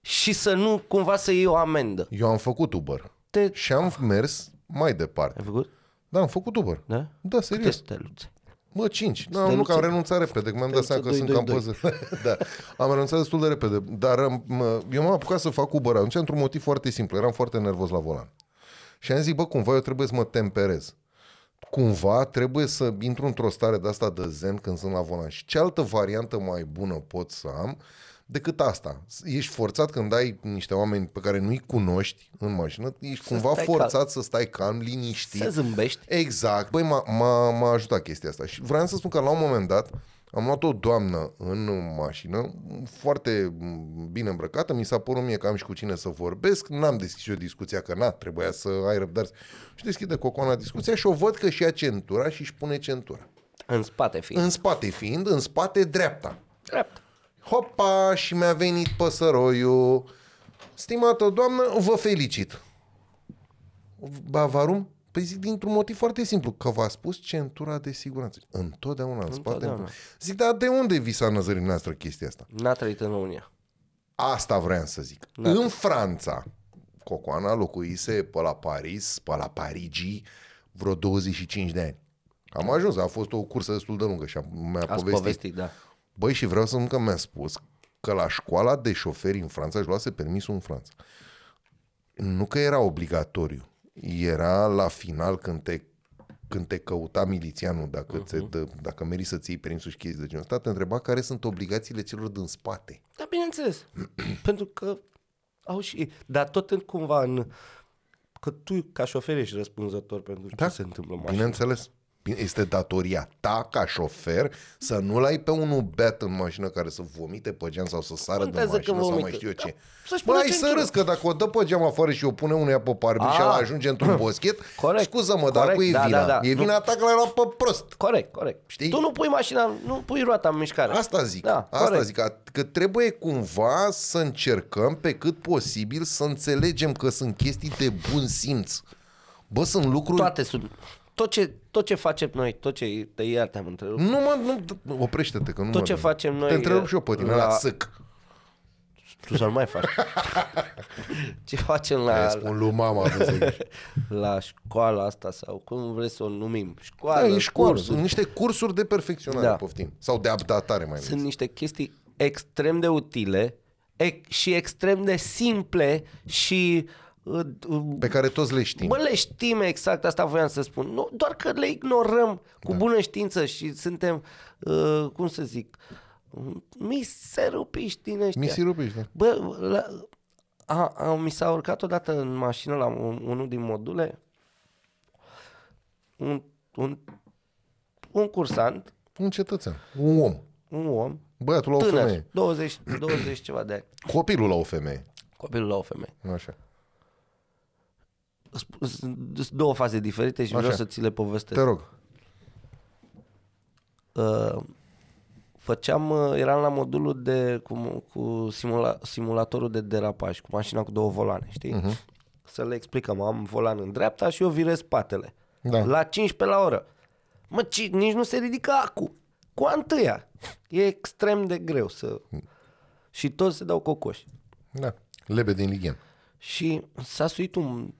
A: și să nu cumva să iei o amendă.
B: Eu am făcut Uber.
A: Te...
B: Și am mers mai departe.
A: Ai făcut?
B: Da, am făcut Uber.
A: Da?
B: Da,
A: Câte
B: serios.
A: steluțe?
B: Bă, 5. Nu,
A: Steluțe-
B: am, nu că am renunțat repede, că mi-am dat seama că
A: Steluțe
B: sunt cam
A: 222.
B: poză. [laughs] da. Am renunțat destul de repede, dar am, mă- eu m-am apucat să fac Uber atunci într-un motiv foarte simplu. Eram foarte nervos la volan. Și am zis, bă, cumva eu trebuie să mă temperez. Cumva trebuie să intru într-o stare de asta de zen când sunt la volan. Și ce altă variantă mai bună pot să am decât asta? Ești forțat când ai niște oameni pe care nu-i cunoști în mașină, ești cumva
A: stai calm.
B: forțat să stai calm, liniștit.
A: Să zâmbești.
B: Exact. Băi, m-a, m-a, m-a ajutat chestia asta. Și vreau să spun că la un moment dat Am luat o doamnă în mașină, foarte bine îmbrăcată, mi s-a părut mie că am și cu cine să vorbesc, n-am deschis eu discuția, că na, trebuia să ai răbdare. Și deschide Cocona discuția și o văd că și ia centura și își pune centura.
A: În spate fiind.
B: În spate fiind, în spate dreapta.
A: Drept.
B: Hopa, și mi-a venit păsăroiul. Stimată doamnă, vă felicit. Bavarum? Păi zic dintr-un motiv foarte simplu, că v-a spus centura de siguranță. Întotdeauna în spate.
A: Întotdeauna.
B: Zic, dar de unde vi s-a năzărit noastră chestia asta?
A: N-a trăit în România.
B: Asta vreau să zic.
A: Da.
B: În Franța, Cocoana locuise pe la Paris, pe la Parigi, vreo 25 de ani. Am ajuns, a fost o cursă destul de lungă și am, mi-a
A: Ați
B: povestit.
A: povestit, da.
B: Băi, și vreau să spun că mi-a spus că la școala de șoferi în Franța își luase permisul în Franța. Nu că era obligatoriu. Era la final când te, când te căuta milițianul dacă, uh-huh. ți dă, dacă meri să-ți iei permisul și chestii de genul ăsta, te întreba care sunt obligațiile celor din spate.
A: Da, [clears throat] bineînțeles. Pentru că au și ei. Dar tot în cumva în... Că tu, ca șofer, ești răspunzător pentru da? ce se întâmplă în mașină.
B: Bineînțeles. Bine, Este datoria ta ca șofer să nu-l ai pe unul beat în mașină care să vomite pe geam sau să sară de
A: Contează
B: mașină
A: că
B: sau mai
A: vomită.
B: știu eu ce.
A: Da, să-și
B: Bă,
A: pună
B: ai să
A: centură.
B: râzi că dacă o dă pe geam afară și o pune unuia pe parbi și
A: A.
B: ala
A: [clears throat]
B: ajunge într-un boschet,
A: Corect.
B: scuză-mă, dar
A: Corect,
B: cu e
A: da,
B: vina?
A: da, da.
B: E vina ta că l-a luat pe prost.
A: Corect, corect.
B: Știi?
A: Știi? Tu nu pui mașina, nu pui roata în mișcare.
B: Asta zic,
A: Da,
B: da, asta
A: corect.
B: zic, a- că trebuie cumva să încercăm pe cât posibil să înțelegem că sunt chestii de bun simț. Bă, sunt lucruri
A: Toate sunt... Tot ce, tot ce facem noi, tot ce... Te iar te-am întrerupt.
B: Nu mă, nu, d- oprește-te că nu
A: Tot
B: mă
A: ce
B: duc.
A: facem noi,
B: Te întrerup și eu pe tine,
A: la-
B: la, la sâc.
A: Tu să nu mai [laughs] faci. ce facem
B: Aia
A: la,
B: spun lui mama. vă
A: [laughs]
B: zic.
A: la școala asta sau cum vreți să o numim?
B: da,
A: Școală,
B: e școală.
A: cursuri.
B: Sunt niște cursuri de perfecționare, da.
A: Da.
B: poftim. Sau de updatare mai
A: Sunt
B: mult.
A: niște chestii extrem de utile ec- și extrem de simple și uh, uh,
B: Pe care toți le știm.
A: Bă, le știm exact, asta voiam să spun. Nu, doar că le ignorăm cu da. bună știință și suntem, uh, cum să zic, miserupiști din ăștia.
B: Misirupiști, da.
A: Bă, la, a, a, mi s-a urcat odată în mașină la un- unul din module un, un, un cursant,
B: Un cetățean, un om.
A: un om,
B: Băiatul la o
A: tânăr,
B: femeie.
A: 20, 20 ceva de ani,
B: Copilul la o femeie.
A: copilul la o femeie.
B: Așa.
A: Sp- Sunt sunt două faze diferite și
B: Așa.
A: vreau să ți le povestesc.
B: Te rog.
A: uh, făceam, uh, eram la modulul de, cu, cu simula, simulatorul de derapaj, cu mașina cu două volane, știi?
B: Mhm.
A: Uh-huh. Să le explicăm, am volan în dreapta și eu virez spatele.
B: Da.
A: La 15 la oră. Mă, ci, nici nu se ridică acu. Cu a întâia. E extrem de greu să...
B: Mm.
A: Și toți se dau cocoși.
B: Da. Lebe din lighen.
A: Și s-a suit un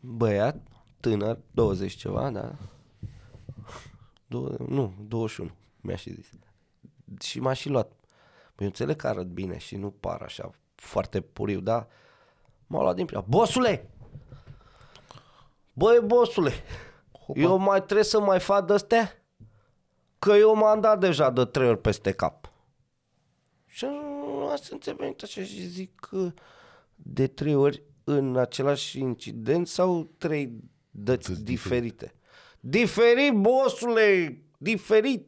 A: băiat tânăr, 20 ceva, da. Dou- nu, 21, mi-a și zis. Și m-a și luat. Păi înțeleg că arăt bine și nu par așa foarte puriu, da? M-a luat din prima. Bosule! Băi, bosule! Eu mai trebuie să mai fac de-astea? Că eu m-am dat deja de trei ori peste cap. Și asta înțeleg așa și zic că de trei ori în același incident sau trei dăți diferite? Diferit, bosule! Diferit!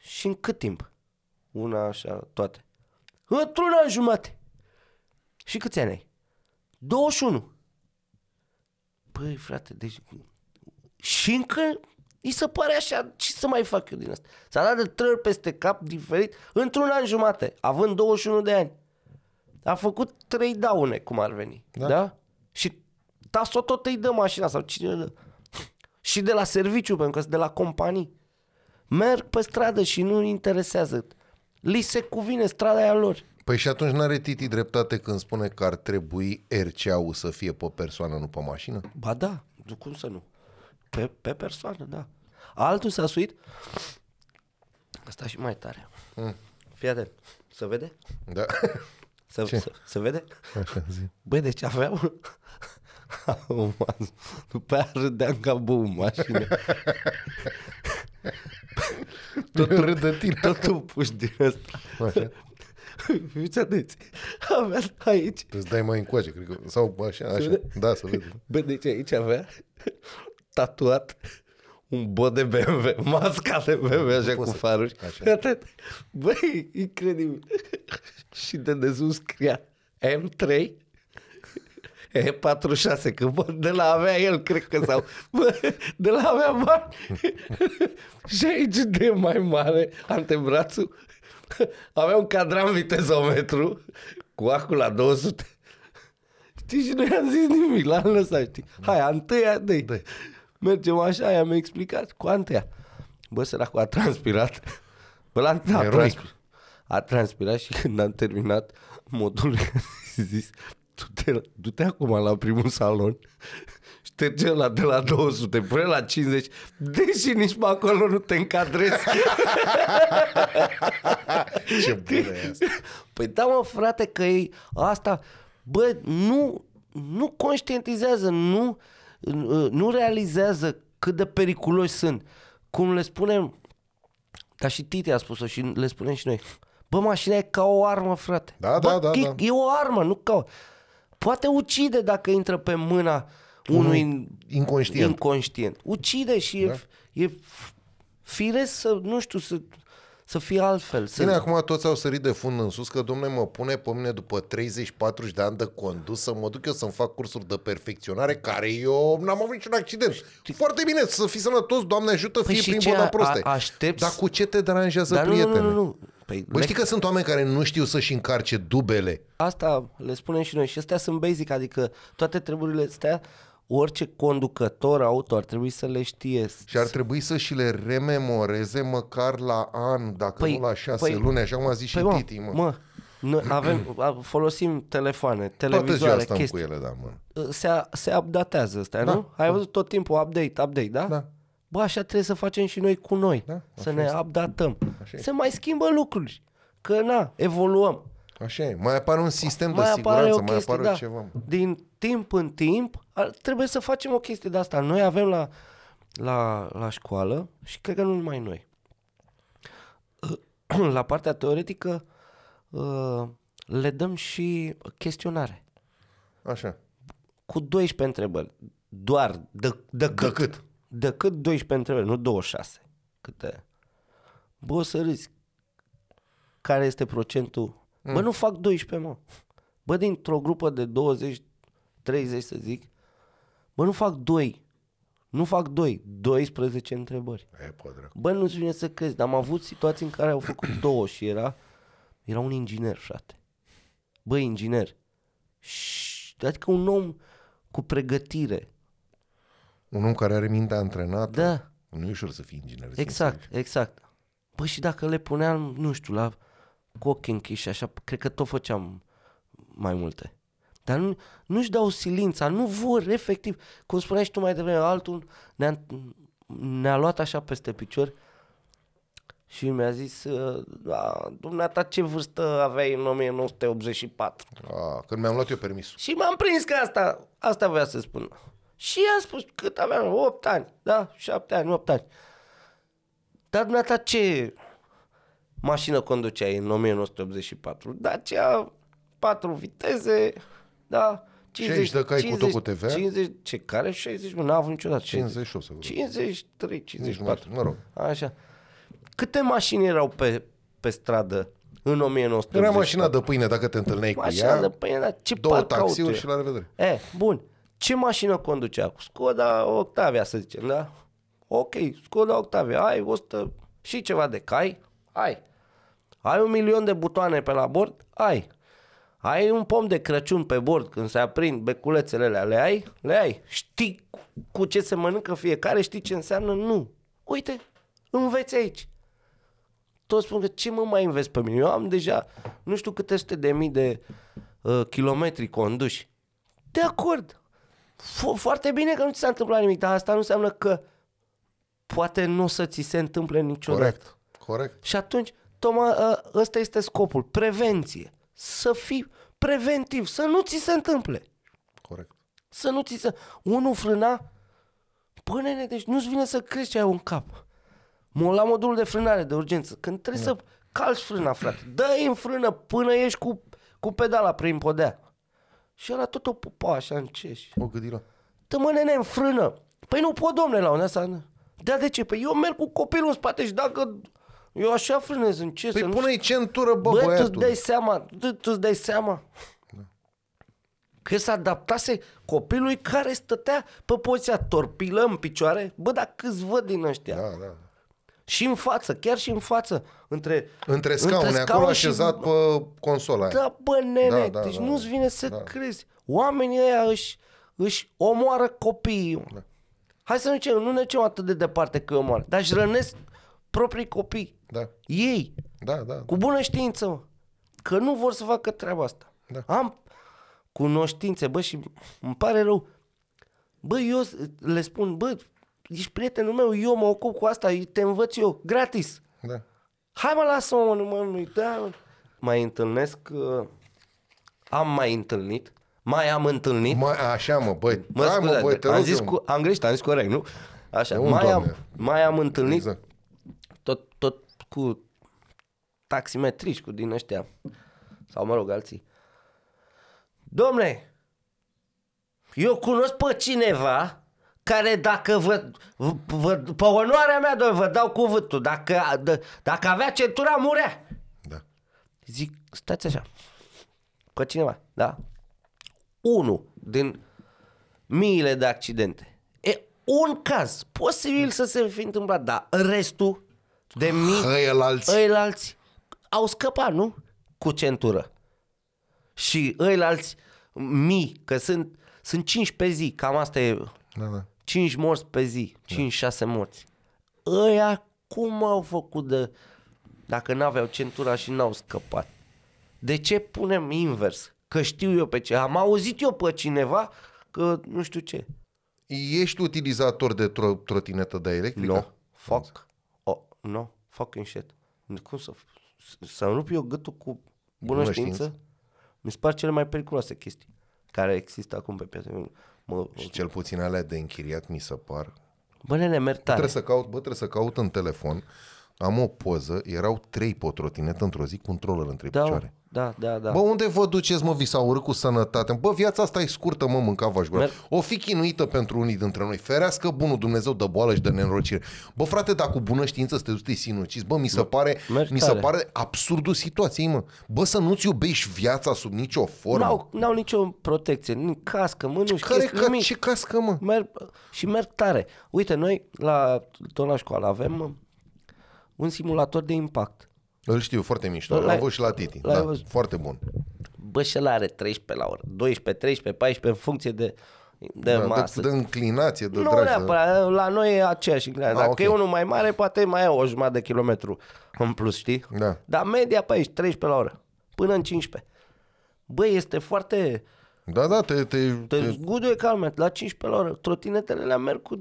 A: Și în cât timp? Una așa, toate. Într-una jumate. Și câți ani ai? 21. Păi, frate, deci... Și încă îi se pare așa, ce să mai fac eu din asta? S-a dat de trei ori peste cap diferit într-un an jumate, având 21 de ani. A făcut trei daune, cum ar veni. Da? da? Și taso tot îi dă mașina sau cine dă. Și de la serviciu, pentru că sunt de la companii. Merg pe stradă și nu interesează. Li se cuvine strada aia lor.
B: Păi și atunci n-are Titi dreptate când spune că ar trebui RCA-ul să fie pe persoană, nu pe mașină?
A: Ba da, nu, cum să nu? Pe, pe persoană, da. Altul s-a suit. Asta și mai tare. Mm. Fii atent. Se vede?
B: Da.
A: Se, se, se vede?
B: Așa zi. [laughs]
A: Băi, deci [laughs] aveam... Acum, După aia râdeam ca bău în mașină.
B: Totul râd de tine.
A: Totul puși din ăsta.
B: Așa.
A: Fiți atenți. Avea aici
B: Îți dai mai încoace, cred că. Sau așa, așa.
A: [laughs] vede?
B: Da, să vede.
A: Bă, deci aici avea tatuat un bă de BMW, masca de BMW așa cu
B: poți să-
A: faruri.
B: așa.
A: Atât. Băi, incredibil. și de desus scria M3 E46, că bă, de la avea el, cred că, sau bă, de la avea bani. și aici de mai mare, antebrațul, avea un cadran vitezometru cu acul la 200. Știi, și nu i-am zis nimic, l-am lăsat, știi? Hai, antâia, dă
B: Da. Dă-i.
A: Mergem așa, i-am explicat, cu antea. Bă, săracul a transpirat. Bă, l-a, a,
B: Eroic.
A: transpirat. a transpirat și când am terminat, modul [laughs] a zis, du-te, du-te acum la primul salon, șterge la de la 200 până la 50, deși nici pe acolo nu te încadrezi.
B: Ce bună e asta.
A: Păi da, mă, frate, că ei asta, bă, nu, nu conștientizează, nu, nu realizează cât de periculoși sunt. Cum le spunem, dar și Tite a spus-o și le spunem și noi, bă, mașina e ca o armă, frate.
B: Da,
A: bă,
B: da, da,
A: e,
B: da.
A: e o armă, nu ca o... Poate ucide dacă intră pe mâna unui
B: Inconștient.
A: inconștient. Ucide și da. e, e f- firesc să, nu știu, să, să fie altfel. Să,
B: Bine, acum toți au sărit de fund în sus că, domne, mă pune pe mine după 30-40 de ani de condus să mă duc eu să-mi fac cursuri de perfecționare, care eu n-am avut niciun accident. Foarte bine, să fii sănătos, Doamne ajută,
A: Păi
B: fie
A: și
B: prin
A: ce,
B: boda
A: a-
B: proste.
A: a- aștepți-
B: Dar cu ce te deranjează,
A: Dar nu,
B: prietene?
A: nu, nu, nu. Păi,
B: Bă,
A: le-
B: știi că sunt oameni care nu știu să-și încarce dubele.
A: Asta le spunem și noi și astea sunt basic, adică toate treburile astea, orice conducător auto ar trebui să le știe.
B: Și ar trebui să și le rememoreze măcar la an, dacă
A: Păi,
B: nu la șase
A: păi-
B: luni, așa cum a zis și
A: mă,
B: Titi, mă.
A: mă noi avem, a- folosim telefoane,
B: Toată ziua
A: televizoare,
B: stăm cu
A: chestii.
B: ele, da, mă.
A: Se, se updatează astea,
B: Da.
A: nu? Ai văzut tot timpul update, update, da?
B: Da.
A: Bă, așa trebuie să facem și noi cu noi,
B: Da,
A: să ne updatăm. Se mai schimbă lucruri, că na, evoluăm.
B: Așa e. Mai apare un sistem de
A: mai apare
B: siguranță,
A: o
B: mai
A: chestie,
B: apare
A: da.
B: ceva. mă.
A: Din timp în timp ar, trebuie să facem o chestie de asta. Noi avem la, la, la școală și cred că nu numai noi. [clears throat] La partea teoretică uh, le dăm și chestionare
B: Așa.
A: cu 12 întrebări. Doar de, de cât?
B: De cât?
A: De cât 12 întrebări, nu 26. Câte? Bă, o să râzi. Care este procentul? Mm. Bă, nu fac 12, mă. Bă, dintr-o grupă de 20, 30 să zic, bă, nu fac 2. Nu fac 2, 12 întrebări.
B: E, pă, dracu.
A: Bă, nu-ți vine să crezi, dar am avut situații în care au făcut două și era, era un inginer, frate. Bă, inginer. Și, adică un om cu pregătire.
B: Un om care are mintea antrenată.
A: Da.
B: Nu e ușor să fii inginer. să înțelegi.
A: Exact, exact. Bă, și dacă le puneam, nu știu, la cu ochii închiși, așa, cred că tot făceam mai multe. Dar nu, nu-și dau silința, nu vor, efectiv. Cum spuneai și tu mai devreme, altul ne-a, ne-a luat așa peste picior și mi-a zis, "Uh, da, dumneata, ce vârstă aveai în 1984?
B: A, Ah, când mi-am luat eu permisul.
A: Și m-am prins că asta, asta voia să spun. Și i-am spus cât aveam, 8 ani, da, 7 ani, 8 ani. Dar dumneata ce mașină conduceai în 1984? Dacia, 4 viteze, da,
B: 60 de cai cu tot cu TVA?
A: 50, ce, care 60, mă, n-a avut niciodată.
B: 50 o să vă
A: 53,
B: Nici
A: 54.
B: nu mă rog.
A: Așa. Câte mașini erau pe, pe stradă în 1984?
B: Era mașina de pâine, dacă te întâlneai cu
A: Mașina
B: ea,
A: de pâine, dar ce
B: două
A: parc auto e?
B: taxiuri și la revedere.
A: E, bun. Ce mașină conducea? Skoda Octavia, să zicem, da? Ok, Skoda Octavia, ai 100 și ceva de cai? Ai. Ai un milion de butoane pe la bord? Ai. Ai un pom de Crăciun pe bord când se aprind beculețele alea, le ai? Le ai. Știi cu- cu ce se mănâncă fiecare? Știi ce înseamnă? Nu. Uite, înveți aici toți spun că ce mă mai înveți pe mine? Eu am deja nu știu câte sute de mii de uh, kilometri conduși. De acord. Fo- foarte bine că nu ți s-a întâmplat nimic, dar asta nu înseamnă că poate nu o să ți se întâmple niciodată.
B: Corect. Corect.
A: Și atunci, tocmai ă, ăsta este scopul, prevenție. Să fii preventiv, să nu ți se întâmple.
B: Corect.
A: Să nu ți se... Unul frâna... Bă, nene, deci nu-ți vine să crezi ce ai un cap. Mă la modul de frânare, de urgență. Când trebuie să calci frâna, frate. dă în frână până ești cu, cu pedala prin podea. Și era tot o pupa așa în ceș.
B: O gâdilă.
A: Tă mă, nene, în frână. Păi nu pot, domne, la unde asta... Da, de ce? Păi eu merg cu copilul în spate și dacă eu așa frânez, în ce
B: Păi
A: să nu
B: pune-i centură,
A: Bă,
B: bă,
A: tu îți
B: băiatul. Da.
A: dai seama, tu îți dai seama. Că se adaptase copilului care stătea pe poziția torpilă în picioare. Bă, dar câți văd din ăștia?
B: Da, da.
A: Și în față, chiar și în față. Între,
B: Între scaune, acolo
A: și-
B: așezat pe consola aia.
A: Da, bă, nene,
B: Da, da,
A: deci
B: da,
A: nu-ți
B: da.
A: vine să
B: Da.
A: crezi. Oamenii ăia își, își omoară copiii.
B: Da.
A: Hai să nu zicem, nu ne ducem atât de departe că îi omoară, dar își rănesc proprii copii.
B: Da,
A: Ei,
B: da, da.
A: cu bună știință, mă, că nu vor să facă treaba asta.
B: Da.
A: Am cunoștințe, bă, și îmi pare rău. Bă, eu s- le spun, bă, ești prietenul meu, eu mă ocup cu asta, te învăț eu, gratis.
B: da.
A: Hai mă, lasă-mă, mă, nu mă nu da. mă. Mai întâlnesc, uh, am mai întâlnit, mai am întâlnit.
B: Mă, așa mă, băi,
A: Mă
B: hai mă,
A: scuzați,
B: băi, te
A: am,
B: rog
A: zis
B: eu.
A: cu, am greșit, am zis corect, nu? Așa,
B: De unde,
A: mai am,
B: Doamne?
A: mai am întâlnit
B: Exact.
A: tot, tot cu taximetriști, cu din ăștia, sau mă rog, alții. Domne, eu cunosc pe cineva care dacă vă, vă, vă pe onoarea mea, domne, vă dau cuvântul, dacă, d- dacă avea centura, murea.
B: Da.
A: Zic, stați așa. Pe cineva, da? Unul din miile de accidente. E un caz posibil să se fi întâmplat, dar restul de mii,
B: Hăi, el alții.
A: ăilalți au scăpat, nu? Cu centură. Și ăilalți mii, că sunt, sunt 5 pe zi, cam asta e
B: Da, da.
A: 5 morți pe zi, 5-6 morți. Ăia cum au făcut de... Dacă n-aveau centura și n-au scăpat. De ce punem invers? Că știu eu pe ce. Am auzit eu pe cineva că nu știu ce.
B: Ești utilizator de tro- trotinetă de electrică?
A: No, fuck. Oh, no, fucking shit. Cum să... Să-mi rup eu gâtul cu bună,
B: Bună
A: știință?
B: știință.
A: Mi se par cele mai periculoase chestii care există acum pe piață. Mă,
B: Și cel puțin alea de închiriat mi se par.
A: bă, nene, merg tare.
B: Trebuie să caut, bă, trebuie să caut în telefon. Am o poză, erau trei pe o trotinetă într-o zi cu un troller între
A: Da, mă,
B: picioare.
A: da, da, da.
B: Bă, unde vă duceți, mă, vi s-a urât cu sănătate? Bă, viața asta e scurtă, mă, mâncava aș gura.
A: Mer-
B: O fi chinuită pentru unii dintre noi. Ferească bunul Dumnezeu de boală și de nenorocire. Bă, frate, dacă cu bună știință să te duci să te sinucizi, bă, mi se pare,
A: Da. mergi
B: mi se
A: tare.
B: pare absurdul situației, mă. Bă, să nu-ți iubești viața sub nicio formă.
A: N-au, n-au nicio protecție, nici cască, mânuși,
B: Care
A: chestii,
B: ca,
A: nimic.
B: ce cască, mă?
A: Merg, și merg tare. Uite, noi la, tot la școală avem uh, un simulator de impact.
B: Îl știu, foarte mișto.
A: L-ai-
B: L-am văzut și la Titi.
A: l-ai
B: Da,
A: văzut.
B: foarte bun.
A: Bă, și ăla are 13 la oră, 12, 13, 14, în funcție de, de
B: Da,
A: masă.
B: de, de inclinație, de
A: nu
B: drag, de-
A: neapărat, la noi e aceeași inclinație.
B: da. Ah,
A: Dacă
B: ok.
A: e unul mai mare, poate mai e o jumătate de kilometru în plus, știi?
B: Da.
A: Dar media pe aici, 13 la oră, până în 15. Bă, este foarte...
B: Da, da, te, te,
A: Te
B: te,
A: zguduie calmet, la 15 la oră. Trotinetele le merg cu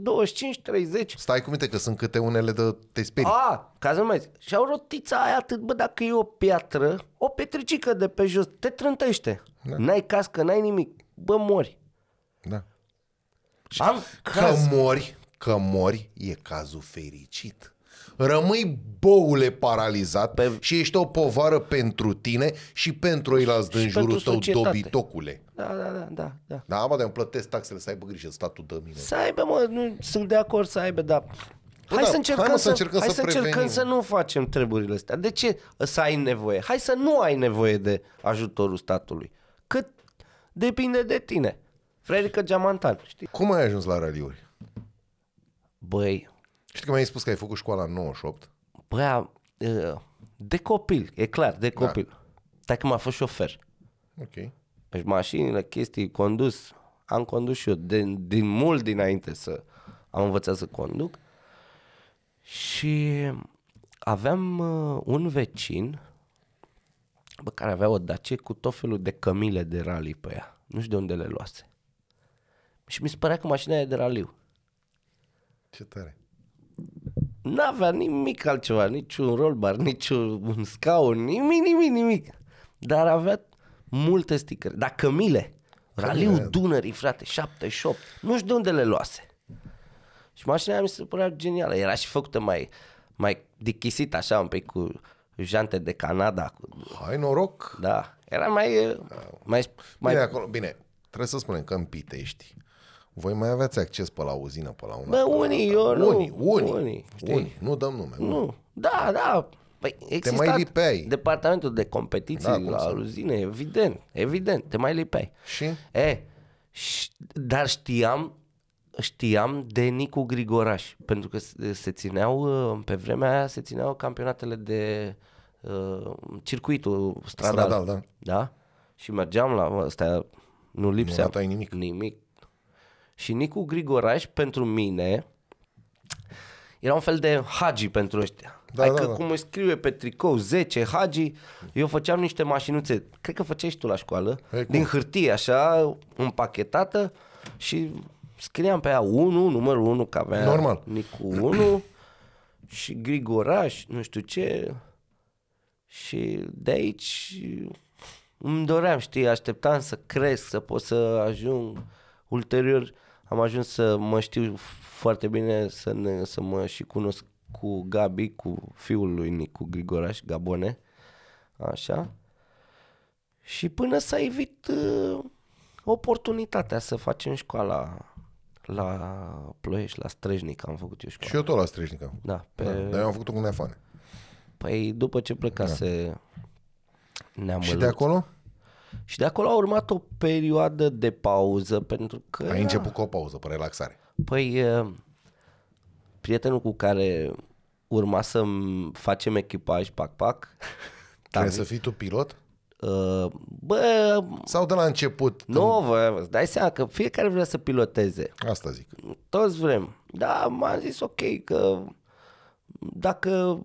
A: 25-30.
B: Stai cu minte că sunt câte unele de te sperii.
A: A, Ah, ca să nu mai zic. Și au rotița aia atât, bă, dacă e o piatră, o petricică de pe jos, te trântește. Da. N-ai cască, n-ai nimic. Bă, mori.
B: Da.
A: Am
B: Că
A: caz.
B: mori, că mori e cazul fericit. Rămâi boule paralizat
A: Pe-
B: și ești o povară pentru tine și pentru ei din
A: pentru
B: jurul tău,
A: societate.
B: dobitocule.
A: Da, da, da, da, da.
B: Da, mă, dar îmi plătesc taxele să aibă grijă statul de mine.
A: Să aibă, mă, nu sunt de acord să aibă, dar... Hai
B: da,
A: să încercăm,
B: hai, mă, să
A: să,
B: încercăm
A: hai
B: să
A: să, încercăm
B: prevenim.
A: să nu facem treburile astea. De ce să ai nevoie? Hai să nu ai nevoie de ajutorul statului. Cât depinde de tine. Frerică Geamantan, știi?
B: Cum ai ajuns la raliuri?
A: Băi,
B: Știi că mi-ai spus că ai făcut școala în 98?
A: Băi, am, uh, de copil, e clar, de copil. Da. că m-a fost șofer.
B: Ok.
A: Deci mașinile, chestii, condus, am condus și eu din, din mult dinainte să am învățat să conduc. Și aveam uh, un vecin bă, care avea o dace cu tot felul de cămile de rally pe ea. Nu știu de unde le luase. Și mi se părea că mașina e de raliu.
B: Ce tare.
A: N-avea nimic altceva, niciun rolbar, niciun scaun, nimic, nimic, nimic. Dar avea multe stickere. Dar cămile,
B: Adică-
A: raliul Dunării, frate, 78, nu știu de unde le luase. Și mașina aia mi se părea genială. Era și făcută mai, mai dichisit așa un pic cu jante de Canada. Cu,
B: Hai noroc
A: da, era mai... mai, mai
B: Bine, acolo, bine, trebuie să spunem că în Pitești Voi mai aveați acces pe la uzină, pe la una.
A: Bă, unii, eu nu.
B: unii, unii,
A: unii, știi?
B: unii, nu dăm nume. unii.
A: Nu. Da, da. Păi exista
B: mai lipeai.
A: departamentul de competiții
B: Da,
A: da,
B: cum
A: la
B: să
A: Aluzine, evident, evident, te mai lipeai.
B: Și?
A: E, și, dar știam, știam de Nicu Grigoraș, pentru că se, se țineau, uh, pe vremea aia, se țineau campionatele de uh, circuitul stradal.
B: Stradal, da.
A: Da? Și mergeam la, mă, ăsta nu lipsea
B: ratai nimic.
A: nimic. Și Nicu Grigoraș, pentru mine, era un fel de hagi pentru ăștia.
B: Da,
A: adică
B: da, da.
A: cum îi scrie pe tricou 10 hagi, eu făceam niște mașinuțe, cred că făceai și tu la școală,
B: Păi cum?
A: din hârtie așa, împachetată și scriam pe aia 1, numărul 1 că avea
B: Normal.
A: Nicu 1 [clears throat] și Grigoraș, nu știu ce. Și de aici îmi doream, știi, așteptam să cresc, să pot să ajung. Ulterior am ajuns să mă știu foarte bine, să, ne, să mă și cunosc cu Gabi, cu fiul lui Nicu Grigoraș, Gabone. Așa. Și până s-a evit uh, oportunitatea să facem școala la Ploiești, la Strejnic am făcut eu școala.
B: Și eu tot la Strejnică.
A: Da, pe...
B: Da, dar eu am făcut-o cu nefane.
A: Păi după ce plecase da. neamul.
B: Și de acolo?
A: Da. și de acolo a urmat o perioadă de pauză pentru că...
B: Ai început cu o pauză, pe relaxare.
A: Păi, eh, prietenul cu care urma să facem echipaj pac-pac, [laughs]
B: Trebuie să fii tu pilot?
A: eh, bă,
B: Sau de la început?
A: nu, vă, îți dai seama că fiecare vrea să piloteze.
B: Asta zic.
A: toți vrem. Da, m-am zis ok că dacă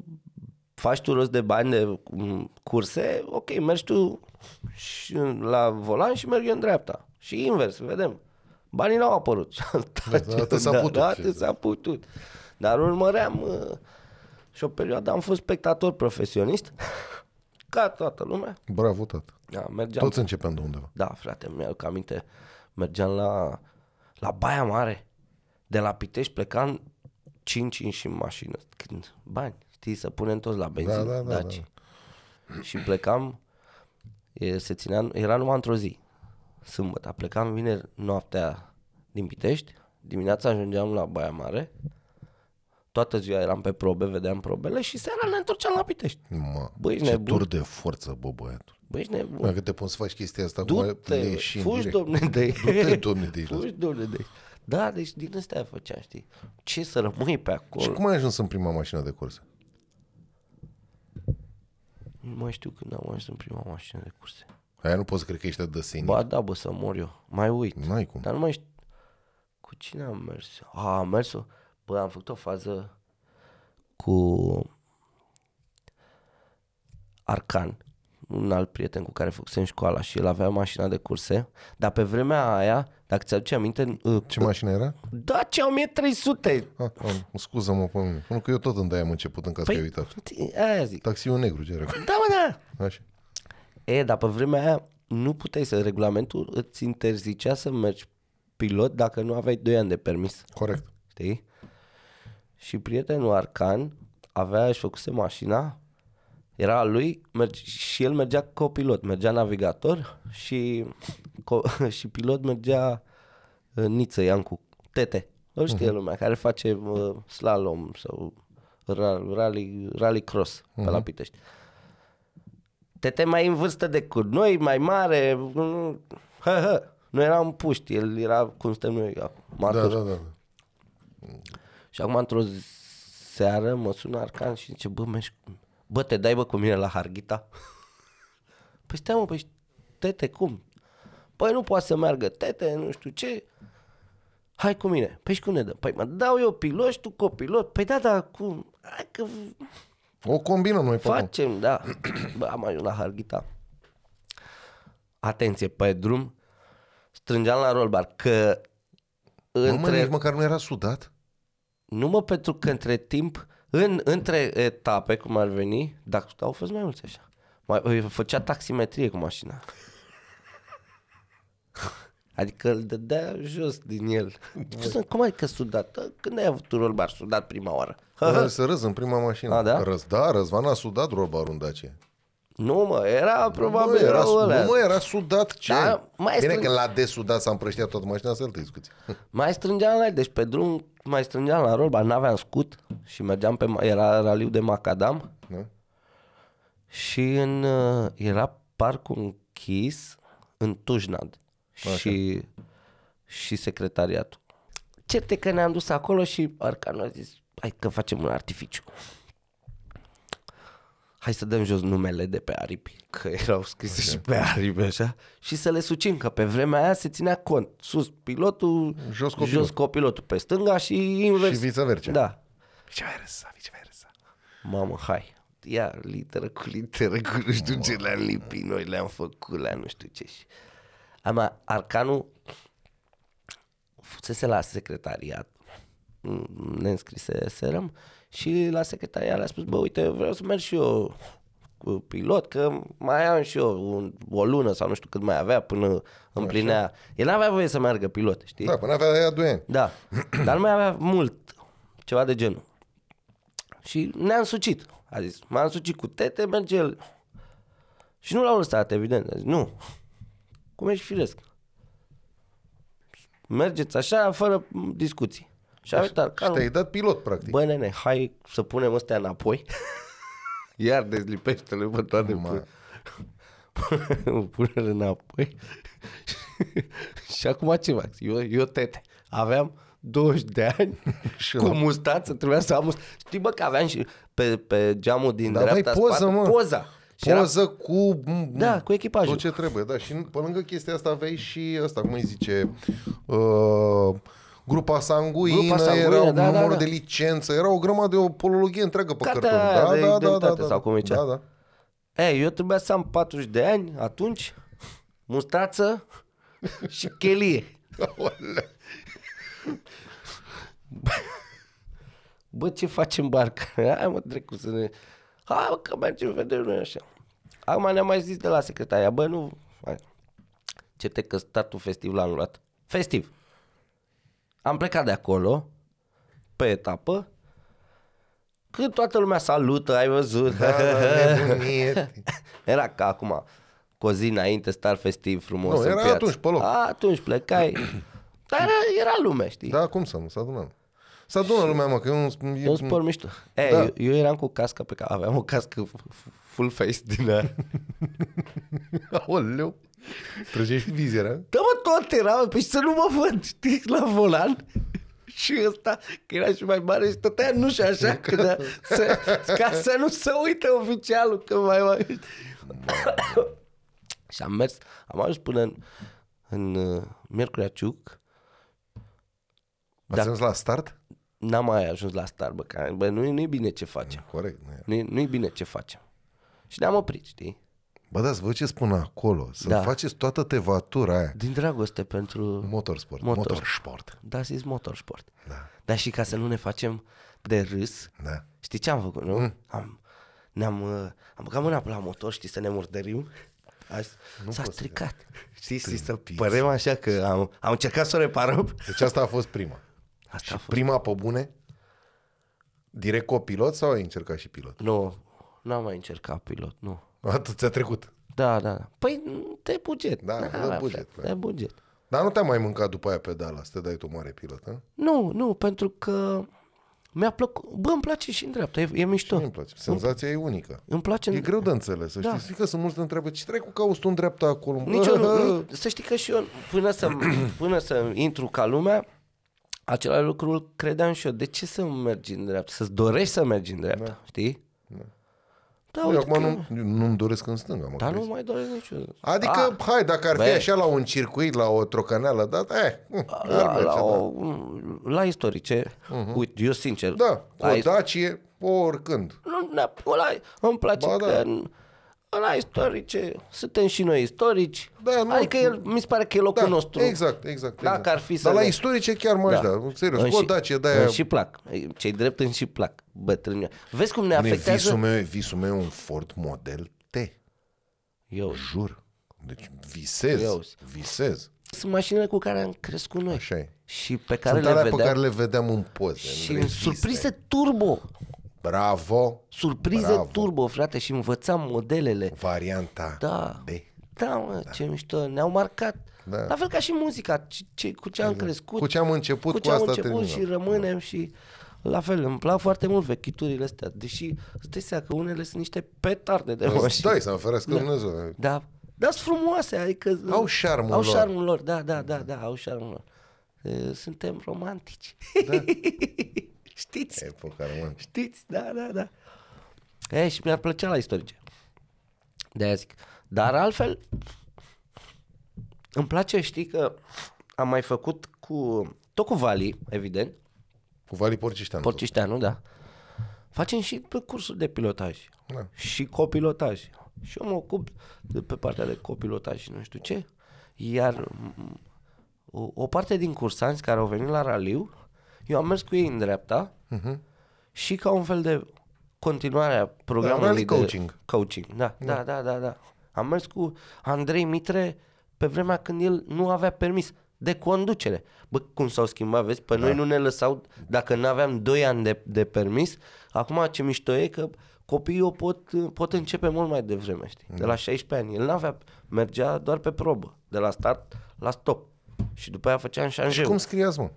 A: faci tu rost de bani de mm, curse, ok, mergi tu și la volan și mergi în dreapta. Și invers, vedem. Banii n-au apărut. [laughs] Și am stat
B: da,
A: eu,
B: atât s-a
A: da,
B: putut.
A: Da, atât s-a putut. Dar urmăream uh, și o perioadă am fost spectator profesionist, [laughs] ca toată lumea.
B: Bravo, tată.
A: Da, mergeam
B: Toți începem de undeva.
A: da, frate, mi-aduc aminte, mergeam la, la Baia Mare, de la Pitești plecam 5 și în mașină, când bani, știi, să punem toți la benzină,
B: da,
A: da,
B: da,
A: da,
B: da.
A: daci. Da, Și plecam, e, se ținea, era numai într-o zi, sâmbătă, plecam vineri noaptea din Pitești, dimineața ajungeam la Baia Mare, toată ziua eram pe probe, vedeam probele și seara ne întorceam la Pitești.
B: Mă,
A: Băi, ești
B: ce
A: nebun.
B: tur de forță, bă, băiatul.
A: Băi, ești nebun.
B: Dacă te pun să faci chestia asta, acum le
A: Du-te,
B: ieși în
A: fugi,
B: direct.
A: domne, de aici.
B: Du-te, domne, de aici.
A: Fugi, domne, de aici. Da, deci din ăsta făceam, știi? Ce să rămâi pe
B: Și
A: acolo?
B: cum ai ajuns în prima mașină de curse?
A: Nu mai știu când am ajuns în prima mașină de curse.
B: Aia nu poți să cred că ești atât de senin.
A: Ba da, bă, să mor eu. Mai uit.
B: N-ai cum.
A: Dar nu mai știu. Cu cine am mers? eu? A, am mers -o. Bă, am făcut o fază cu Arcan, un alt prieten cu care făcusem școala și el avea mașina de curse, dar pe vremea aia, dacă ți-aduce aminte, uh,
B: Ce mașină era?
A: da, ce 1300,
B: Ah, am, scuză-mă pe mine. Pentru că eu tot îndai am început în caz
A: Păi-
B: că ai uitat.
A: Ți- Aia zic.
B: Taxiul negru, ce era?
A: Da, mă, da.
B: Așa.
A: E, dar pe vremea aia nu puteai să, regulamentul îți interzicea să mergi pilot dacă nu aveai 2 ani de permis,
B: Corect.
A: Exact. știi? Și prietenul Arcan avea, își făcuse mașina, era a lui merge, și el mergea copilot, mergea navigator și, co- [laughs] și pilot mergea uh, Niță Iancu, Tete. Îl știe uh-huh. lumea, care face uh, slalom sau ra- rally, rally cross uh-huh. pe la Pitești. Tete mai în vârstă decât noi, mai mare, mm, hă, hă. Noi eram puști, el era cum suntem noi acum.
B: Da,
A: atunci.
B: da, da.
A: Și acum într-o z- seară mă sună Arcan și zice, bă, mergi, cu- bă, te dai bă cu mine la Harghita? [laughs] păi stai mă, păi tete, cum? Păi nu poate să meargă tete, nu știu ce. Hai cu mine. Păi și cum ne dăm? Păi mă dau eu pilot și tu copilot. Păi da, da, cum? Hai că
B: O combinăm noi pe acum.
A: facem, da. [clears throat] Bă, am ajuns la Harghita. Atenție, pe drum strângeam la rolbar că
B: Mamă,
A: între
B: nici măcar nu era sudat?
A: Nu mă, pentru că între timp, în, între etape, cum ar veni, dacă au fost mai mulți așa, mai, îi făcea taximetrie cu mașina. [laughs] Adică îl dădea jos din el. Spune, cum ai că sudat? "Ă, Când ai avut un rolbar sudat prima oară? [laughs]
B: Vreau să râzi în prima mașină.
A: A, da?
B: Răz, da, Răzvan a sudat roba rundacie.
A: Nu mă, era probabil
B: Bă, era,
A: rău ăla.
B: nu, mă, era sudat ce?
A: Da, mai
B: Bine
A: strâng-
B: că l-a desudat, s-a împrăștiat toată mașina, să altă discuție.
A: Mai strângeam la deci pe drum mai strângeam la rolba, n-aveam scut și mergeam pe, era raliu de Macadam
B: Da?
A: și în, uh, era parcul închis în Tujnad și, și secretariatul. Certe că ne-am dus acolo și Arcan a zis, hai că facem un artificiu. Hai să dăm jos numele de pe aripi, că erau scrise și pe aripi așa, și să le sucim, că pe vremea aia se ținea cont. Sus pilotul,
B: Jos copilot.
A: jos copilotul pe stânga și invers.
B: Și viceversa.
A: Da.
B: Viceversa, viceversa.
A: Mamă, hai, ia literă cu literă, cu nu știu ce le-am lipit, noi le-am făcut la nu știu ce. Și... Ama, Arcanul fusese la secretariat, Mm, ne înscrise serăm și la secretariat le-a spus, bă, uite, vreau să merg și eu cu pilot, că mai am și eu un, o lună sau nu știu cât mai avea până împlinea. El n-avea voie să meargă pilot, știi?
B: Da, până avea aia 2 ani.
A: Da, dar nu mai avea mult, ceva de genul. Și ne-a sucit. A zis, m-a însucit cu tete, merge el. Și nu l-au lăsat, evident. A zis, nu, cum ești firesc. Mergeți așa, fără discuții. Și a uitat
B: Și
A: canul.
B: te-ai dat pilot, practic.
A: Bă, nene, hai să punem ăstea
B: [laughs]
A: înapoi. Iar dezlipește-le pe toate. Pune- [laughs] Pune-le
B: [laughs]
A: înapoi. și acum ce fac? Eu, eu tete. Aveam 20 de ani
B: [laughs] Și
A: cu
B: la-
A: mustață, trebuia să am mustață. Știi, bă, că aveam și pe, pe geamul din
B: Dar aveai
A: dreapta
B: poză,
A: spate,
B: mă.
A: poza. Și era
B: Poză cu... m-
A: Da, cu echipajul.
B: Tot ce trebuie, da. Și pe lângă chestia asta aveai și ăsta, cum îi zice... Uh, grupa sanguină,
A: Grupa sanguină,
B: era
A: da, da,
B: numărul
A: da.
B: de licență, era o grămadă de o polologie întreagă pe
A: Cartea
B: carton. Da,
A: de
B: da, da, da,
A: identitate
B: da,
A: sau cum îi zicea.
B: da, da.
A: Ei, eu trebuia să am 40 de ani atunci, mustață și chelie. Bă, ce facem barca? Hai mă, trecu să ne... Hai mă, că mergem, vedem noi așa. Acum ne-am mai zis de la secretaria, bă, nu... Hai. Ce te că startul festiv l-am luat. Festiv. Am plecat de acolo, pe etapă, când toată lumea salută, ai văzut.
B: Da, da, nebunie.
A: [laughs] Era ca acum, cu o zi înainte, star festiv frumos
B: Nu,
A: în
B: era
A: piață.
B: atunci, pe loc.
A: A, atunci
B: [clears throat]
A: plecai. Dar era, era lume, știi?
B: Da, cum să nu, să adunăm. Să adună lumea, mă, că e un...
A: E un sport mișto. E,
B: Da.
A: da. eu, eu, eram cu casca pe care aveam o cască f- f- full face din
B: [laughs]
A: aia.
B: [laughs] Aoleu. Trăgești viziera.
A: Da, mă, tot era, pe și să nu mă văd, știi, la volan. [laughs] Și ăsta, că era și mai mare, și stătea nu și așa, că
B: [laughs]
A: da, să, ca să nu se uite oficialul, că mai mai... [coughs] și am mers, am ajuns până în, în uh, Miercurea Ciuc,
B: Ați
A: Da.
B: ajuns la start?
A: n-am mai ajuns la star, bă, că, bă nu, nu-i bine ce facem,
B: Corect. nu e.
A: nu-i, nu-i bine ce facem. Și ne-am oprit, știi?
B: Bă, da, să vă ce spun acolo. Să
A: Da.
B: faceți toată tevatura aia.
A: Din dragoste pentru...
B: Motorsport.
A: Motor.
B: Motorsport.
A: Da, zis motorsport.
B: Da.
A: Dar și ca să nu ne facem de râs,
B: Da.
A: știi ce am făcut, nu?
B: Mm.
A: Am, ne-am, uh, am băgat mâna pe la motor, știi, să ne murdărim. Azi, s-a stricat. [laughs] Știi, și să
B: Tâmpiți.
A: părem așa că am, am încercat să o
B: [laughs]
A: reparăm.
B: Deci asta a fost prima.
A: Asta a fost.
B: Prima pe bune? Direct copilot sau ai încercat și pilot?
A: Nu, n-am mai încercat pilot, nu.
B: Atât ți-a trecut.
A: Da, da, da. Păi, n- de buget.
B: Da, de
A: avea
B: buget,
A: fel,
B: da.
A: De buget.
B: Dar nu te-a mai mâncat după aia pedala să te dai tu mare pilot, a?
A: Nu, nu, pentru că mi-a plăcut. Bă, îmi place și în dreapta, e, e mișto.
B: Mie îmi place. Senzația e unică.
A: Îmi place
B: E
A: în Da.
B: greu de înțeles, să știi. Știi că sunt mulți te întreabă, ce trebuie cu cauți tu în dreapta acolo?
A: Nici eu nu,
B: [laughs]
A: nu, să știi că și eu, până să, până să intru ca lumea, același lucru credeam și eu. De ce să mergi în dreapta? Să-ți dorești să mergi în dreapta, da. știi? Da, da
B: Eu
A: uite,
B: Păi, acum
A: că,
B: nu, eu nu-mi doresc în stânga, mă.
A: dar
B: crezi?
A: nu mai doresc niciodată.
B: Adică,
A: A,
B: hai, dacă ar fi
A: Băi.
B: așa la un circuit, la o trocaneală, da, eh, mm, ar
A: la,
B: merge,
A: la,
B: da. Mhm.
A: o, la istorice, uite, eu sincer,
B: Da, cu
A: la
B: o Dacie, oricând.
A: Nu, ne, ăla, îmi place
B: Ba
A: ba,
B: da.
A: da. că în, ăla istorice, suntem și noi istorici.
B: Da, nu-
A: adică el, mi se pare că e locul
B: Da,
A: nostru.
B: exact, exact.
A: Dacă
B: exact.
A: ar fi să
B: Dar la
A: le-
B: istorice chiar m-aș da. Serios, cu o Dacie de aia...
A: Îmi și plac. Cei drept îmi și plac, bătrâni. Vezi cum ne
B: Ne, visul,
A: afectează?
B: meu, e- visul meu e un Ford Model T,
A: Eu.
B: jur. Deci visez,
A: Eu-
B: visez.
A: Sunt mașinile cu care am crescut noi.
B: Așa e.
A: Și pe care
B: Sunt
A: le
B: alea
A: vedeam.
B: pe care le vedeam în poze.
A: Și
B: în
A: în
B: reviste.
A: surprize turbo.
B: Bravo!
A: Surpriză
B: Bravo.
A: turbo, frate, și învățam modelele.
B: Varianta
A: Da.
B: B.
A: Da, mă, ce mișto, ne-au marcat.
B: Da. Exact.
A: La fel ca și muzica, ce, ce, cu ce am crescut.
B: Cu ce am început,
A: cu ce
B: cu
A: am
B: asta
A: început
B: terminăm.
A: și rămânem și la fel, îmi plac foarte mult vechiturile astea, deși îți dai seama că unele sunt niște petarde de
B: Îți
A: mașini.
B: Dai Păi, să-mi ferească Dumnezeu.
A: Da. Dar sunt frumoase, adică
B: Au șarmul
A: au
B: lor.
A: șarmul lor. Da, da, da, da, au șarmul lor. E, Suntem romantici. Da. [laughs] Știți?
B: Epoca română.
A: Știți? Da, da, da. E, și mi-ar plăcea la istorice. de zic. Dar altfel, îmi place, știi că am mai făcut cu, tot cu Vali, evident,
B: Cu Vali Porcișteanu.
A: Porcișteanu, da. Facem și pe cursuri de pilotaj.
B: Da.
A: Și copilotaj. Și eu mă ocup de pe partea de copilotaj și nu știu ce. Iar m, o, o parte din cursanți care au venit la raliu, eu am mers cu ei în dreapta
B: Mhm.
A: uh-huh. și ca un fel de continuare a programului
B: rally
A: de
B: coaching.
A: coaching. Da, da, da, da, da. Am mers cu Andrei Mitre pe vremea când el nu avea permis de conducere. Bă, cum s-au schimbat, vezi? Pe da. noi nu ne lăsau, dacă nu aveam 2 ani de, de permis, acum ce mișto e că copiii o pot, pot începe mult mai devreme, știi? De la 16 ani. El n-avea, mergea doar pe probă, de la start la stop. Și după aia făceam șanjeu.
B: Cum scriați, mă?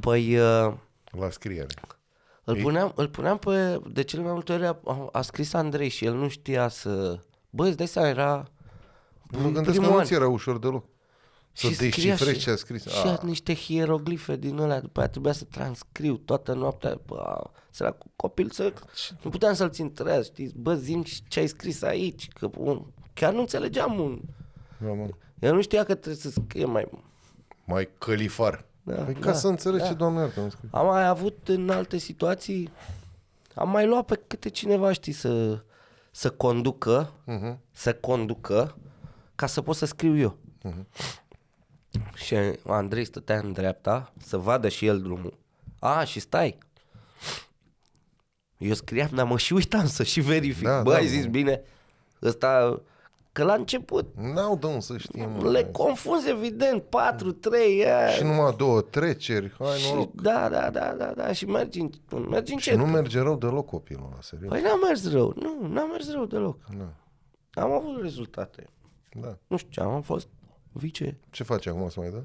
A: Păi... Uh,
B: La scriere.
A: îl puneam, îl puneam pe... De cele mai multe ori a, a, a scris Andrei și el nu știa să... Bă, îți dai seama, era...
B: Nu gândesc că
A: Păi, primul
B: nu
A: an.
B: ți era ușor deloc. Să
A: și scria
B: descifrezi
A: și,
B: ce a scris.
A: Și
B: Ah.
A: a, niște hieroglife din alea, după aia trebuia să transcriu toată noaptea, bă, cu copil să... Nu puteam să-l țin treaz, știi? Bă, zim ce ai scris aici, că un, chiar nu înțelegeam un...
B: Da, mă.
A: El nu știa că trebuie să scrie mai...
B: Mai călifar.
A: Da,
B: păi ca
A: da,
B: să înțelegi ce doamne iartă am scris.
A: Am mai avut în alte situații, am mai luat pe câte cineva, știi, să, să conducă,
B: Mhm.
A: uh-huh. să conducă, ca să pot să scriu eu.
B: Mhm.
A: Uh-huh. Și Andrei stătea în dreapta să vadă și el drumul. A, și stai. Eu scriam, dar mă și uitam să și verific.
B: Da,
A: Da, Bă,
B: da,
A: ai
B: mă.
A: zis bine, ăsta... Că la început
B: N-au de unde să știm. mă.
A: le confunzi, evident, 4, 3,
B: Și numai două treceri. Hai,
A: și,
B: noroc.
A: da, da, da, da, da, și mergi, în, mergi
B: Și
A: încet.
B: nu merge rău deloc copilul ăla, serios.
A: Păi n-a mers rău, nu, n-a mers rău deloc.
B: Da.
A: Am avut rezultate.
B: da.
A: Nu știu ce, am am fost vice.
B: Ce face acum să mai dă?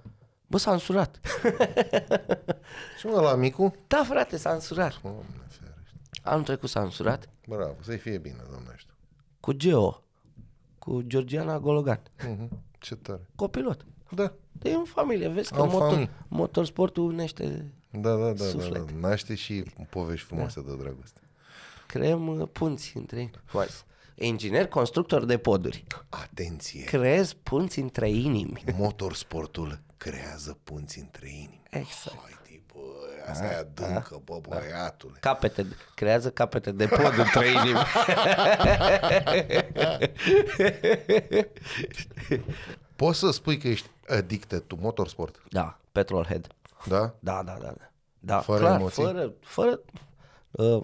A: Bă, s-a însurat. [laughs]
B: Și mă, la micu?
A: Da, frate, s-a însurat.
B: Doamne ferește.
A: Anul trecut s-a însurat
B: Bravo, să-i fie bine, doamne ăștia.
A: cu Geo, cu Georgiana Gologan,
B: Mhm. Ce tare.
A: copilot.
B: Da.
A: De în familie, vezi că
B: Am
A: motor,
B: familie.
A: motorsportul unește,
B: Da, da, da, da, da.
A: Suflet.
B: Naște și povești frumoase de dragoste.
A: creăm uh, punți între ei. Mai- Inginer, constructor de poduri.
B: Atenție!
A: Creezi punți între inimi.
B: Motorsportul creează punți între inimi.
A: Exact.
B: Haide, bă, asta e adâncă, bă,
A: da.
B: băiatule.
A: Capete, creează capete de pod între inimi.
B: [laughs] Poți să spui că ești addicted tu motorsport,
A: Da, petrolhead.
B: da?
A: Da, da, da. da. da
B: Fără
A: clar,
B: emoții?
A: Fără, fără uh,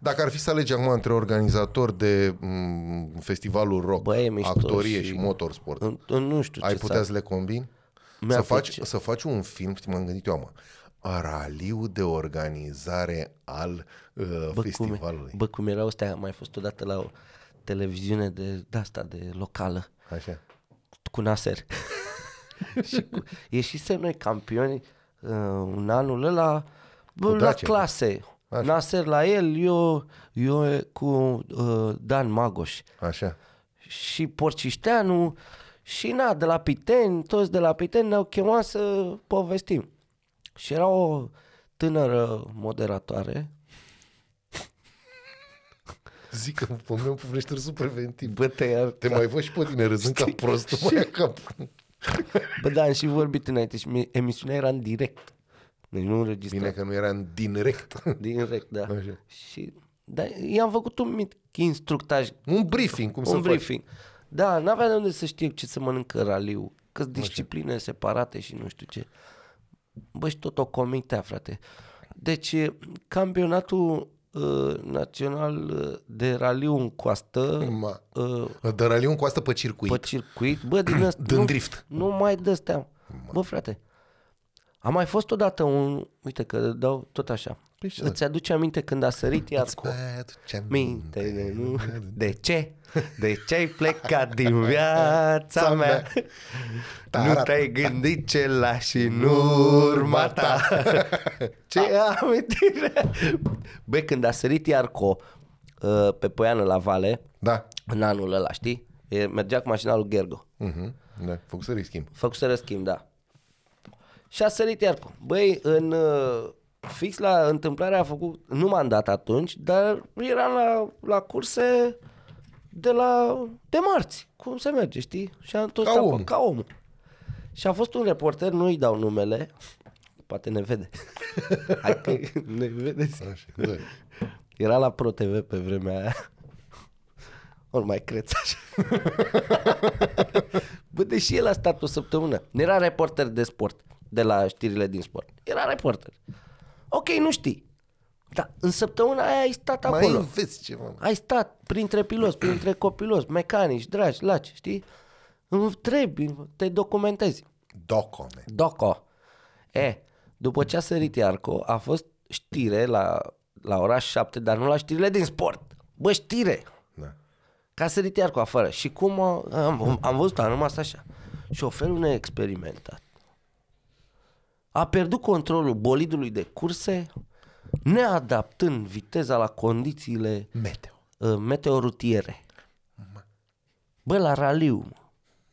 B: Dacă ar fi să alegi acum între organizator de m- festivalul rock,
A: Bă, e mișto
B: actorie și,
A: și-
B: motorsport,
A: în, în, nu știu
B: ai
A: ce
B: putea să le combini?
A: Mi-ar
B: Să faci,
A: plăcea.
B: să faci un film, știi, m-am gândit eu, mă, raliu de organizare al uh,
A: bă,
B: festivalului.
A: Cum, e- bă, cum erau astea, am mai fost odată la o televiziune de, de asta, de locală,
B: Așa.
A: cu Naser. [laughs] și cu, ieșisem noi campioni uh, în anul ăla, bă, la
B: Dacia.
A: clase.
B: da. Așa.
A: Naser la el, eu, eu cu uh, Dan Magoș.
B: Așa.
A: și Porcișteanu și na, de la Piteni, toți de la Piteni ne-au chemat să povestim. Și era o tânără moderatoare.
B: Zic că pe meu povestiri sunt preventiv.
A: Bă, te
B: Te mai văd și pe tine râzând ca prostul, mai ca...
A: Bă, da, am și vorbit înainte și mi- emisiunea era în direct. Deci nu înregistrat.
B: Bine că nu era în direct. [laughs]
A: Direct, da.
B: Așa.
A: Și da, i-am făcut un mic instructaj,
B: Un briefing, cum să
A: un
B: faci.
A: briefing. Da, n-avea de unde să știe ce să mănâncă raliu, că discipline separate și nu știu ce. Bă, și tot o comitea, frate. Deci, e, campionatul uh, național uh, de raliu în coastă,
B: Ma.
A: uh,
B: Dar aliun cu asta pe circuit.
A: pe circuit, bă,
B: [coughs]
A: din ăsta,
B: Dând drift.
A: Nu mai dă stea. Bă, frate, a mai fost odată un, uite că dau tot așa,
B: Păi ce
A: Îți aduce aminte când a
B: [coughs]
A: sărit ea cu minte de nu? De ce? De ce ai plecat [laughs] din viața mea? Nu te-ai gândit ce lași da. în urma ta Ce amintire Băi, când a sărit Iarco uh, Pe Poiană la Vale
B: Da,
A: În anul ăla, știi? E- Mergea cu mașina lui Gergo
B: uh-huh. da. făcut să schimb.
A: Făcuseră schimb, da. Și a sărit iar cu. Băi, în, uh, fix la întâmplare a făcut, nu m-am dat atunci, dar eram la, la curse de la de marți, cum se merge, știi? Și am întors
B: Ca
A: capul,
B: om.
A: ca omul. Și a fost un reporter, nu-i dau numele, poate ne vede. Hai că ne vede.
B: Așa, da.
A: Era la Pro TV pe vremea aia. [laughs] Ori mai creț așa. Bă, deși el a stat o săptămână. Nu era reporter de sport, de la știrile din sport. Era reporter. Ok, nu știi. Dar în săptămâna aia ai stat
B: Mai
A: Da, acolo.
B: înveți ceva. mă.
A: Ai stat printre piloți, printre copiloți, mecanici, dragi, laci, știi? Întrebi, te documentezi.
B: Docome.
A: Doco. E, după ce a sărit Iarco, a fost știre la, la ora 7, dar nu la știrile din sport. Bă, știre!
B: Da.
A: Că a sărit Iarco afară. Și cum a, am, am văzut anul asta așa. Șoferul neexperimentat. A pierdut controlul bolidului de curse, neadaptând viteza la condițiile
B: Meteo.
A: uh, meteorutiere. Bă, la raliu. mă.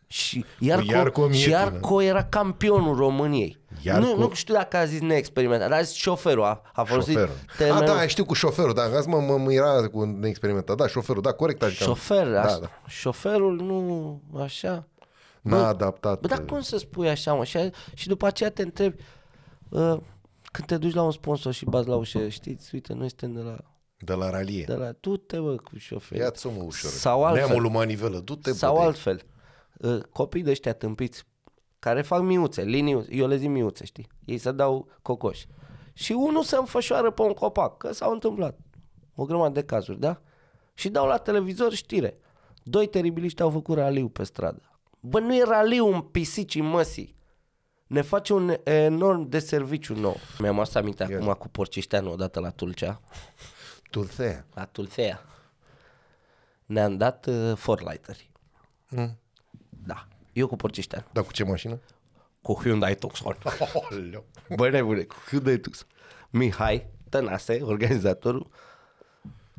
A: Și Iarco,
B: Iarco
A: Iarco,
B: mie
A: și
B: până.
A: Iarco era campionul României.
B: Iarco-
A: Iarco... Nu, nu știu dacă a zis neexperimentat, dar a zis șoferul. A, a folosit
B: Șoferul.
A: termenul.
B: A, da, știu cu șoferul, da, azi mă, mă, mă era cu neexperimentat. Da, șoferul, da, corect. Adică
A: Șofer, da,
B: da,
A: asta.
B: da.
A: Șoferul nu așa.
B: N-a adaptat. uh,
A: Bă, dar cum să spui așa, mă? Și, și după aceea te întrebi, uh, când te duci la un sponsor și bați la ușă, știți, uite, noi suntem de la...
B: De la ralie.
A: De la tu te bă, cu șofer.
B: Ia-ți-o mă ușor.
A: Da. Sau altfel.
B: Neamul lui manivelă, du-te bă,
A: Sau
B: de-
A: altfel, uh, copiii de ăștia tâmpiți care fac miuțe, linii, eu le zic miuțe, știi? Ei să dau cocoș. Și unul se înfășoară pe un copac, că s-au întâmplat o grămadă de cazuri, da? Și dau la televizor știre. Doi teribiliști au făcut raliu pe stradă. Bă, nu e raliu în pisicii măsii. Ne face un enorm de serviciu nou. Mi-am asta aminte acum cu Porcișteanu odată la Tulcea,
B: Tulsea.
A: la Tulcea. Ne-am dat uh, forlighteri.
B: Mm.
A: Da. Eu cu Porcișteanu.
B: Dar Da, cu ce mașină?
A: Cu Hyundai Tucson.
B: Aoleu.
A: Băi, nebune, cu Hyundai Tucson. Mihai Tănase, organizatorul.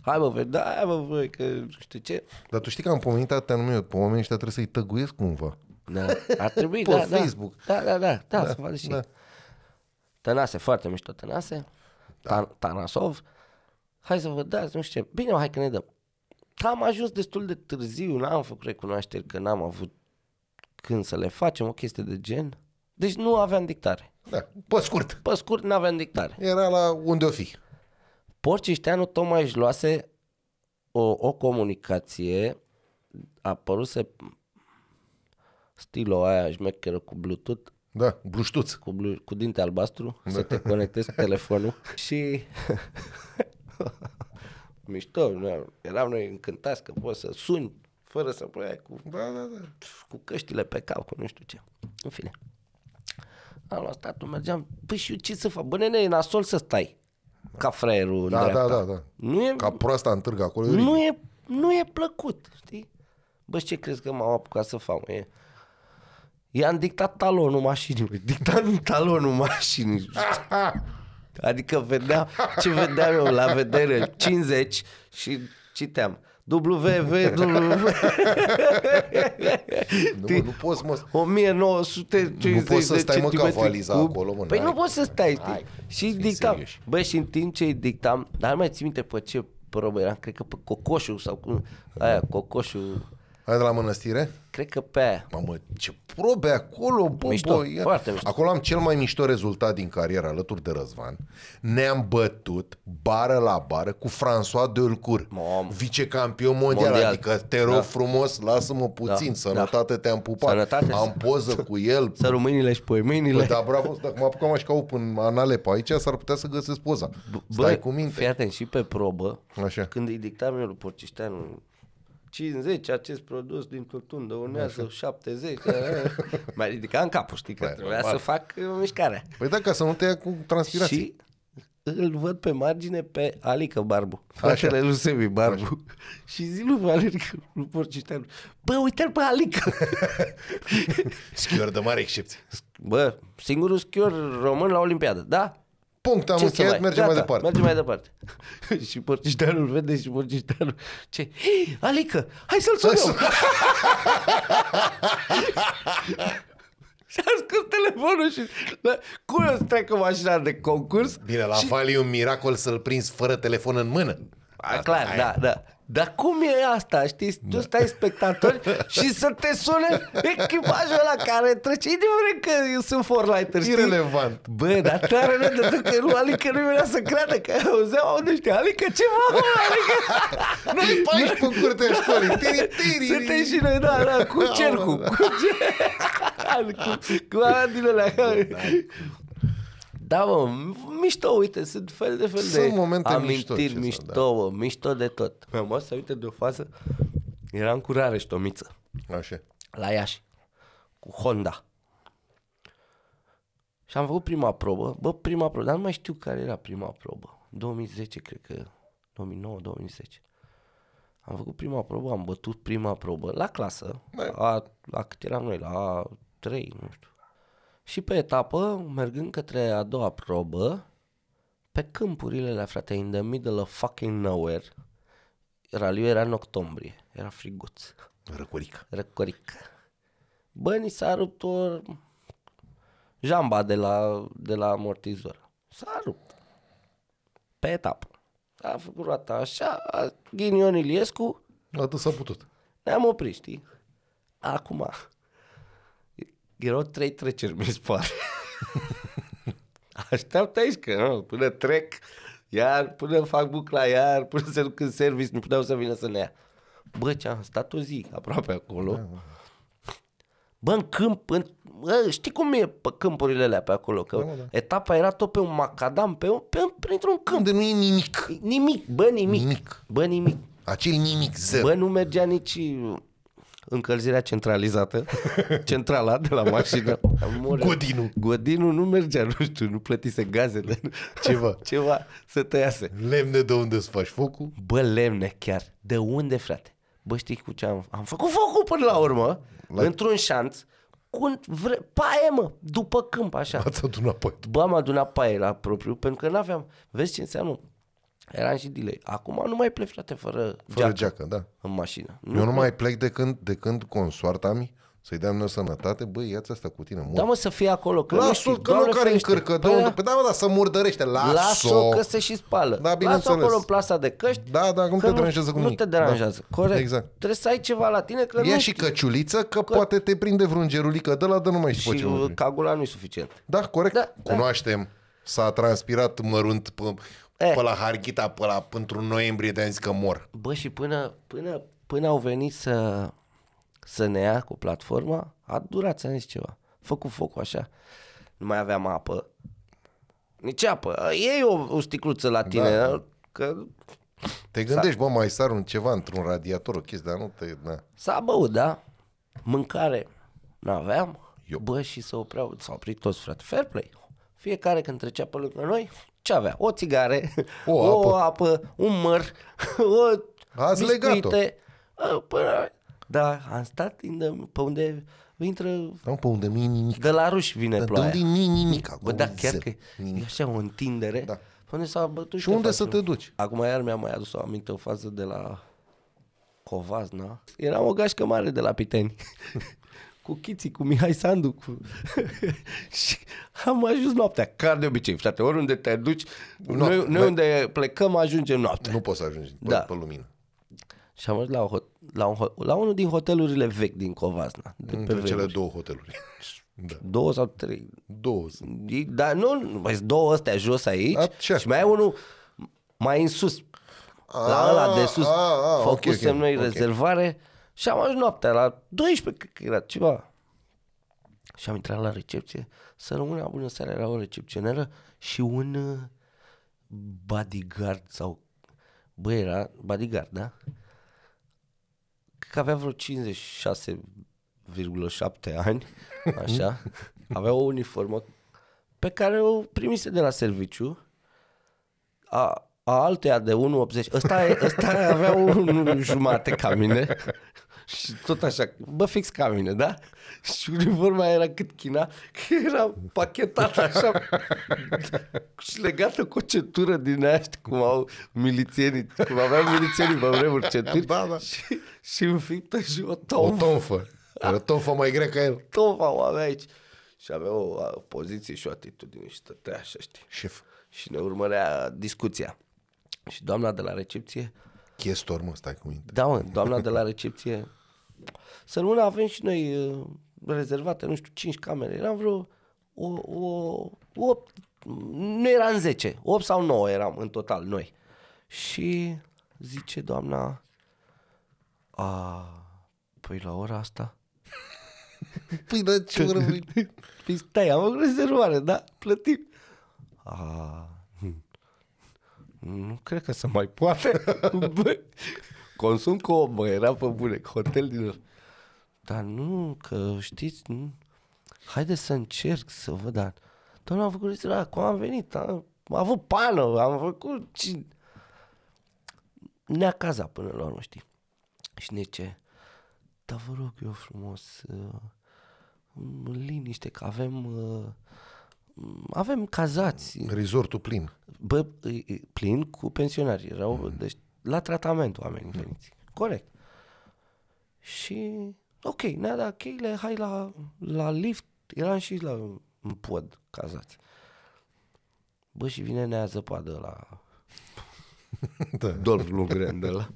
A: Hai bă, voi, da, hai, bă, voi, că nu știu ce.
B: Dar tu știi că am pomenit atâtea nume, pe oamenii ăștia trebuie să-i tăguiesc cumva.
A: Da, ar trebui,
B: Pe
A: da,
B: Facebook.
A: Da, da, da, da, da, să facă și
B: da.
A: da. Tănase, foarte mișto Tănase.
B: Da.
A: Tan- Tanasov. Hai să vă dați, nu știu ce. Bine, mă, hai că ne dăm. Dar am ajuns destul de târziu, n-am făcut recunoașteri că n-am avut când să le facem, o chestie de gen. Deci nu aveam dictare.
B: Da, pe scurt.
A: Pe scurt, n-aveam dictare.
B: Era la unde o fi.
A: Porcișteanu tocmai își luase o, o comunicație, apăruse stilul aia șmecheră cu Bluetooth,
B: Da, bluștuț.
A: cu, blu, cu dinte albastru,
B: Da.
A: să te conectezi cu
B: [laughs]
A: telefonul și... [laughs] Mișto, noi eram noi încântați că poți să suni fără să pui cu
B: Da, da, da.
A: cu căștile pe cap, cu nu știu ce. În fine. Am luat statul, mergeam, păi și eu ce să fac? Bă, nene, e nasol să stai ca fraierul
B: Da,
A: în dreapta.
B: da, da, da.
A: Nu e,
B: Ca proasta în târg acolo. e
A: nu, e, nu e plăcut, știi? Bă, și ce crezi că m-am apucat să fac? mă? E... I-am dictat talonul mașinii, mă. dictat talonul
B: [laughs]
A: mașinii. Adică vedea ce vedeam eu la vedere, 50 și citeam. WV, W.
B: Nu, mă, nu poți, mă.
A: 1950
B: Nu poți să
A: de
B: stai, mă, ca
A: centimetri
B: valiza
A: cub.
B: acolo, mă,
A: Păi
B: n-ai.
A: nu poți să stai, știi?
B: Hai,
A: Și
B: fii
A: dictam.
B: serioși.
A: Bă, și în timp ce îi dictam, dar nu mai țin minte pe ce probă era, cred că pe cocoșul sau cum, aia, cocoșul,
B: Hai de la mănăstire.
A: cred că pe aia.
B: Mamă, ce probe acolo, bă,
A: Mișto,
B: bă, ia.
A: foarte mișto.
B: Acolo am cel mai mișto rezultat din carieră alături de Răzvan. Ne-am bătut bară la bară cu François Delcourt,
A: Mamă.
B: vicecampion mondial, mondial.
A: Mondial.
B: Adică te rog da. frumos, lasă-mă puțin, da.
A: Da,
B: sănătate da. te-am pupat.
A: Sănătate.
B: Am poză cu el.
A: [laughs] Să rumâinile și pe
B: Bă,
A: mâinile.
B: da, bravo, dacă mă apucam așa ca open în Alep aici, s-ar putea să găsesc poza. Stai cu minte.
A: fii atent, și pe probă,
B: Așa.
A: când îi dictam eu lui Porcișteanu 50, acest produs din tutun unează 70, mai ridicam capul, știi, că
B: Băi,
A: trebuia
B: normal.
A: să fac uh, mișcarea.
B: Păi da, ca să nu te ia cu transpirații.
A: Și îl văd pe margine pe Alică Barbu, fratele lui Sebi Barbu. Așa. [laughs] Și zi lui Valeric, lui Porciteanu, bă, uite-l pe
B: [laughs]
A: Alică!
B: Schior de mare excepție.
A: Bă, singurul schior român la Olimpiadă, da?
B: Punct, am
A: Ce să
B: încheiat,
A: mai-
B: mergem mai
A: gata,
B: departe.
A: Mergem mai departe. [laughs] și Porciteanu îl vede și Porciteanu, ce? Hei, Alică, hai să-l sunăm! Și-a scos telefonul și... La, cum îți treacă mașina de concurs?
B: Bine, la Vali e un miracol să-l prinzi fără telefon în mână.
A: A, clar, da, da. Dar cum e asta, știi? Tu
B: Da.
A: stai
B: [laughs]
A: spectator și să te sune echipajul ăla care trece, indiferent că eu sunt forlighter, știi?
B: Irelevant.
A: Bă, dar tare nu de că nu, Alică nu venea să creadă că auzeau, aude, știi, Alică, ce mă, mă, Alică?
B: Noi pe aici cu curtea
A: [laughs]
B: școlii. Tiri, tiri,
A: Suntem și noi, da, da, cu cercul, cu cer... cu, cu alea din alea. Da, mă, mișto, uite, sunt fel de fel
B: Sunt
A: de
B: momente mișto, ce
A: amintiri
B: să-
A: mișto,
B: da.
A: mă, mișto de tot. Mi-am luat să uite de o fază, eram cu Rareș Tomiță,
B: Așa.
A: la Iași, cu Honda. Și am făcut prima probă, bă, prima probă, dar nu mai știu care era prima probă. 2010, cred că, 2009-2010. Am făcut prima probă, am bătut prima probă la clasă, la, la cât eram noi, la 3, nu știu. Și pe etapă, mergând către a doua probă, pe câmpurile alea, frate, in the middle of fucking nowhere, raliul era în octombrie, era friguț.
B: Răcurică.
A: Răcoric. Bă, ni s-a rupt o jamba de la, de la amortizor. S-a rupt. Pe etapă. A făcut roata așa, a, Ghinion Iliescu,
B: Atât s-a putut.
A: ne-am oprit, știi? Acum, erau trei treceri, mi se pare. Așteaptă aici că nu, până trec, iar până fac bucla, iar până se duc în service, nu puteau să vină să ne ia. Bă, ce am stat o zi aproape acolo.
B: Da.
A: Bă, în câmp, în, bă, știi cum e pe câmpurile alea pe acolo? Că
B: mă, da.
A: etapa era tot pe un macadam, pe un, pe, un- printr-un câmp.
B: Unde nu e nimic.
A: Nimic, bă, nimic.
B: Nimic.
A: Bă, nimic.
B: Acel nimic zero.
A: Bă, nu mergea nici încălzirea [laughs] centralizată, centrala de la mașină. Amore.
B: Godinul.
A: Godinul nu mergea, nu știu, nu plătise gazele.
B: Ceva.
A: [laughs] Ceva să tăiase.
B: Lemne de unde să faci focul.
A: Bă, lemne chiar. De unde, frate? Bă, știi cu ce am... Am făcut focul până la urmă, la... într-un șanț, cu un vre... paie, mă, după câmp, așa.
B: Ați adunat pe
A: Bă, am adunat paie la propriu, pentru că n-aveam... Vezi ce înseamnă? Eram și delay. Acum nu mai plec, frate, fără,
B: Fără
A: fără geac
B: geacă, da.
A: în mașină. Nu
B: Eu nu mai plec de când, de când consoarta mi să-i dea noi sănătate, băi, ia-ți asta cu tine,
A: Da,
B: mor.
A: mă, să fie acolo. Că nu știi,
B: Lasă-l că nu
A: Doamne
B: care
A: ferește.
B: încărcă, dă
A: Păi
B: unde...
A: da,
B: Păi da, mă, da, să murdărește,
A: Lasă-o
B: lasă-o.
A: că se și spală.
B: Da,
A: Lasă-o
B: bineînțeles.
A: acolo în plasa de căști.
B: Da, da, cum
A: că
B: te
A: nu-
B: deranjează cu
A: Nu
B: nimic.
A: te deranjează,
B: Da.
A: corect.
B: Exact.
A: Trebuie să ai ceva la tine că
B: Ia
A: nu
B: și căciuliță, că, poate te prinde vreun gerulică de la, dar nu mai știi pe ce
A: și
B: vorbi.
A: cagula nu e suficient.
B: Da, corect.
A: Da, da.
B: Cunoaștem. S-a transpirat mărunt pe,
A: Eh.
B: pe la Harghita, pe la, pentru noiembrie, de-am zis că mor.
A: Bă, și până, până, până au venit să, să ne ia cu platforma, a durat, ți-am zis ceva. Făcut focul așa. Nu mai aveam apă. Nici apă. Iei o, o sticluță la tine.
B: Da.
A: Că
B: Te gândești, bă, mai sar un ceva într-un radiator, o chestie, dar nu te... Da.
A: S-a băut, da? Mâncare n-aveam. Eu. Bă, și se opreau, s-au oprit toți, frate. Fair play. Fiecare când trecea pe lângă noi, ce avea? O țigare,
B: O
A: o,
B: apă.
A: o apă, un măr, [laughs] o
B: Ați
A: biscuite.
B: legat-o.
A: A, Până... Da, am stat in the- pe unde intră...
B: Nu, pe unde nu e nimic.
A: De la ruși vine
B: Dar de
A: ploaia.
B: unde e nimic acolo?
A: Bă, da,
B: e
A: chiar
B: zero.
A: că e așa o întindere. Da. Unde s-a bătut
B: Și unde
A: faci,
B: să
A: mă?
B: te duci?
A: Acum iar mi-am mai adus o aminte o fază de la Covazna. Eram o gașcă mare de la Piteni. [laughs] cu Chiții, cu Mihai Sandu. Cu... [laughs] și am ajuns noaptea, ca de obicei, frate. Oriunde te duci,
B: Noapte,
A: noi,
B: da.
A: noi unde plecăm ajungem noaptea.
B: Nu poți să ajungi pe,
A: Da.
B: pe lumină.
A: Și am ajuns la, o hot- la, un, hot- la unul din hotelurile vechi din Covazna. De pe
B: Între cele
A: vremuri.
B: două
A: [laughs]
B: hoteluri. Da.
A: Două sau trei.
B: Două.
A: E- Dar nu, nu, mai sunt două astea jos aici
B: A, ce?
A: și mai e unul mai în sus. La ăla de sus,
B: a, a, ok,
A: făcusem
B: ok,
A: noi
B: ok.
A: rezervare și am ajuns noaptea la 12, cred că era ceva. Și am intrat la recepție, să rămână bună seara, era o recepționeră și un uh, bodyguard sau... Bă, era bodyguard, da? Cred că avea vreo 56,7
B: [laughs]
A: ani, așa. Avea o uniformă pe care o primise de la serviciu a, a alteia de 1,80. Ăsta, e- ăsta avea un jumate ca mine. [laughs] Și tot așa, bă, fix ca mine, da? Și uniforma era cât china, că era pachetată așa [laughs] și legată cu o centură din aia, știi, cum au milițienii, cum aveau milițienii pe vremuri centuri
B: Da, da.
A: și, și înfiptă și o
B: O
A: taufă
B: tonfă. Era tonfă mai grea ca el.
A: tova o avea aici. Și avea o a, poziție și o atitudine și stătea așa, știi.
B: Șef.
A: Și ne urmărea discuția. Și doamna de la recepție,
B: Chestor, mă, stai cu minte.
A: da mă, doamna de la recepție, să rămână, avem și noi uh, rezervate, nu știu, 5 camere. Eram vreo o, o, 8, nu eram 10, 8 sau 9 eram în total noi. Și zice doamna, a, păi la ora asta,
B: Păi, dar ce oră [laughs] vrei?
A: Păi stai, am o rezervare, da? Plătim. A, hmm. nu cred că se mai poate. [laughs] Bă, consum cu om, bă, era pe bune, că hotel din ăla. Dar nu, că știți, nu. haideți să încerc să văd, dar doamna am făcut rezervare, acum am venit, am, am avut pană, am făcut... ci- Ne-a cazat până la urmă, știi? Și ne ce? Dar vă rog eu frumos, uh, în liniște, că avem... uh, m- Avem cazați,
B: Resortul plin.
A: bă, îi- îi- plin cu pensionari, erau, mm. deci, la tratament oamenii veniți. Corect. Și, ok, ne-a dat cheile, hai la, la lift, eram și la un pod cazați. Bă, și vine nea zăpadă la
B: Da.
A: Dolph Lundgren de la...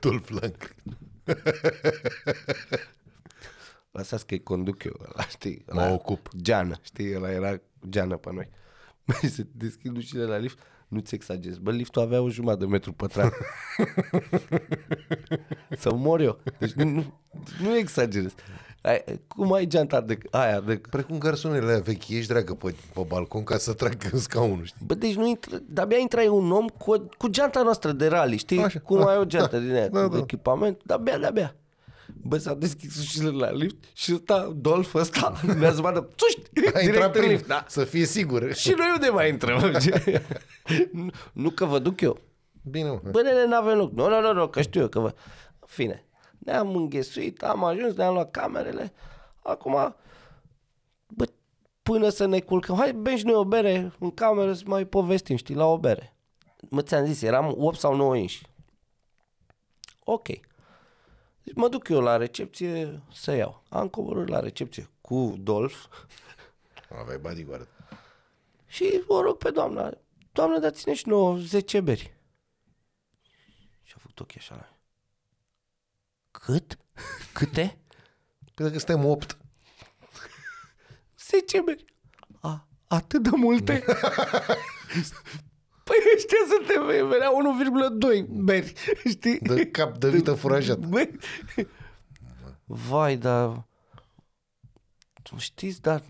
B: Dolph Lang.
A: Lăsați că-i conduc eu ăla, știi?
B: Mă
A: ăla-
B: ocup.
A: Geană, știi? Ăla era geană pe noi. Mai se deschid ușile la lift, nu-ți exagez. Bă, liftul avea o jumătate de metru
B: [laughs]
A: pătrat. Să mor eu. Deci nu, nu, nu exagerez. Ai, cum ai geanta de aia? De,
B: Precum garsonele aia vechi, ești dreagă pe, pe balcon ca să treacă în scaunul, știi?
A: Bă, deci nu intră, de-abia intra un om cu, o- cu geanta noastră de rally, știi?
B: Așa.
A: Așa. Cum ai o geantă din aia,
B: [laughs] Da,
A: da, cu
B: da.
A: da. echipament, de-abia, de-abia. Bă, s-au deschis ușile la lift și ăsta, Dolph ăsta, [laughs] ne-a zbată, țuști,
B: A intrat
A: direct în
B: prin,
A: lift, da.
B: să fie sigur.
A: Și noi unde mai intrăm? [laughs] Ce? nu, nu că vă duc eu.
B: Bine, mă.
A: Bă, nene, n-avem loc. Nu, nu, nu, nu, că știu eu că vă... În fine, ne-am înghesuit, am ajuns, ne-am luat camerele. Acum, bă, până să ne culcăm, hai bem și noi o bere în cameră să mai povestim, știi, la o bere. Mă ți-am zis, eram 8 sau 9 inși. Ok. Deci mă duc eu la recepție să iau. Am coborât la recepție cu Dolph.
B: Aveai bodyguard.
A: Și o rog pe doamna, doamnă, dar ține și nouă 10 beri. Și a făcut ochii așa la mine. Cât? [laughs] Câte?
B: Cred că suntem opt.
A: 10 beri. A, atât de multe? [laughs] păi ăștia suntem, venea 1,2 beri, [laughs] știi?
B: [laughs] De cap de vită furajat.
A: Băi. Vai, dar... Știți, dar...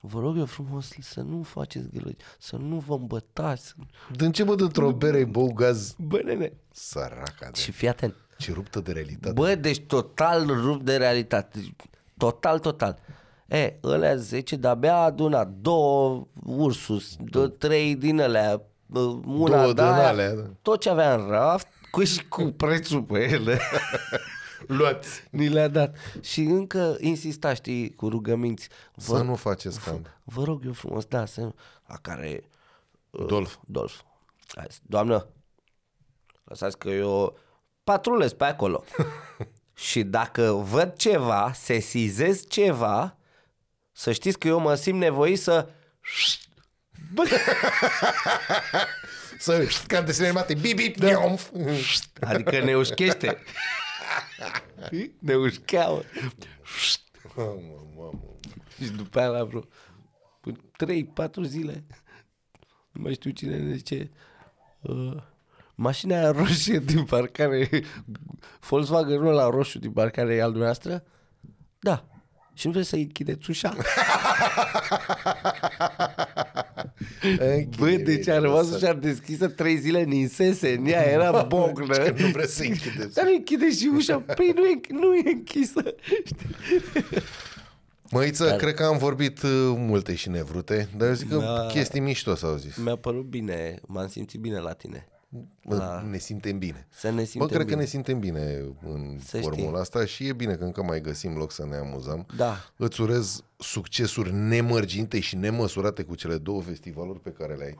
A: Vă rog eu frumos să nu faceți gălăgi, să nu vă îmbătați. să nu-
B: Din ce mă dintr-o bere bău gaz?
A: Bă, nene,
B: Săraca de...
A: Și fii atent.
B: Ce ruptă de realitate.
A: Bă, deci total rup de realitate. Total, total. E, ălea 10, de-abia a adunat două Ursus, dă trei din alea, bă, una
B: Da. Două
A: de
B: din
A: aia,
B: alea, da.
A: tot ce avea în raft, cu și cu prețul pe ele,
B: [laughs] Luați!
A: ni le-a dat. Și încă insista, știi, cu rugăminți.
B: Să
A: Vă,
B: nu faceți cam.
A: vă rog eu frumos, da, să nu... La care
B: Dolf.
A: Dolf. A zis, Doamnă, lăsați că eu patrulez pe acolo. și dacă văd ceva, sesizez ceva, să știți că eu mă simt nevoit să...
B: Să ca în desene animate. Bip, bip, neomf.
A: Adică ne ușchește. ne ușcheau.
B: Mamă, mamă.
A: Și după aia la vreo 3-4 zile, nu mai știu cine ne zice, uh, mașina aia roșie din parcare, Volkswagen la roșu din parcare e al dumneavoastră? Da. Și nu vreți să-i închideți ușa? [laughs] Bă, deci a rămas ușa deschisă trei zile, ninsese, în ea era bognă.
B: Nu vreți să închideți.
A: Dar nu închide și ușa, păi nu e, nu e închisă. Știi?
B: Măiță, Dar... cred că am vorbit uh, multe și nevrute, dar eu zic că
A: Da.
B: chestii mișto s-au zis.
A: Mi-a părut bine, m-am simțit bine la tine.
B: Bă, Ne simtem bine.
A: Să ne
B: Bă,
A: Da. simtem
B: cred
A: bine.
B: că ne simtem bine în
A: Să știi.
B: formula asta și e bine că încă mai găsim loc să ne amuzăm.
A: Da.
B: Îți urez succesuri nemărginite și nemăsurate cu cele două festivaluri pe care le-ai.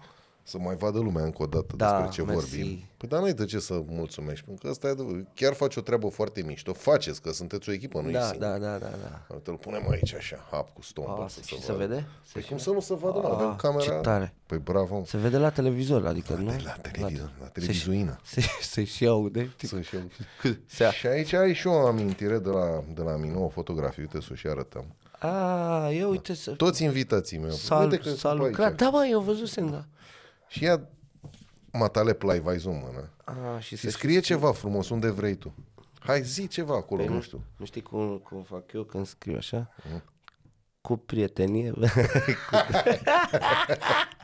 B: Să mai vadă lumea încă o dată
A: Da,
B: despre ce
A: mersi.
B: vorbim. Păi dar n-ai de ce să mulțumești, pentru că asta e adevărul. Chiar faci o treabă foarte mișto. Faceți, că sunteți o echipă, nu
A: Da,
B: e
A: da, da, da, da.
B: Uite, îl punem aici așa, hap cu stompă.
A: A, și Ah, se vede?
B: Păi cum să nu se vadă? mă? Avem
A: A,
B: camera.
A: ce tare.
B: Păi bravo.
A: Se vede la televizor, adică nu?
B: La televizor, la televizuină.
A: [laughs] Se, se și aude. știi?
B: Să și
A: [laughs] Cât se
B: Și aici ai și o amintire de la, de la mine, o fotografie, uite să o și arătăm.
A: A, eu uite să...
B: Toți invitații mei.
A: S-a,
B: Uite că
A: s-a
B: Da. sunt pe
A: lucrat.
B: aici.
A: Da, bă, eu văzusem, da.
B: Și ia matale play, vai zoom mână.
A: A, și
B: Și
A: să
B: scrie ceva frumos, unde vrei tu. Hai, zi ceva acolo, nu știu.
A: Păi Nu știi cum, cum fac eu când scriu așa? Cu
B: [laughs]
A: prietenie,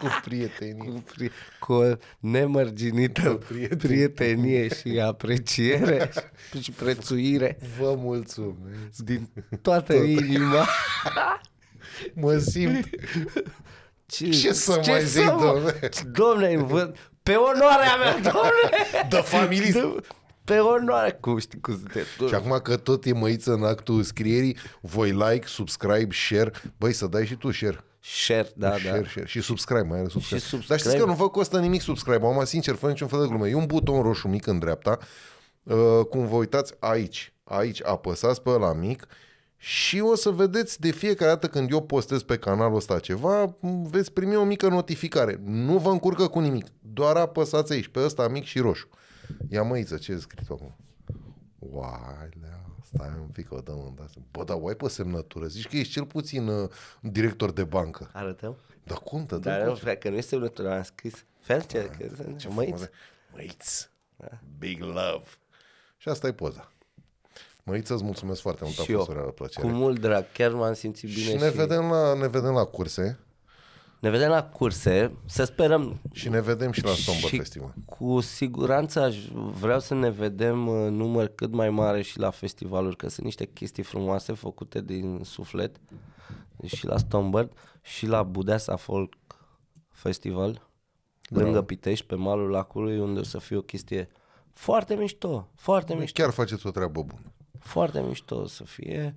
B: Cu prietenii.
A: cu, pri- cu nemărginită
B: prietenie.
A: prietenie
B: [laughs]
A: și apreciere și- și prețuire
B: Vă mulțumesc.
A: din toată inima.
B: Mă simt.
A: Ce,
B: Ce să mai zic,
A: mă-
B: domne?
A: Domne, vă- pe onoarea
B: [laughs]
A: mea, domne!
B: The familist.
A: De- Pe onoare, cum știi cum sunteți.
B: Și acum că tot e măiță în actul scrierii, voi like, subscribe, share. Băi, să dai și tu share.
A: Share, da, da.
B: Share, share. Și subscribe, mai ales subscribe.
A: Și subscribe.
B: Dar știți că nu vă costă nimic subscribe. Am sincer, fără niciun fel de glume. E un buton roșu mic în dreapta. Uh, cum vă uitați aici, aici apăsați pe la mic și o să vedeți de fiecare dată când eu postez pe canalul ăsta ceva, m, veți primi o mică notificare. Nu vă încurcă cu nimic. Doar apăsați aici, pe ăsta mic și roșu. Ia măiță, ce e scris acum? Uai, lea, stai un pic, o dăm în dat. Bă, dar uai pe semnătură. Zici că ești cel puțin uh, director de bancă.
A: Arătăm?
B: Dar cum te
A: Dar nu,
B: dă?
A: frate, că nu este următorul, am scris. Fel ce, că
B: Da, Ah, Ce
A: ce
B: măiți?
A: măiți. da?
B: Măiți. Big love. Și asta e poza. Măiță, îți mulțumesc foarte mult.
A: Și
B: a fost o
A: eu.
B: reală
A: Cu
B: plăcere.
A: mult drag, chiar m-am simțit bine
B: și ne, Vedem la, ne vedem la curse
A: ne vedem la curse, să sperăm
B: și ne vedem și la Stomber
A: și
B: Festival.
A: cu siguranță aș vreau să ne vedem în număr cât mai mare și la festivaluri, că sunt niște chestii frumoase făcute din suflet și la Stonebird și la Budeasa Folk Festival lângă Pitești, pe malul lacului, unde o să fie o chestie foarte mișto, foarte mișto.
B: Chiar faceți o treabă bună.
A: Foarte mișto o să fie.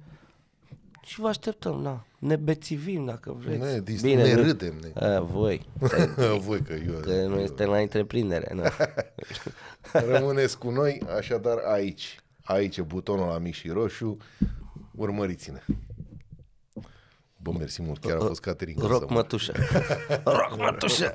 A: Și vă așteptăm, na. Ne bețivim dacă vreți.
B: Ne dist- ne
A: nu-
B: râdem, ne-
A: A, voi.
B: [laughs] Voi că eu...
A: Că noi suntem la întreprindere. Na.
B: [laughs] Rămâneți cu noi, așadar aici. Aici e butonul la mic și roșu. Urmăriți-ne. Bă, mersi mult. Chiar a fost Caterin.
A: Roc mătușă. Roc mătușă.